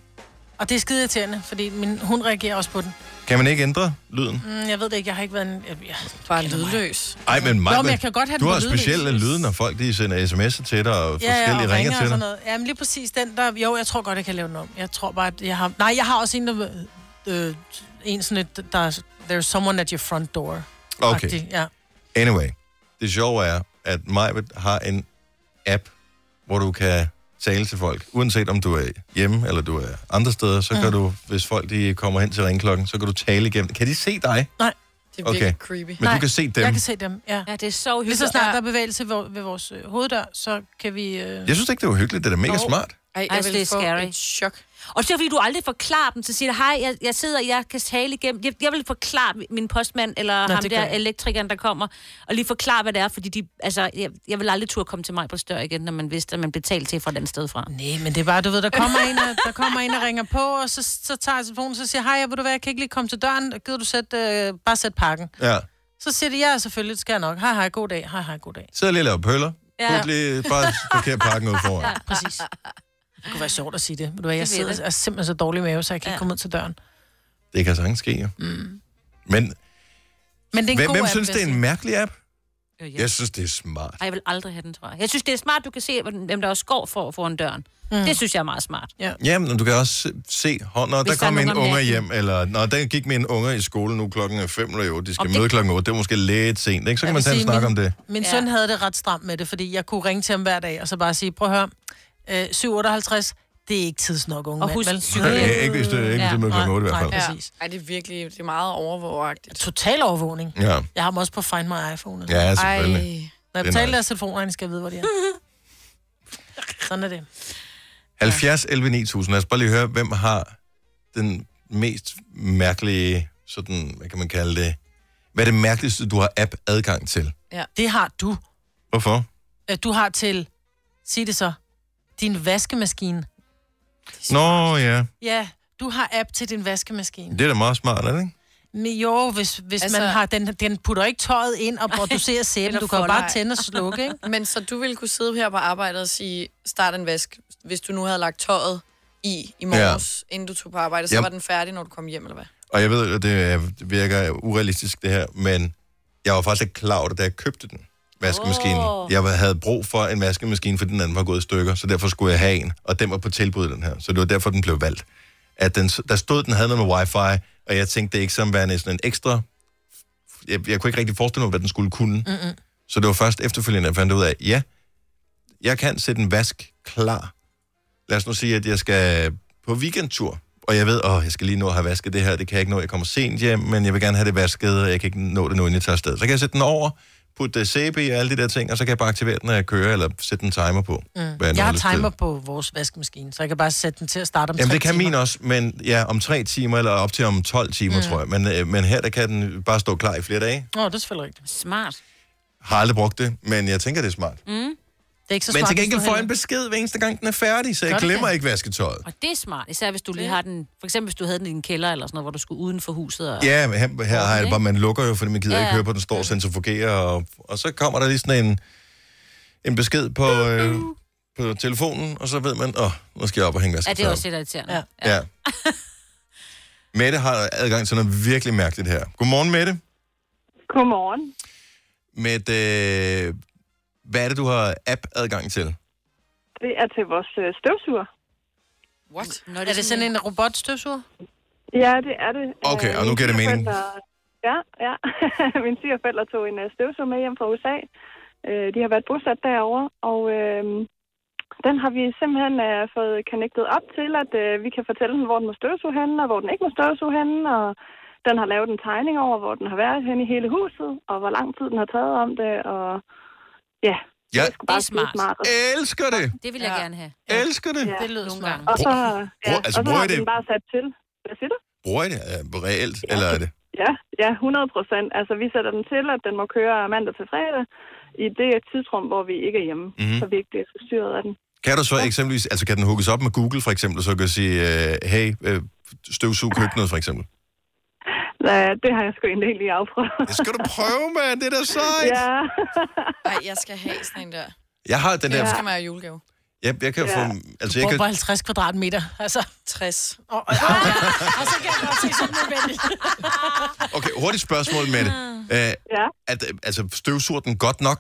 [SPEAKER 3] Og det er skide irriterende, fordi min hund reagerer også på den.
[SPEAKER 1] Kan man ikke ændre lyden?
[SPEAKER 3] Mm, jeg ved det ikke, jeg har ikke været en... Jeg, jeg, Bare lydløs.
[SPEAKER 1] Ej, men
[SPEAKER 3] Nå, men
[SPEAKER 1] Maja,
[SPEAKER 3] jeg kan godt have
[SPEAKER 1] du
[SPEAKER 3] den på
[SPEAKER 1] har
[SPEAKER 3] lydløs.
[SPEAKER 1] specielle lyde, når folk de sender sms'er til dig, og
[SPEAKER 3] Ja, ja, og
[SPEAKER 1] forskellige
[SPEAKER 3] ringer,
[SPEAKER 1] ringer til
[SPEAKER 3] og sådan
[SPEAKER 1] dig.
[SPEAKER 3] noget. Jamen lige præcis den der... Jo, jeg tror godt, jeg kan lave den om. Jeg tror bare, at jeg har... Nej, jeg har også en, der... Øh, en sådan et, der er, There's someone at your front door.
[SPEAKER 1] Okay.
[SPEAKER 3] Agtig, Ja.
[SPEAKER 1] Anyway, det sjove er, at Maja har en app, hvor du kan tale til folk. Uanset om du er hjemme, eller du er andre steder,
[SPEAKER 3] Mm.
[SPEAKER 1] så kan du, hvis folk de kommer hen til ringklokken, så kan du tale igennem. Kan de se dig?
[SPEAKER 3] Nej.
[SPEAKER 1] Det er virkelig Okay. creepy. Men du kan se dem.
[SPEAKER 3] Jeg kan se dem, ja.
[SPEAKER 4] Ja, det er så
[SPEAKER 3] Lige
[SPEAKER 4] hyggeligt.
[SPEAKER 3] så snart der er bevægelse ved, ved vores øh, hoveddør, så kan vi... Øh...
[SPEAKER 1] Jeg synes ikke, det var hyggeligt. Det er da mega
[SPEAKER 3] Nå.
[SPEAKER 1] smart.
[SPEAKER 3] Ej,
[SPEAKER 2] jeg ville få
[SPEAKER 3] scary.
[SPEAKER 2] et chok.
[SPEAKER 4] Og så fordi du aldrig forklarer dem, så siger du, hej, jeg, jeg sidder, jeg kan tale igennem. Jeg, jeg vil forklare min postmand, eller
[SPEAKER 3] Nå,
[SPEAKER 4] Nå, ham
[SPEAKER 3] det
[SPEAKER 4] der
[SPEAKER 3] gør jeg.
[SPEAKER 4] elektrikeren, der kommer, og lige forklare, hvad det er, fordi de, altså, jeg, jeg vil aldrig turde komme til mig på stør igen, når man vidste, at man betalte til fra den sted fra.
[SPEAKER 3] Nej, men det er bare, du ved, der kommer en, og- der kommer en og ringer på, og så, så tager jeg telefonen, så siger jeg, hej, jeg, ved du hvad, jeg kan ikke lige komme til døren, gider du sæt, øh, bare sæt pakken.
[SPEAKER 1] Ja.
[SPEAKER 3] Så siger de, ja, selvfølgelig, det skal jeg nok. Hej, hej, god dag, hej, hej, god dag.
[SPEAKER 1] Sidder lige og laver pøller.
[SPEAKER 3] Ja.
[SPEAKER 1] Ja. lige bare parkere pakken ud foran.
[SPEAKER 3] Ja, præcis. Det kunne være sjovt at sige det. Ved du hvad, jeg
[SPEAKER 4] Det ved
[SPEAKER 3] sidder,
[SPEAKER 4] det.
[SPEAKER 3] jeg er simpelthen så dårlig i mave, så jeg kan ikke komme ud til døren.
[SPEAKER 1] Det kan sagtens ske, ja.
[SPEAKER 3] Mm.
[SPEAKER 1] Men,
[SPEAKER 3] Men det er en
[SPEAKER 1] hvem,
[SPEAKER 3] god
[SPEAKER 1] hvem
[SPEAKER 3] app,
[SPEAKER 1] synes,
[SPEAKER 3] vil
[SPEAKER 1] det er
[SPEAKER 3] jeg
[SPEAKER 1] en mærkelig app?
[SPEAKER 4] Øh, ja.
[SPEAKER 1] Jeg synes, det er smart.
[SPEAKER 4] Ej, jeg vil aldrig have den, tror jeg. Jeg synes, det er smart, du kan se, hvordan- hvem der også går for foran døren. Mm. Det synes jeg er meget smart.
[SPEAKER 3] Ja.
[SPEAKER 1] Jamen, og du kan også se- se, hov, når
[SPEAKER 4] Hvis
[SPEAKER 1] der
[SPEAKER 4] der er
[SPEAKER 1] kom
[SPEAKER 4] nogen
[SPEAKER 1] en
[SPEAKER 4] om
[SPEAKER 1] unger
[SPEAKER 4] natten.
[SPEAKER 1] hjem, eller når der gik min unger i skole nu klokken er 5 eller 8, de skal
[SPEAKER 3] Og det-
[SPEAKER 1] møde klokken 8, det er måske lidt sent, ikke? Så kan
[SPEAKER 3] Jeg
[SPEAKER 1] man
[SPEAKER 3] vil
[SPEAKER 1] tage en
[SPEAKER 3] sige,
[SPEAKER 1] snak
[SPEAKER 3] min-
[SPEAKER 1] om det.
[SPEAKER 3] Min ja. søn havde det ret stramt med det, fordi jeg kunne ringe til ham hver dag, og så bare sige, prøv at høre, øh, 758, det er ikke tids nok, unge
[SPEAKER 2] Og
[SPEAKER 3] mand,
[SPEAKER 2] husk
[SPEAKER 3] vel?
[SPEAKER 2] psykologen. Nej, ikke
[SPEAKER 1] hvis det- ikke hvis det er med klokken otte i hvert fald.
[SPEAKER 3] Nej,
[SPEAKER 2] Ja.
[SPEAKER 3] præcis.
[SPEAKER 2] Ej, det er virkelig det er meget overvågagtigt.
[SPEAKER 3] Total overvågning.
[SPEAKER 1] Ja.
[SPEAKER 3] Jeg har dem også på Find My iPhone.
[SPEAKER 1] Ja, selvfølgelig. Ej.
[SPEAKER 3] Når jeg
[SPEAKER 1] Det er
[SPEAKER 3] betaler
[SPEAKER 1] nice.
[SPEAKER 3] deres telefonregning, skal jeg vide, hvor de er. Sådan er det.
[SPEAKER 1] 70 11 9000. Lad os bare lige høre, hvem har den mest mærkelige, sådan, hvad kan man kalde det, hvad er det mærkeligste, du har app-adgang til?
[SPEAKER 3] Ja. Det har du.
[SPEAKER 1] Hvorfor?
[SPEAKER 3] Øh, Du har til, sig det så, din vaskemaskine.
[SPEAKER 1] Nå ja,
[SPEAKER 3] Ja, du har app til din vaskemaskine.
[SPEAKER 1] det er da meget smart, er det ikke?
[SPEAKER 3] Men jo, hvis, hvis altså,
[SPEAKER 2] Altså-
[SPEAKER 3] man har den, den putter ikke tøjet ind og producerer
[SPEAKER 2] <laughs>
[SPEAKER 3] sæben. Du kan jo bare tænde og slukke, ikke?
[SPEAKER 2] Men så du ville kunne sidde her på arbejdet og sige, start en vask, hvis du nu havde lagt tøjet i i morges, ja. inden du tog på arbejde, så
[SPEAKER 1] Jamen.
[SPEAKER 2] var den færdig, når du kom hjem, eller hvad?
[SPEAKER 1] Og jeg ved, at det øh, virker urealistisk, det her, men jeg var faktisk ikke klar over det, da jeg købte den vaskemaskine.
[SPEAKER 2] Åh.
[SPEAKER 1] Oh. Jeg havde brug for en vaskemaskine, for den anden var gået i stykker, så derfor skulle jeg have en, og den var på tilbud, den her. Så det var derfor, den blev valgt. At den, der stod, den havde noget med wifi, og jeg tænkte det ikke som værende sådan en ekstra... Jeg, jeg kunne ikke rigtig forestille mig, hvad den skulle kunne.
[SPEAKER 3] Mm-mm.
[SPEAKER 1] Så det var først efterfølgende, jeg fandt ud af, ja, jeg kan sætte en vask klar. Lad os nu sige, at jeg skal på weekendtur, og jeg ved, åh, jeg skal lige nå at have vasket det her, det kan jeg ikke nå, jeg kommer sent hjem, men jeg vil gerne have det vasket, og jeg kan ikke nå det nu, inden jeg tager afsted. Så kan jeg sætte den over, putte øh, sæbe i og alle de der ting, og så kan jeg bare aktivere den, når jeg kører, eller sætte en timer på. hvad
[SPEAKER 3] Mm.
[SPEAKER 1] nu
[SPEAKER 3] Jeg har
[SPEAKER 1] lyst til.
[SPEAKER 3] timer på vores vaskemaskine, så jeg kan bare sætte den til at starte om
[SPEAKER 1] Jamen,
[SPEAKER 3] tre
[SPEAKER 1] det kan
[SPEAKER 3] timer.
[SPEAKER 1] min også, men ja, om tre timer, eller op til om 12 timer,
[SPEAKER 3] Mm.
[SPEAKER 1] mm. tror jeg. Men, øh, men her, der kan den bare stå klar i flere dage.
[SPEAKER 3] Nå, det er selvfølgelig rigtigt.
[SPEAKER 4] Smart.
[SPEAKER 1] Har aldrig brugt det, men jeg tænker, det er smart.
[SPEAKER 4] Mm. Det
[SPEAKER 3] er ikke
[SPEAKER 1] Så men til gengæld får jeg en besked hver eneste gang, den er færdig, så
[SPEAKER 4] Gør
[SPEAKER 1] jeg
[SPEAKER 4] det
[SPEAKER 1] glemmer
[SPEAKER 4] det?
[SPEAKER 1] ikke vasketøjet.
[SPEAKER 4] Og det er smart, især hvis du lige har den, for eksempel hvis du havde den i din kælder eller sådan noget, hvor du skulle uden for huset. Og...
[SPEAKER 1] Ja, men her, her har jeg det
[SPEAKER 4] ikke?
[SPEAKER 1] bare, man lukker jo, fordi man gider
[SPEAKER 4] Ja,
[SPEAKER 1] ja.
[SPEAKER 4] ja.
[SPEAKER 1] ikke høre på, at den står og centrifugerer, og, og så kommer der lige sådan en, en besked på, øh, på telefonen, og så ved man, åh, oh, nu skal jeg op og hænge
[SPEAKER 4] er det
[SPEAKER 1] vasketøjet.
[SPEAKER 4] er også lidt irriterende. Ja.
[SPEAKER 1] Ja. ja. Mette har adgang til noget virkelig mærkeligt her. Godmorgen, Mette.
[SPEAKER 6] Godmorgen.
[SPEAKER 1] Mette, øh, hvad er det, du har app-adgang til?
[SPEAKER 6] Det er til vores øh, støvsuger.
[SPEAKER 2] What?
[SPEAKER 3] Nå, det er det sådan en robotstøvsuger?
[SPEAKER 6] Ja, det er det.
[SPEAKER 1] Okay,
[SPEAKER 6] Øh,
[SPEAKER 1] og nu
[SPEAKER 6] mine
[SPEAKER 1] giver det mening.
[SPEAKER 6] svigerforældre- Ja, ja. <laughs> Min svigerforældre tog en øh, støvsuger med hjem fra USA. Øh, De har været bosat derovre, og øh, den har vi simpelthen øh, fået connectet op til, at øh, vi kan fortælle den, hvor den må støvsuge henne, og hvor den ikke må støvsuge henne, og den har lavet en tegning over, hvor den har været henne i hele huset, og hvor lang tid den har taget om det, og ja,
[SPEAKER 1] Ja,
[SPEAKER 6] det er bare skide smart.
[SPEAKER 1] elsker det.
[SPEAKER 4] Det vil jeg gerne have.
[SPEAKER 1] Elsker det.
[SPEAKER 6] Ja.
[SPEAKER 3] Det lyder Nogle smart.
[SPEAKER 6] Og så, ja,
[SPEAKER 1] Brug- altså,
[SPEAKER 6] og så
[SPEAKER 1] bruger
[SPEAKER 6] har
[SPEAKER 1] I
[SPEAKER 6] vi
[SPEAKER 1] det-
[SPEAKER 6] den bare sat til. Hvad siger du?
[SPEAKER 1] Bruger I det øh, reelt, eller er det?
[SPEAKER 6] Ja, ja, 100 procent. Altså, vi sætter den til, at den må køre mandag til fredag i det tidsrum, hvor vi ikke er hjemme,
[SPEAKER 1] Mhm.
[SPEAKER 6] mm-hmm. så vi ikke bliver forstyrret af den.
[SPEAKER 1] Kan du så eksempelvis, altså kan den hugges op med Google for eksempel, og så kan du sige, øh, hey, øh, støvsug køkkenet for eksempel?
[SPEAKER 6] Ja, det har jeg sgu egentlig helt lige afprøvet.
[SPEAKER 1] Det skal du prøve, mand. Det er da sejt.
[SPEAKER 6] Ja.
[SPEAKER 2] Ej, jeg skal have sådan en der.
[SPEAKER 1] Jeg har den
[SPEAKER 2] Den
[SPEAKER 1] der...
[SPEAKER 2] der. skal man have julegave.
[SPEAKER 1] Jeg, jeg kan få... Altså, jeg
[SPEAKER 3] Bruger bare
[SPEAKER 1] kan,
[SPEAKER 3] 50 kvadratmeter, altså.
[SPEAKER 2] 60.
[SPEAKER 3] Og, og, og så kan jeg godt se sådan en venlig.
[SPEAKER 1] okay, hurtigt spørgsmål med det. Øh,
[SPEAKER 6] Ja.
[SPEAKER 1] at, altså, støvsuger den godt nok?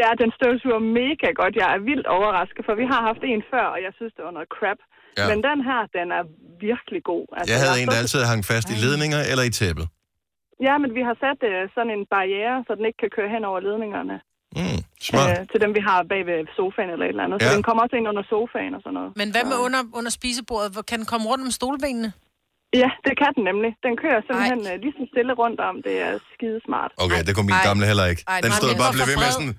[SPEAKER 6] ja, den støvsuger mega godt. Jeg er vildt overrasket, for vi har haft en før, og jeg synes, det var noget crap.
[SPEAKER 1] Ja.
[SPEAKER 6] Ja. Men den her, den er virkelig god. Altså,
[SPEAKER 1] Jeg havde en,
[SPEAKER 6] så-
[SPEAKER 1] der altid hang fast i ledninger eller i tæppet.
[SPEAKER 6] Ja, men vi har sat øh, sådan en barriere, så den ikke kan køre hen over ledningerne.
[SPEAKER 1] Mm,
[SPEAKER 6] smart. Øh, til dem, vi har bag ved sofaen eller et eller andet. Ja. Så
[SPEAKER 1] Ja.
[SPEAKER 6] den kommer også ind under sofaen og sådan noget.
[SPEAKER 3] Men hvad med under, under spisebordet? Hvor kan den komme rundt om stolbenene?
[SPEAKER 6] Ja, det kan den nemlig. Den kører simpelthen øh, lige så stille rundt om. Det er skidesmart.
[SPEAKER 1] Okay, det kunne min
[SPEAKER 6] Ej.
[SPEAKER 1] gamle heller ikke.
[SPEAKER 6] Ej,
[SPEAKER 1] Den
[SPEAKER 6] nej,
[SPEAKER 1] stod
[SPEAKER 6] den
[SPEAKER 1] bare og
[SPEAKER 6] var
[SPEAKER 1] blev
[SPEAKER 6] for
[SPEAKER 1] ved med
[SPEAKER 6] bred.
[SPEAKER 1] sådan...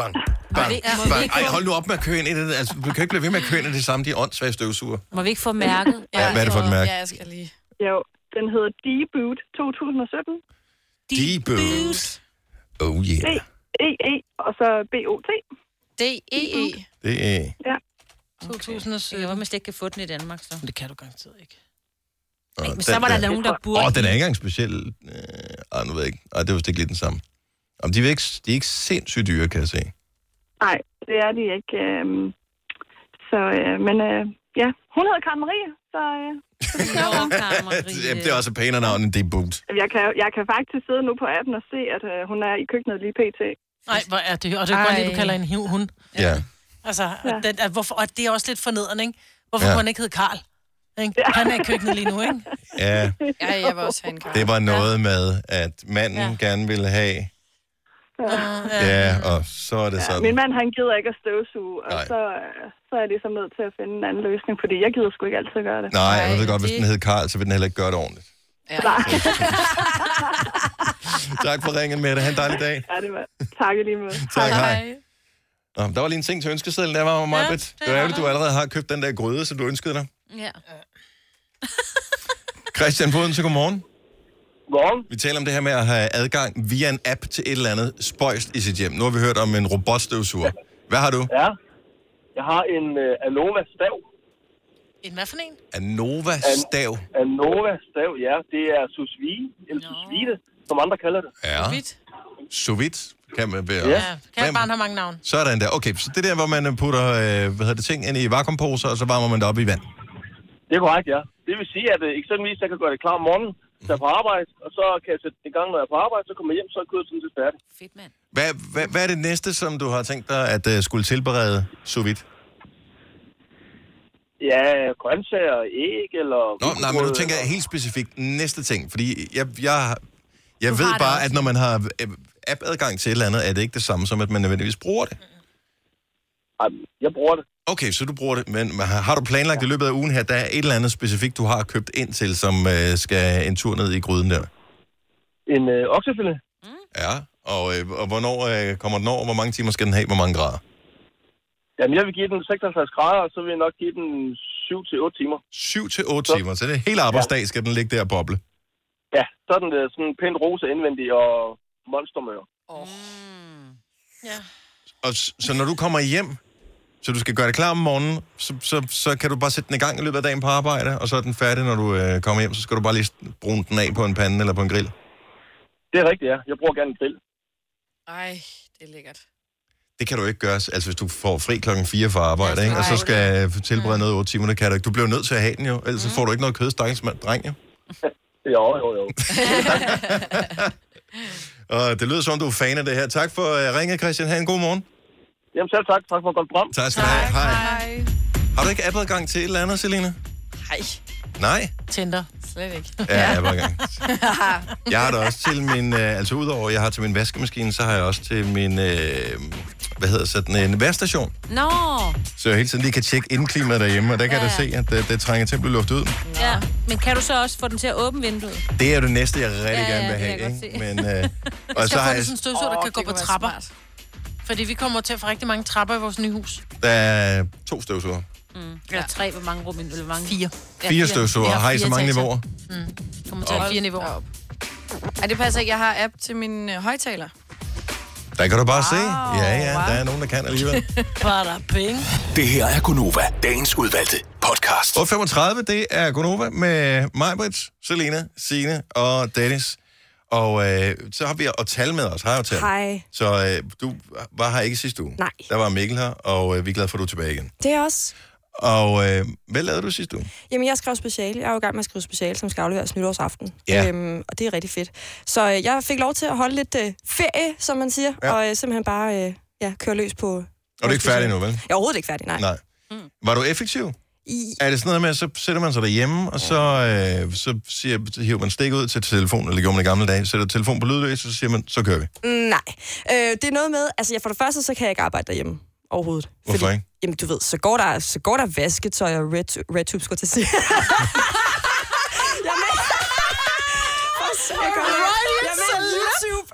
[SPEAKER 1] bang,
[SPEAKER 4] Må vi
[SPEAKER 1] bang,
[SPEAKER 4] ikke- må vi
[SPEAKER 1] bang.
[SPEAKER 4] ikke
[SPEAKER 1] Ej,
[SPEAKER 4] få-
[SPEAKER 1] hold nu op med at køre ind i det. Altså, du kan ikke blive ved med at køre ind i det samme. De er åndssvage støvsuger.
[SPEAKER 4] Må vi ikke få mærket?
[SPEAKER 1] Ja, hvad er det for et mærke?
[SPEAKER 2] Ja, jeg skal lige.
[SPEAKER 6] Jo, den hedder D-Boot 2017.
[SPEAKER 1] D-Boot. Oh yeah.
[SPEAKER 6] D-E-E, og så B-O-T.
[SPEAKER 2] D-E-E.
[SPEAKER 1] Det er...
[SPEAKER 6] Ja.
[SPEAKER 4] 2007. Jeg var man slet ikke kan få den i Danmark, så. øh, Det kan du garanteret ikke.
[SPEAKER 1] Åh,
[SPEAKER 4] men så var der nogen, der burde-
[SPEAKER 1] Åh, den er ikke engang speciel. Øh, ej, nu ved jeg ikke. Ej, det var vist ikke lige den samme. Om de, er ikke, de er ikke sindssygt dyre, kan jeg se.
[SPEAKER 6] Nej, det er de ikke. øhm. Så, øh, men øh, ja, hun hedder Karen Marie, så... Øh, så det kører bare.
[SPEAKER 1] <laughs> Jamen, det er også et pænere navn end D-Boot.
[SPEAKER 6] jeg, kan, jeg kan faktisk sidde nu på appen og se, at øh, hun er i køkkenet lige pt.
[SPEAKER 3] Nej, hvor er det? Og det er godt lige, du
[SPEAKER 6] Ej.
[SPEAKER 3] kalder en hiv hund.
[SPEAKER 1] Ja.
[SPEAKER 3] Altså, ja. den, at hvorfor, og det er også lidt fornedrende, ikke? Hvorfor ja.
[SPEAKER 1] Ja.
[SPEAKER 3] kunne han ikke hedde Karl? Ikke? Han er i køkkenet lige nu, ikke?
[SPEAKER 1] <laughs> Ja,
[SPEAKER 2] Ja, jeg var også have en kar.
[SPEAKER 1] det var noget med, at manden
[SPEAKER 2] Ja.
[SPEAKER 1] gerne ville have... Ah, Ja, og så er det
[SPEAKER 6] Ja,
[SPEAKER 1] sådan.
[SPEAKER 6] min mand, han gider ikke at støvsuge, og så, øh, så er jeg ligesom nødt til at finde en anden løsning, fordi jeg gider sgu ikke altid gøre det.
[SPEAKER 1] Nej, jeg ved godt, hvis den hed Karl, så ville den heller ikke gøre det ordentligt.
[SPEAKER 6] Ja. Nej. <laughs>
[SPEAKER 1] Tak for ringen, Mette. Ha' en dejlig dag.
[SPEAKER 6] ja, det var. Tak i lige måde.
[SPEAKER 1] Tak, hej. Nå, der var lige en ting til ønskesedlen, der var mig, ja, Det var ærgerligt, du allerede har købt den der gryde, som du ønskede dig.
[SPEAKER 4] Ja.
[SPEAKER 1] Christian Foden, så godmorgen.
[SPEAKER 16] Godmorgen.
[SPEAKER 1] Vi taler om det her med at have adgang via en app til et eller andet spøjst i sit hjem. Nu har vi hørt om en robotstøvsuger. Hvad har du?
[SPEAKER 16] Ja. Jeg har en øh, Anova stav.
[SPEAKER 3] En hvad for en?
[SPEAKER 1] Anova stav.
[SPEAKER 16] Anova stav, ja. Det er sous vide, eller sous vide, som andre kalder det.
[SPEAKER 1] Ja. Sous vide. Kan man være.
[SPEAKER 3] Ja. Kan
[SPEAKER 1] Hvem-
[SPEAKER 3] et barn have mange navne?
[SPEAKER 1] Sådan der. Okay, så det der, hvor man øh, putter øh, hvad hedder det, ting ind i vakuumposer, og så varmer man det op i vand.
[SPEAKER 16] Det er korrekt, ja. Det vil sige, at øh, eksempelvis, jeg kan gøre det klar om morgenen,
[SPEAKER 1] Mm.
[SPEAKER 16] tage på arbejde, og så kan jeg sætte det i gang, når jeg er på arbejde, så kommer jeg hjem, så er kødet sådan set færdigt.
[SPEAKER 4] Fedt, mand.
[SPEAKER 1] Hvad, hvad, hvad er det næste, som du har tænkt dig at øh, skulle tilberede sous vide?
[SPEAKER 16] Ja, grøntsager, æg eller...
[SPEAKER 1] Nå, nej, men nu tænker jeg helt specifikt næste ting, fordi jeg, jeg, jeg ved bare, at når man har øh, app-adgang til et eller andet, er det ikke det samme som, at man nødvendigvis bruger det.
[SPEAKER 16] Jeg bruger det.
[SPEAKER 1] Okay, så du bruger det, men har har du planlagt i løbet af ugen her, der er et eller andet specifikt, du har købt ind til, som øh, skal en tur ned i gryden der?
[SPEAKER 16] En øh, oksefilet.
[SPEAKER 1] Ja, og, øh, og hvornår øh, kommer den over? Hvor mange timer skal den have? Hvor mange grader?
[SPEAKER 16] Jamen, jeg vil give den 56 grader, og så vil jeg nok give den 7-8 timer.
[SPEAKER 1] 7 til 8 timer, så det er hele arbejdsdag, skal den ligge der og boble.
[SPEAKER 16] Ja, så er den øh, sådan pænt rosa indvendig og monstermør.
[SPEAKER 1] Og s- så når du kommer hjem, så du skal gøre det klar om morgenen, så, så, så kan du bare sætte den i gang i løbet af dagen på arbejde, og så er den færdig, når du øh, kommer hjem. Så skal du bare lige s- brune den af på en pande eller på en grill.
[SPEAKER 16] Det er rigtigt, ja. Jeg bruger gerne en grill.
[SPEAKER 2] Ej, det er lækkert.
[SPEAKER 1] Det kan du ikke gøre, altså hvis du får fri klokken 4 fra arbejde, ikke? og så skal øh, tilberede noget i 8 timer, det kan du ikke. Du bliver nødt til at have den jo, ellers så får du ikke noget kød, stakkels mand, dreng jo.
[SPEAKER 16] Jo, jo,
[SPEAKER 1] <laughs>
[SPEAKER 16] jo.
[SPEAKER 1] Og det lyder som, om, du er fan af det her. Tak for øh, ringet, Christian. Ha' en god morgen.
[SPEAKER 16] Jamen selv tak. Tak for at komme frem.
[SPEAKER 1] Tak skal du have. Hej. Har du ikke appadgang til et eller andet, Selina?
[SPEAKER 2] Nej,
[SPEAKER 1] Nej?
[SPEAKER 3] Tinder.
[SPEAKER 2] slet ikke.
[SPEAKER 1] Ja,
[SPEAKER 2] <laughs>
[SPEAKER 1] appadgang. Jeg har det også til min, øh, altså udover jeg har til min vaskemaskine, så har jeg også til min, øh, hvad hedder sådan en værstation.
[SPEAKER 4] Nå.
[SPEAKER 1] Så jeg hele tiden lige kan tjekke indklimaet derhjemme, og der kan jeg da se, at det, det trænger til at blive luftet ud.
[SPEAKER 4] Ja. Men kan du så også få den til at åbne vinduet?
[SPEAKER 1] Det er jo det næste, jeg rigtig
[SPEAKER 4] Ja, ja,
[SPEAKER 1] gerne vil
[SPEAKER 4] det
[SPEAKER 1] have.
[SPEAKER 4] kan jeg
[SPEAKER 1] ikke?
[SPEAKER 4] godt se.
[SPEAKER 1] Men, øh,
[SPEAKER 4] <laughs>
[SPEAKER 3] Jeg
[SPEAKER 1] og så
[SPEAKER 3] skal
[SPEAKER 1] har
[SPEAKER 3] få det
[SPEAKER 1] jeg,
[SPEAKER 3] sådan en støvsug, der
[SPEAKER 4] Åh,
[SPEAKER 3] kan
[SPEAKER 4] det
[SPEAKER 3] gå på
[SPEAKER 4] kunne være
[SPEAKER 3] trapper. Fordi vi kommer til at få rigtig mange trapper i vores nye hus.
[SPEAKER 1] der er to støvsuger.
[SPEAKER 4] Mm. Eller tre, hvor mange rum? Eller hvor mange?
[SPEAKER 3] Fire.
[SPEAKER 1] Fire støvsuger. Har I så mange niveauer?
[SPEAKER 3] Mm. Kommer til at have
[SPEAKER 2] Op.
[SPEAKER 3] fire niveauer.
[SPEAKER 2] Ej, det passer ikke. Jeg har app til min øh,
[SPEAKER 1] <laughs>
[SPEAKER 2] højtaler.
[SPEAKER 1] Der kan du bare se. Ja, ja, der er nogen, der kan alligevel.
[SPEAKER 3] Bada bing.
[SPEAKER 24] Det her er Gunova, dagens udvalgte podcast.
[SPEAKER 1] 8.35, det er Gonova med Majbrits, Selena, Sine og Dennis. Og øh, så har vi og tal med os. Hej, Otal.
[SPEAKER 8] Hej.
[SPEAKER 1] Så øh, du var her ikke sidste uge.
[SPEAKER 8] Nej.
[SPEAKER 1] Der var Mikkel her, og øh, vi er glade for, at du er tilbage igen.
[SPEAKER 8] Det er også.
[SPEAKER 1] Og øh, hvad lavede du sidste uge?
[SPEAKER 8] Jamen, jeg skrev speciale. Jeg er jo i gang med at skrive speciale, som skal afleveres nytårsaften.
[SPEAKER 1] Ja.
[SPEAKER 8] Øhm, og det er rigtig fedt. Så øh, jeg fik lov til at holde lidt øh, ferie, som man siger,
[SPEAKER 1] Ja.
[SPEAKER 8] ja. og øh, simpelthen bare øh, ja, køre løs på... Og
[SPEAKER 1] Og du er ikke færdig nu, vel?
[SPEAKER 8] Jeg er overhovedet ikke færdig, nej.
[SPEAKER 1] Nej. Mm. Var du effektiv?
[SPEAKER 8] I-
[SPEAKER 1] Er det sådan noget med, at så sætter man sig derhjemme, og så, øh, så, siger, så hiver man stik ud til telefonen, eller det gjorde man i gamle dage, sætter telefonen på lydløs, og så siger man, så kører vi.
[SPEAKER 8] Nej. Øh, det er noget med, altså jeg for det første, så kan jeg ikke arbejde derhjemme overhovedet.
[SPEAKER 1] Hvorfor ikke?
[SPEAKER 8] Jamen du ved, så går der, så går der vasketøj og red, red tube, skulle jeg til <laughs> at sige. jeg mener... For søren.
[SPEAKER 9] Royal
[SPEAKER 8] Jeg mener
[SPEAKER 9] Salute.
[SPEAKER 8] YouTube.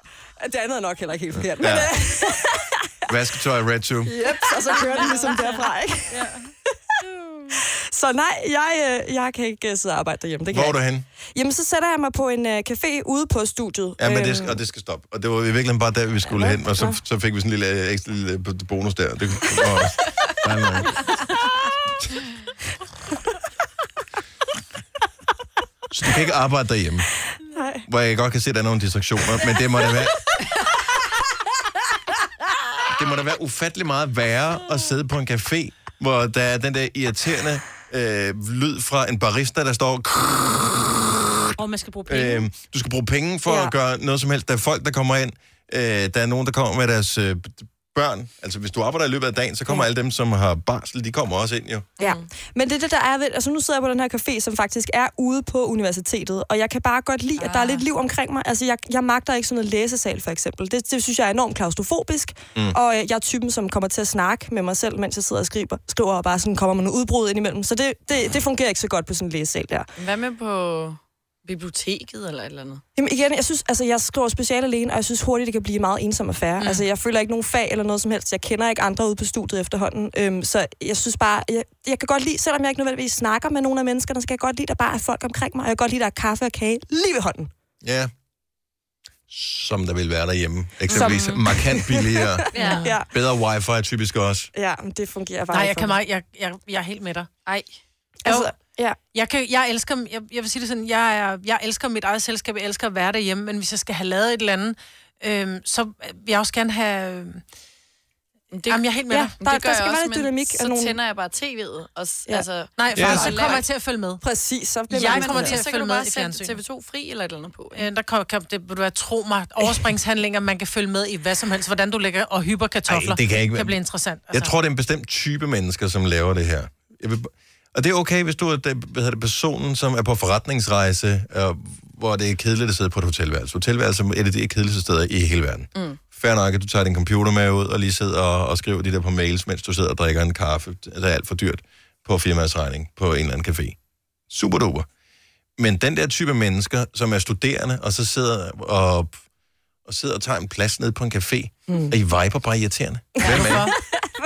[SPEAKER 8] Det andet er nok heller ikke helt forkert. Men,
[SPEAKER 1] Ja.
[SPEAKER 8] øh,
[SPEAKER 1] Vasketøj Red Tube.
[SPEAKER 8] Yep, og så kører den ligesom
[SPEAKER 6] <laughs>
[SPEAKER 8] derfra, ikke? <laughs> Så nej, jeg, øh, jeg kan ikke øh, sidde og arbejde derhjemme. Det kan
[SPEAKER 1] Hvor er du
[SPEAKER 8] jeg. ikke.
[SPEAKER 1] henne?
[SPEAKER 8] Jamen, så sætter jeg mig på en øh, café ude på studiet.
[SPEAKER 1] Ja, men
[SPEAKER 8] Øhm,
[SPEAKER 1] det skal, og det skal stoppe. Og det var i virkeligheden bare der, vi skulle hen, og så, så fik vi sådan en lille øh, ekstra lille øh, bonus der. Det var også dejligt nok. Så du kan ikke arbejde derhjemme,
[SPEAKER 8] Nej.
[SPEAKER 1] hvor jeg godt kan se, at der er nogle distraktioner, men det må da være... Det må da være ufattelig meget værre at sidde på en café, hvor der er den der irriterende øh, lyd fra en barista, der står...
[SPEAKER 4] Og man skal bruge penge.
[SPEAKER 8] Øhm,
[SPEAKER 1] Øh, du skal bruge penge for ja. at gøre noget som helst. Der er folk, der kommer ind. Øh, der er nogen, der kommer med deres øh, børn. Altså, hvis du arbejder i løbet af dagen, så kommer alle dem, som har barsel, de kommer også ind jo.
[SPEAKER 8] Ja, men det er det, der er ved... Altså, nu sidder jeg på den her café, som faktisk er ude på universitetet, og jeg kan bare godt lide, at der er lidt liv omkring mig. Altså, jeg, jeg magter ikke sådan noget læsesal, for eksempel. Det, det synes jeg er enormt klaustrofobisk,
[SPEAKER 10] Mm.
[SPEAKER 8] mm. og øh, jeg er typen, som kommer til at snakke med mig selv, mens jeg sidder og skriver, skriver og bare sådan kommer med nogle udbrud indimellem. Så det, det, det fungerer ikke så godt på sådan en læsesal der.
[SPEAKER 2] Hvad med på biblioteket eller et eller andet?
[SPEAKER 8] Jamen igen, jeg synes, altså jeg skriver speciale alene, og jeg synes hurtigt, det kan blive en meget ensom affære. Mm. Altså jeg føler ikke nogen fag eller noget som helst. Jeg kender ikke andre ude på studiet efterhånden. Øhm, så jeg synes bare, jeg, jeg kan godt lide, selvom jeg ikke nødvendigvis snakker med nogen af menneskerne, så kan jeg godt lide, at der bare er folk omkring mig, og jeg kan godt lide, at der er kaffe og kage lige ved hånden.
[SPEAKER 1] Ja. Som der vil være derhjemme. Eksempelvis som... markant billigere.
[SPEAKER 8] Ja. Ja.
[SPEAKER 1] Bedre wifi er typisk også.
[SPEAKER 8] Ja, men det fungerer bare
[SPEAKER 3] Nej,
[SPEAKER 8] ikke
[SPEAKER 3] jeg
[SPEAKER 8] for
[SPEAKER 3] kan
[SPEAKER 8] mig.
[SPEAKER 3] meget, jeg, jeg, jeg er helt med dig.
[SPEAKER 2] Ej.
[SPEAKER 8] Altså, ja.
[SPEAKER 3] Jeg, kan, jeg elsker, jeg, jeg vil sige det sådan, jeg, er, jeg elsker mit eget selskab, jeg elsker at være derhjemme, men hvis jeg skal have lavet et eller andet, øhm, så vil jeg også gerne have... øhm, Jamen, jeg er helt med
[SPEAKER 2] ja,
[SPEAKER 3] dig.
[SPEAKER 2] men det gør jeg også, men så tænder jeg bare tv'et. Og, s-
[SPEAKER 3] Ja.
[SPEAKER 2] altså,
[SPEAKER 3] Nej, for så kommer jeg til at følge med.
[SPEAKER 8] Præcis, så
[SPEAKER 3] bliver jeg kommer til at følge med
[SPEAKER 2] Så
[SPEAKER 3] i
[SPEAKER 2] kan
[SPEAKER 3] fjernsynet.
[SPEAKER 2] du bare sætte TV2 fri eller et eller andet på.
[SPEAKER 3] Øh, Der kan, kan det, vil du være, tro mig, overspringshandlinger, man kan følge med i hvad som helst, hvordan du lægger og hyper kartofler.
[SPEAKER 1] Ej, det kan ikke være-
[SPEAKER 3] blive interessant. altså.
[SPEAKER 1] Jeg tror, det er en bestemt type mennesker, som laver det her. Jeg vil... Og det er okay, hvis du er den- hvad hedder det, personen, som er på forretningsrejse, og hvor det er kedeligt at sidde på et hotelværelse. Hotelværelse er et af de kedeligste steder i hele verden. Mm. Fair nok, at du tager din computer med ud og lige sidder og, og skriver de der på mails, mens du sidder og drikker en kaffe. Det er alt for dyrt på firmaets regning på en eller anden café. Super duper. Men den der type mennesker, som er studerende, og så sidder og, og, sidder og tager en plads ned på en café, mm. og I viber bare irriterende. Hvem er I?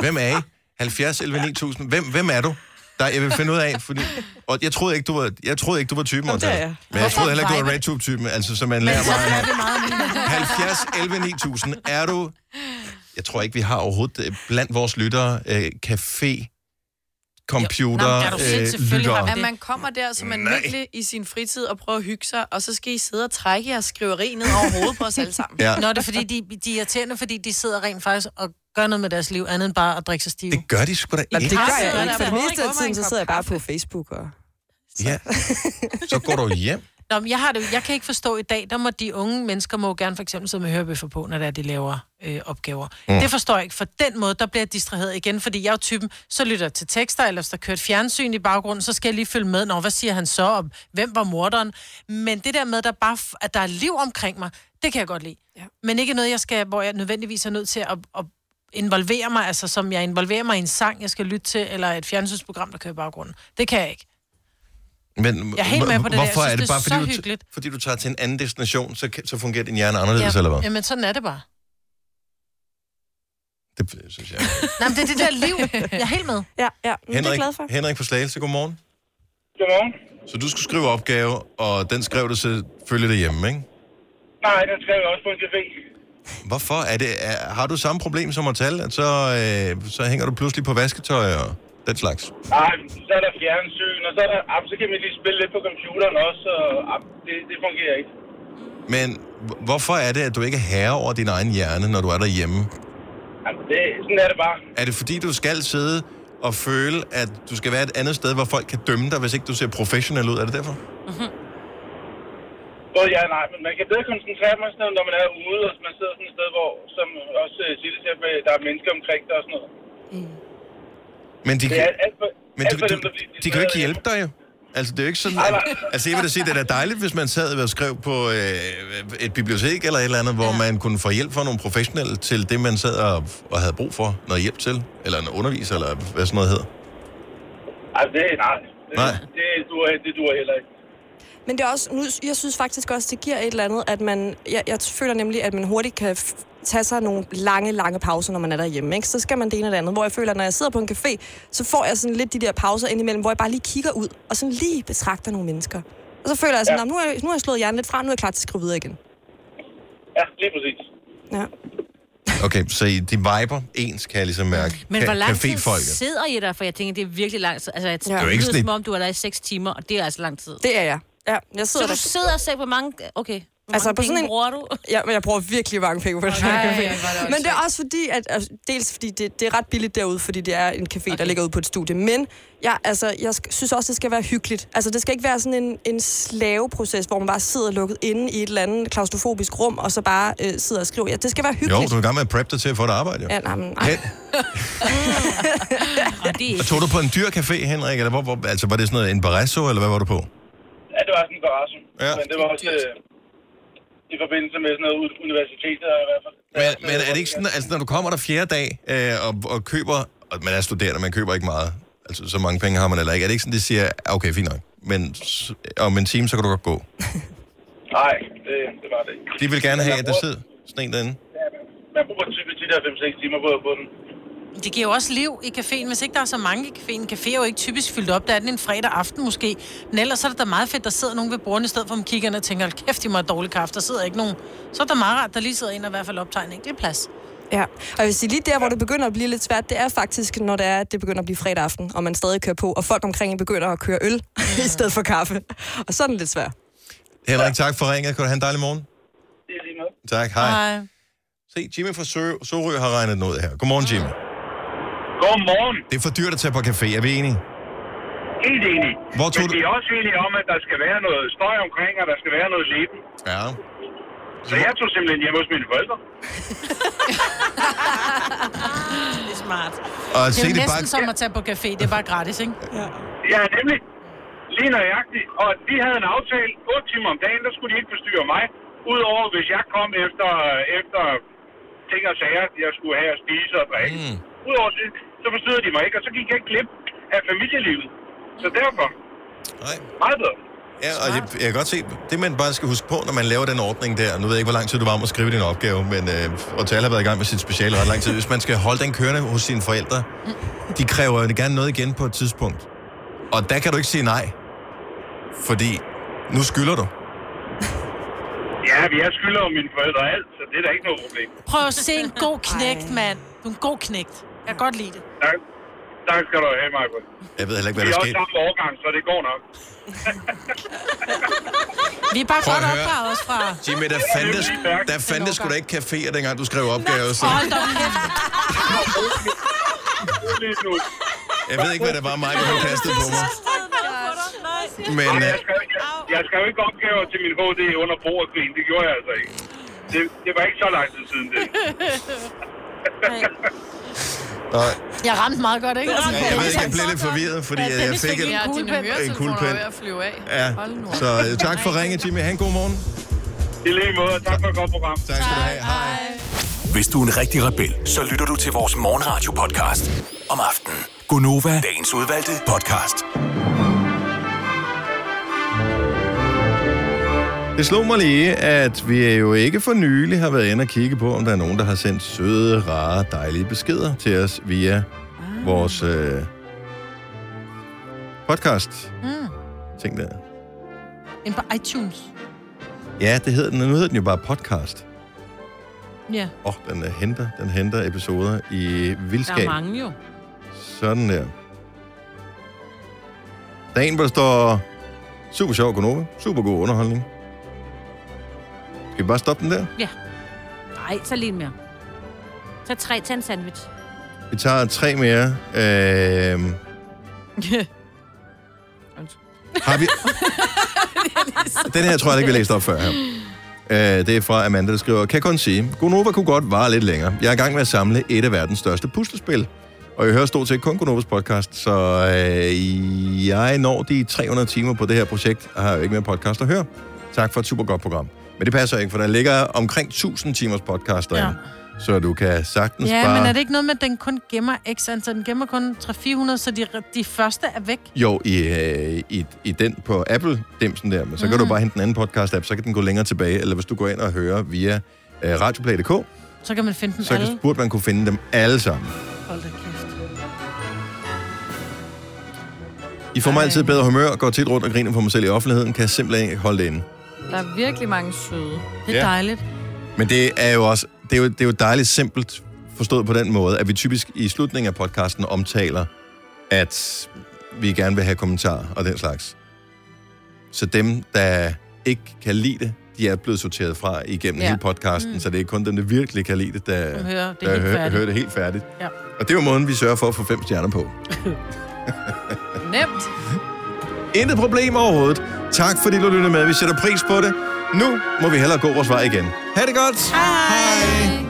[SPEAKER 1] Hvem er I? 70, 11, 9000. Hvem, hvem er du? Der, jeg vil finde ud af, fordi... Og jeg troede ikke, du var, jeg troede ikke, du var typen, Jamen,
[SPEAKER 3] det er jeg.
[SPEAKER 1] Men jeg troede heller ikke, du var
[SPEAKER 3] Hvorfor
[SPEAKER 1] RedTube-typen, altså som man
[SPEAKER 3] Men
[SPEAKER 1] lærer
[SPEAKER 3] så
[SPEAKER 1] mig.
[SPEAKER 3] er det meget mindre.
[SPEAKER 1] 70, 11, 9000. Er du... Jeg tror ikke, vi har overhovedet øh, blandt vores lyttere øh, café, computer,
[SPEAKER 2] Nå, men er du
[SPEAKER 1] øh,
[SPEAKER 2] sindssyg? Selvfølgelig har
[SPEAKER 1] lyttere.
[SPEAKER 2] man- At man kommer der som en
[SPEAKER 1] Nej.
[SPEAKER 2] virkelig i sin fritid og prøver at hygge sig, og så skal I sidde og trække jeres skriveri ned over hovedet på os alle sammen.
[SPEAKER 1] Ja.
[SPEAKER 3] Nå, det er fordi, de, de er irriterende, fordi de sidder rent faktisk og gør noget med deres liv, andet end bare at drikke sig stive.
[SPEAKER 1] Det gør de sgu da
[SPEAKER 8] Nå,
[SPEAKER 1] ikke.
[SPEAKER 8] det gør jeg ikke, for det meste af tiden, så sidder jeg bare på Facebook og...
[SPEAKER 1] Ja. Så går du hjem.
[SPEAKER 3] Nå, men jeg, har det, jo- jeg kan ikke forstå i dag, der må de unge mennesker må jo gerne for eksempel sidde med hørebøffer på, når det er, de laver øh, opgaver.
[SPEAKER 1] Mm.
[SPEAKER 3] Mm. Det forstår jeg ikke, for den måde, der bliver jeg distraheret igen, fordi jeg er jo typen, så lytter jeg til tekster, eller hvis der kører et fjernsyn i baggrunden, så skal jeg lige følge med, Nå, hvad siger han så om, hvem var morderen? Men det der med, der bare, f- at der er liv omkring mig, det kan jeg godt lide. Ja. Men ikke noget, jeg skal, hvor jeg nødvendigvis er nødt til at, at involvere mig, altså som jeg involverer mig i en sang, jeg skal lytte til, eller et fjernsynsprogram, der kører i baggrunden. Det kan jeg ikke.
[SPEAKER 1] Men,
[SPEAKER 3] Jeg er helt med på det der. Jeg
[SPEAKER 1] hvorfor
[SPEAKER 3] synes,
[SPEAKER 1] er det
[SPEAKER 3] det er
[SPEAKER 1] bare,
[SPEAKER 3] så
[SPEAKER 1] fordi, du,
[SPEAKER 3] hyggeligt.
[SPEAKER 1] fordi du tager til en anden destination, så, kan- så fungerer din hjerne anderledes, ja. eller hvad?
[SPEAKER 3] Jamen, sådan er det bare.
[SPEAKER 1] Det synes jeg.
[SPEAKER 3] Nej, men det er det der liv. Jeg er helt med.
[SPEAKER 8] Ja, ja.
[SPEAKER 1] Henrik,
[SPEAKER 2] <laughs>
[SPEAKER 1] Henrik fra Slagelse, godmorgen.
[SPEAKER 11] Godmorgen.
[SPEAKER 1] Så du skulle skrive opgave, og den skrev du selvfølgelig derhjemme, ikke?
[SPEAKER 11] Nej, den skrev jeg også på en café.
[SPEAKER 1] Hvorfor? Er det, er, har du samme problem som at tale, at så, øh, så hænger du pludselig på vasketøj og den slags?
[SPEAKER 11] Nej, så er der fjernsyn, og så, er der, ah, så kan vi lige spille lidt på computeren også, og ah, det, det fungerer ikke.
[SPEAKER 1] Men h- hvorfor er det, at du ikke er herre over din egen hjerne, når du er derhjemme?
[SPEAKER 11] Jamen, det, sådan er det bare.
[SPEAKER 1] Er det fordi, du skal sidde og føle, at du skal være et andet sted, hvor folk kan dømme dig, hvis ikke du ser professionel ud? Er det derfor?
[SPEAKER 11] Både ja og nej, men man kan bedre koncentrere sig, sådan noget, når man er ude, og man sidder sådan et sted, hvor, som også øh, Sille siger, med- der er mennesker omkring dig og sådan noget.
[SPEAKER 1] Men de,
[SPEAKER 11] Det
[SPEAKER 1] kan,
[SPEAKER 11] er alt for,
[SPEAKER 1] men
[SPEAKER 11] alt
[SPEAKER 1] du,
[SPEAKER 11] for
[SPEAKER 1] du,
[SPEAKER 11] dem, der bliver
[SPEAKER 1] de kan jo ikke hjælpe dig, jo. Altså, det er jo ikke sådan...
[SPEAKER 11] Nej,
[SPEAKER 1] At,
[SPEAKER 11] nej.
[SPEAKER 1] altså, jeg vil da sige, det er da dejligt, hvis man sad og skrev på øh, et bibliotek eller et eller andet, hvor ja. man kunne få hjælp fra nogle professionelle til det, man sad og, og havde brug for noget hjælp til, eller en underviser, eller hvad sådan noget hedder.
[SPEAKER 11] Altså, det, nej. Det,
[SPEAKER 1] Nej.
[SPEAKER 11] det, duer, det duer heller ikke.
[SPEAKER 8] Men det er også, nu, jeg synes faktisk også, det giver et eller andet, at man, jeg, jeg føler nemlig, at man hurtigt kan f- tage sig nogle lange, lange pauser, når man er derhjemme. Ikke? Så skal man det ene eller det andet. Hvor jeg føler, at når jeg sidder på en café, så får jeg sådan lidt de der pauser indimellem, hvor jeg bare lige kigger ud og sådan lige betragter nogle mennesker. Og så føler jeg sådan,
[SPEAKER 6] Ja.
[SPEAKER 8] ja. nu, har jeg, nu har jeg slået hjernen lidt fra, nu er jeg klar til at skrive videre igen.
[SPEAKER 6] Ja, lige præcis.
[SPEAKER 1] Okay, så I- de viber ens, kan jeg ligesom mærke.
[SPEAKER 4] Men
[SPEAKER 1] Ka-
[SPEAKER 4] hvor lang tid
[SPEAKER 1] caféfolket.
[SPEAKER 4] sidder I der? For jeg tænker, det er virkelig lang tid. Altså, jeg
[SPEAKER 1] er
[SPEAKER 4] tænker,
[SPEAKER 1] jo
[SPEAKER 4] det
[SPEAKER 1] ikke
[SPEAKER 4] lyder
[SPEAKER 1] sådan
[SPEAKER 4] som om, du er der i 6 timer, og det er altså lang tid.
[SPEAKER 8] Det er jeg. Ja, jeg
[SPEAKER 4] Så
[SPEAKER 8] sidder
[SPEAKER 4] du
[SPEAKER 8] der-
[SPEAKER 4] sidder og ser, hvor mange... Okay, hvor
[SPEAKER 8] Altså,
[SPEAKER 4] mange
[SPEAKER 8] på sådan
[SPEAKER 4] penge
[SPEAKER 8] en-
[SPEAKER 4] bruger du? <gasps>
[SPEAKER 8] <laughs> Ja, men jeg bruger virkelig mange penge på den <laughs> her
[SPEAKER 4] Ej,
[SPEAKER 8] café.
[SPEAKER 4] hvor er det
[SPEAKER 8] Men det er også fordi, at altså, dels fordi det, det er ret billigt derude, fordi det er en café, okay. der ligger ude på et studie. Men jeg, altså, jeg sk- synes også, det skal være hyggeligt. Altså, det skal ikke være sådan en, en slaveproces, hvor man bare sidder lukket inde i et eller andet klaustrofobisk rum, og så bare øh, sidder og skriver. Ja, det skal være
[SPEAKER 1] Jo,
[SPEAKER 8] hyggeligt.
[SPEAKER 1] du er i gang med at preppe dig til at få et arbejde, jo.
[SPEAKER 8] Ja, nej,
[SPEAKER 1] <laughs>
[SPEAKER 8] men, <laughs>
[SPEAKER 1] Hen,
[SPEAKER 4] og Ah, det
[SPEAKER 1] og tog du på en dyr café, Henrik? Eller hvor, hvor, altså, var det sådan noget, en barresso, eller hvad var du på?
[SPEAKER 11] Ja, det var sådan en garage.
[SPEAKER 1] Ja.
[SPEAKER 11] Men det var også øh, i forbindelse med sådan noget ud- universitet. i hvert fald.
[SPEAKER 1] Men, men er det ikke sådan, altså når du kommer der fjerde dag øh, og, og køber, og man er studerende, man køber ikke meget, altså så mange penge har man heller ikke, er det ikke sådan, de siger, "Ah, okay, fint nok, men s- om en time, så kan du godt gå.
[SPEAKER 11] Nej, det, det var det ikke.
[SPEAKER 1] De vil gerne have,
[SPEAKER 11] Men
[SPEAKER 1] at
[SPEAKER 11] man
[SPEAKER 1] der sidder sådan en derinde.
[SPEAKER 11] bruger- Man bruger typisk de der 5-6 timer på, på den.
[SPEAKER 3] Det giver jo også liv i caféen, hvis ikke der er så mange i caféen. Café er jo ikke typisk fyldt op. Der er den en fredag aften måske. Men ellers er det da meget fedt, der sidder nogen ved bordene, i stedet for at man kigger ind og tænker, "Hold kæft, de må have dårlig kaffe. Der sidder ikke nogen. Så er der meget rart, der lige sidder ind og i hvert fald optager en enkelt plads.
[SPEAKER 8] Ja, og jeg vil sige, lige der, hvor det begynder at blive lidt svært, det er faktisk, når det er, at det begynder at blive fredag aften, og man stadig kører på, og folk omkring en begynder at køre øl <laughs> i stedet for kaffe. Og sådan er det lidt svært.
[SPEAKER 1] Henrik, tak for ringet. Kan du have en dejlig morgen?
[SPEAKER 11] Det er lige med.
[SPEAKER 1] Tak, hej. Se, Jimmy fra Sør- Sorø har regnet den ud her. Godmorgen, Jimmy.
[SPEAKER 11] Godmorgen.
[SPEAKER 1] Det er for dyrt at tage på café, er vi enige?
[SPEAKER 11] Helt enig.
[SPEAKER 1] Hvor tog
[SPEAKER 11] Men
[SPEAKER 1] du-
[SPEAKER 11] vi er også enige om, at der skal være noget støj omkring, og der skal være noget leben.
[SPEAKER 1] Ja.
[SPEAKER 11] Så jeg tog simpelthen hjem hos mine forældre.
[SPEAKER 3] Det er smart.
[SPEAKER 1] Og
[SPEAKER 3] det
[SPEAKER 1] se,
[SPEAKER 3] er
[SPEAKER 1] det
[SPEAKER 3] jo
[SPEAKER 1] er
[SPEAKER 3] næsten
[SPEAKER 1] bare-
[SPEAKER 3] som at tage på café. Det er bare gratis, ikke? Ja.
[SPEAKER 11] Ja, nemlig. Lige nøjagtigt. Og vi havde en aftale 8 timer om dagen, der skulle de ikke forstyrre mig. Udover hvis jeg kom efter, efter ting og sager, jeg skulle have at spise og drikke. Mm. Udover det, så forstyrrede de mig ikke, og så gik jeg glip af familielivet. Så derfor.
[SPEAKER 1] Nej.
[SPEAKER 11] Meget bedre.
[SPEAKER 1] Ja, og jeg, jeg kan godt se, det man bare skal huske på, når man laver den ordning der, nu ved jeg ikke, hvor lang tid du var om at skrive din opgave, men øh, og Tal har været i gang med sit speciale ret lang tid, hvis man skal holde den kørende hos sine forældre, de kræver jo gerne noget igen på et tidspunkt. Og der kan du ikke sige nej, fordi nu skylder du.
[SPEAKER 11] Ja, men jeg skylder jo mine forældre alt, så det er da ikke noget problem.
[SPEAKER 3] Prøv at se en god knægt, mand. Du er en god knægt. Jeg kan godt lide det.
[SPEAKER 11] Tak. Tak skal du have, Michael.
[SPEAKER 1] Jeg ved heller ikke,
[SPEAKER 11] Vi
[SPEAKER 1] hvad der
[SPEAKER 11] er
[SPEAKER 1] skete.
[SPEAKER 11] også samme årgang, så det går nok.
[SPEAKER 3] Vi er bare
[SPEAKER 1] Prøv at
[SPEAKER 3] godt
[SPEAKER 1] høre.
[SPEAKER 3] opdraget også fra...
[SPEAKER 1] Jimmy, der fandtes, der fandtes sgu da ikke caféer, dengang du skrev opgaver. Så.
[SPEAKER 3] Hold da kæft.
[SPEAKER 11] <laughs>
[SPEAKER 1] Jeg ved ikke, hvad det var, Michael, hun kastede på mig. Men,
[SPEAKER 11] Men,
[SPEAKER 1] øh,
[SPEAKER 11] jeg, skrev, jeg, jeg skrev ikke opgaver til min HD under borgerkrigen. Det gjorde jeg altså ikke. Det, det var ikke så lang tid siden det.
[SPEAKER 3] <laughs>
[SPEAKER 1] Nej.
[SPEAKER 3] Jeg ramte meget godt, ikke? Altså,
[SPEAKER 1] Ja, jeg ved ikke, jeg blev lidt forvirret, fordi øh, jeg fik
[SPEAKER 2] Ja,
[SPEAKER 1] en,
[SPEAKER 2] dine
[SPEAKER 1] en
[SPEAKER 2] høretelefoner er
[SPEAKER 1] kuglepen.
[SPEAKER 2] ved at flyve af.
[SPEAKER 1] Ja,
[SPEAKER 2] Hold nu op.
[SPEAKER 1] så øh, tak for ringe, Jimmy. Ha' en god morgen.
[SPEAKER 11] I lige måde, tak for et godt program.
[SPEAKER 1] Tak skal du have. Hej.
[SPEAKER 24] Hvis du er en rigtig rebel, så lytter du til vores morgenradio-podcast om aftenen. Gunova, dagens udvalgte podcast.
[SPEAKER 1] Det slog mig lige, at vi jo ikke for nylig har været inde og kigge på, om der er nogen, der har sendt søde, rare, dejlige beskeder til os via ah. vores øh, podcast.
[SPEAKER 3] Mm.
[SPEAKER 1] Ting der.
[SPEAKER 3] En på iTunes.
[SPEAKER 1] Ja, det hedder den. Nu hedder den jo bare podcast.
[SPEAKER 3] Ja.
[SPEAKER 1] Åh, oh, den øh, henter, den henter episoder i vildskab.
[SPEAKER 4] Der er mange jo.
[SPEAKER 1] Sådan der. Der er en, hvor der står, super sjov Gunova, super god underholdning. Skal vi bare stoppe den der?
[SPEAKER 4] Ja. Nej, så lige en mere. Så tre til en sandwich.
[SPEAKER 1] Vi tager tre mere. Øh,
[SPEAKER 3] <laughs>
[SPEAKER 1] har vi... Den her tror jeg ikke, vi læste op før her. Øh, det er fra Amanda, der skriver, kan kun sige, Gonova kunne godt vare lidt længere. Jeg er i gang med at samle et af verdens største puslespil. Og jeg hører stort set kun Gonovas podcast, så øh, jeg når de 300 timer på det her projekt, og har jo ikke mere podcast at høre. Tak for et super godt program. Men det passer ikke, for der ligger omkring 1000 timers podcast derinde. Ja. Så du kan sagtens
[SPEAKER 3] Ja,
[SPEAKER 1] bare...
[SPEAKER 3] men er det ikke noget med, at den kun gemmer x antal? Den gemmer kun 300-400, så de, de første er væk.
[SPEAKER 1] Jo, i, øh, i, i den på Apple-dimsen der, men
[SPEAKER 3] Mhm.
[SPEAKER 1] så mm. kan du bare hente en anden podcast-app, så kan den gå længere tilbage, eller hvis du går ind og hører via øh, radioplay.dk,
[SPEAKER 3] Så kan man finde dem
[SPEAKER 1] Så
[SPEAKER 3] alle.
[SPEAKER 1] burde man kunne finde dem alle sammen.
[SPEAKER 3] Hold da kæft.
[SPEAKER 1] I får mig altid bedre humør, går tit rundt og griner på mig selv i offentligheden, kan jeg simpelthen ikke holde det inde.
[SPEAKER 2] Der er virkelig mange søde.
[SPEAKER 1] Det er Ja.
[SPEAKER 3] dejligt.
[SPEAKER 1] Men det er jo også det er jo, det er jo dejligt simpelt forstået på den måde, at vi typisk i slutningen af podcasten omtaler, at vi gerne vil have kommentarer og den slags. Så dem, der ikke kan lide det, de er blevet sorteret fra igennem
[SPEAKER 3] Ja.
[SPEAKER 1] ja. hele podcasten,
[SPEAKER 3] Mm.
[SPEAKER 1] mm. så det er kun dem, der virkelig kan lide det, der,
[SPEAKER 3] Som hører det
[SPEAKER 1] der
[SPEAKER 3] helt
[SPEAKER 1] hø-
[SPEAKER 3] færdigt.
[SPEAKER 1] hører det helt færdigt.
[SPEAKER 3] Ja.
[SPEAKER 1] Og det er jo måden, vi sørger for at få fem stjerner på.
[SPEAKER 2] Nemt.
[SPEAKER 1] Intet problem overhovedet. Tak fordi du lyttede med. Vi sætter pris på det. Nu må vi hellere gå vores vej igen. Ha' det godt! Hej! Hej.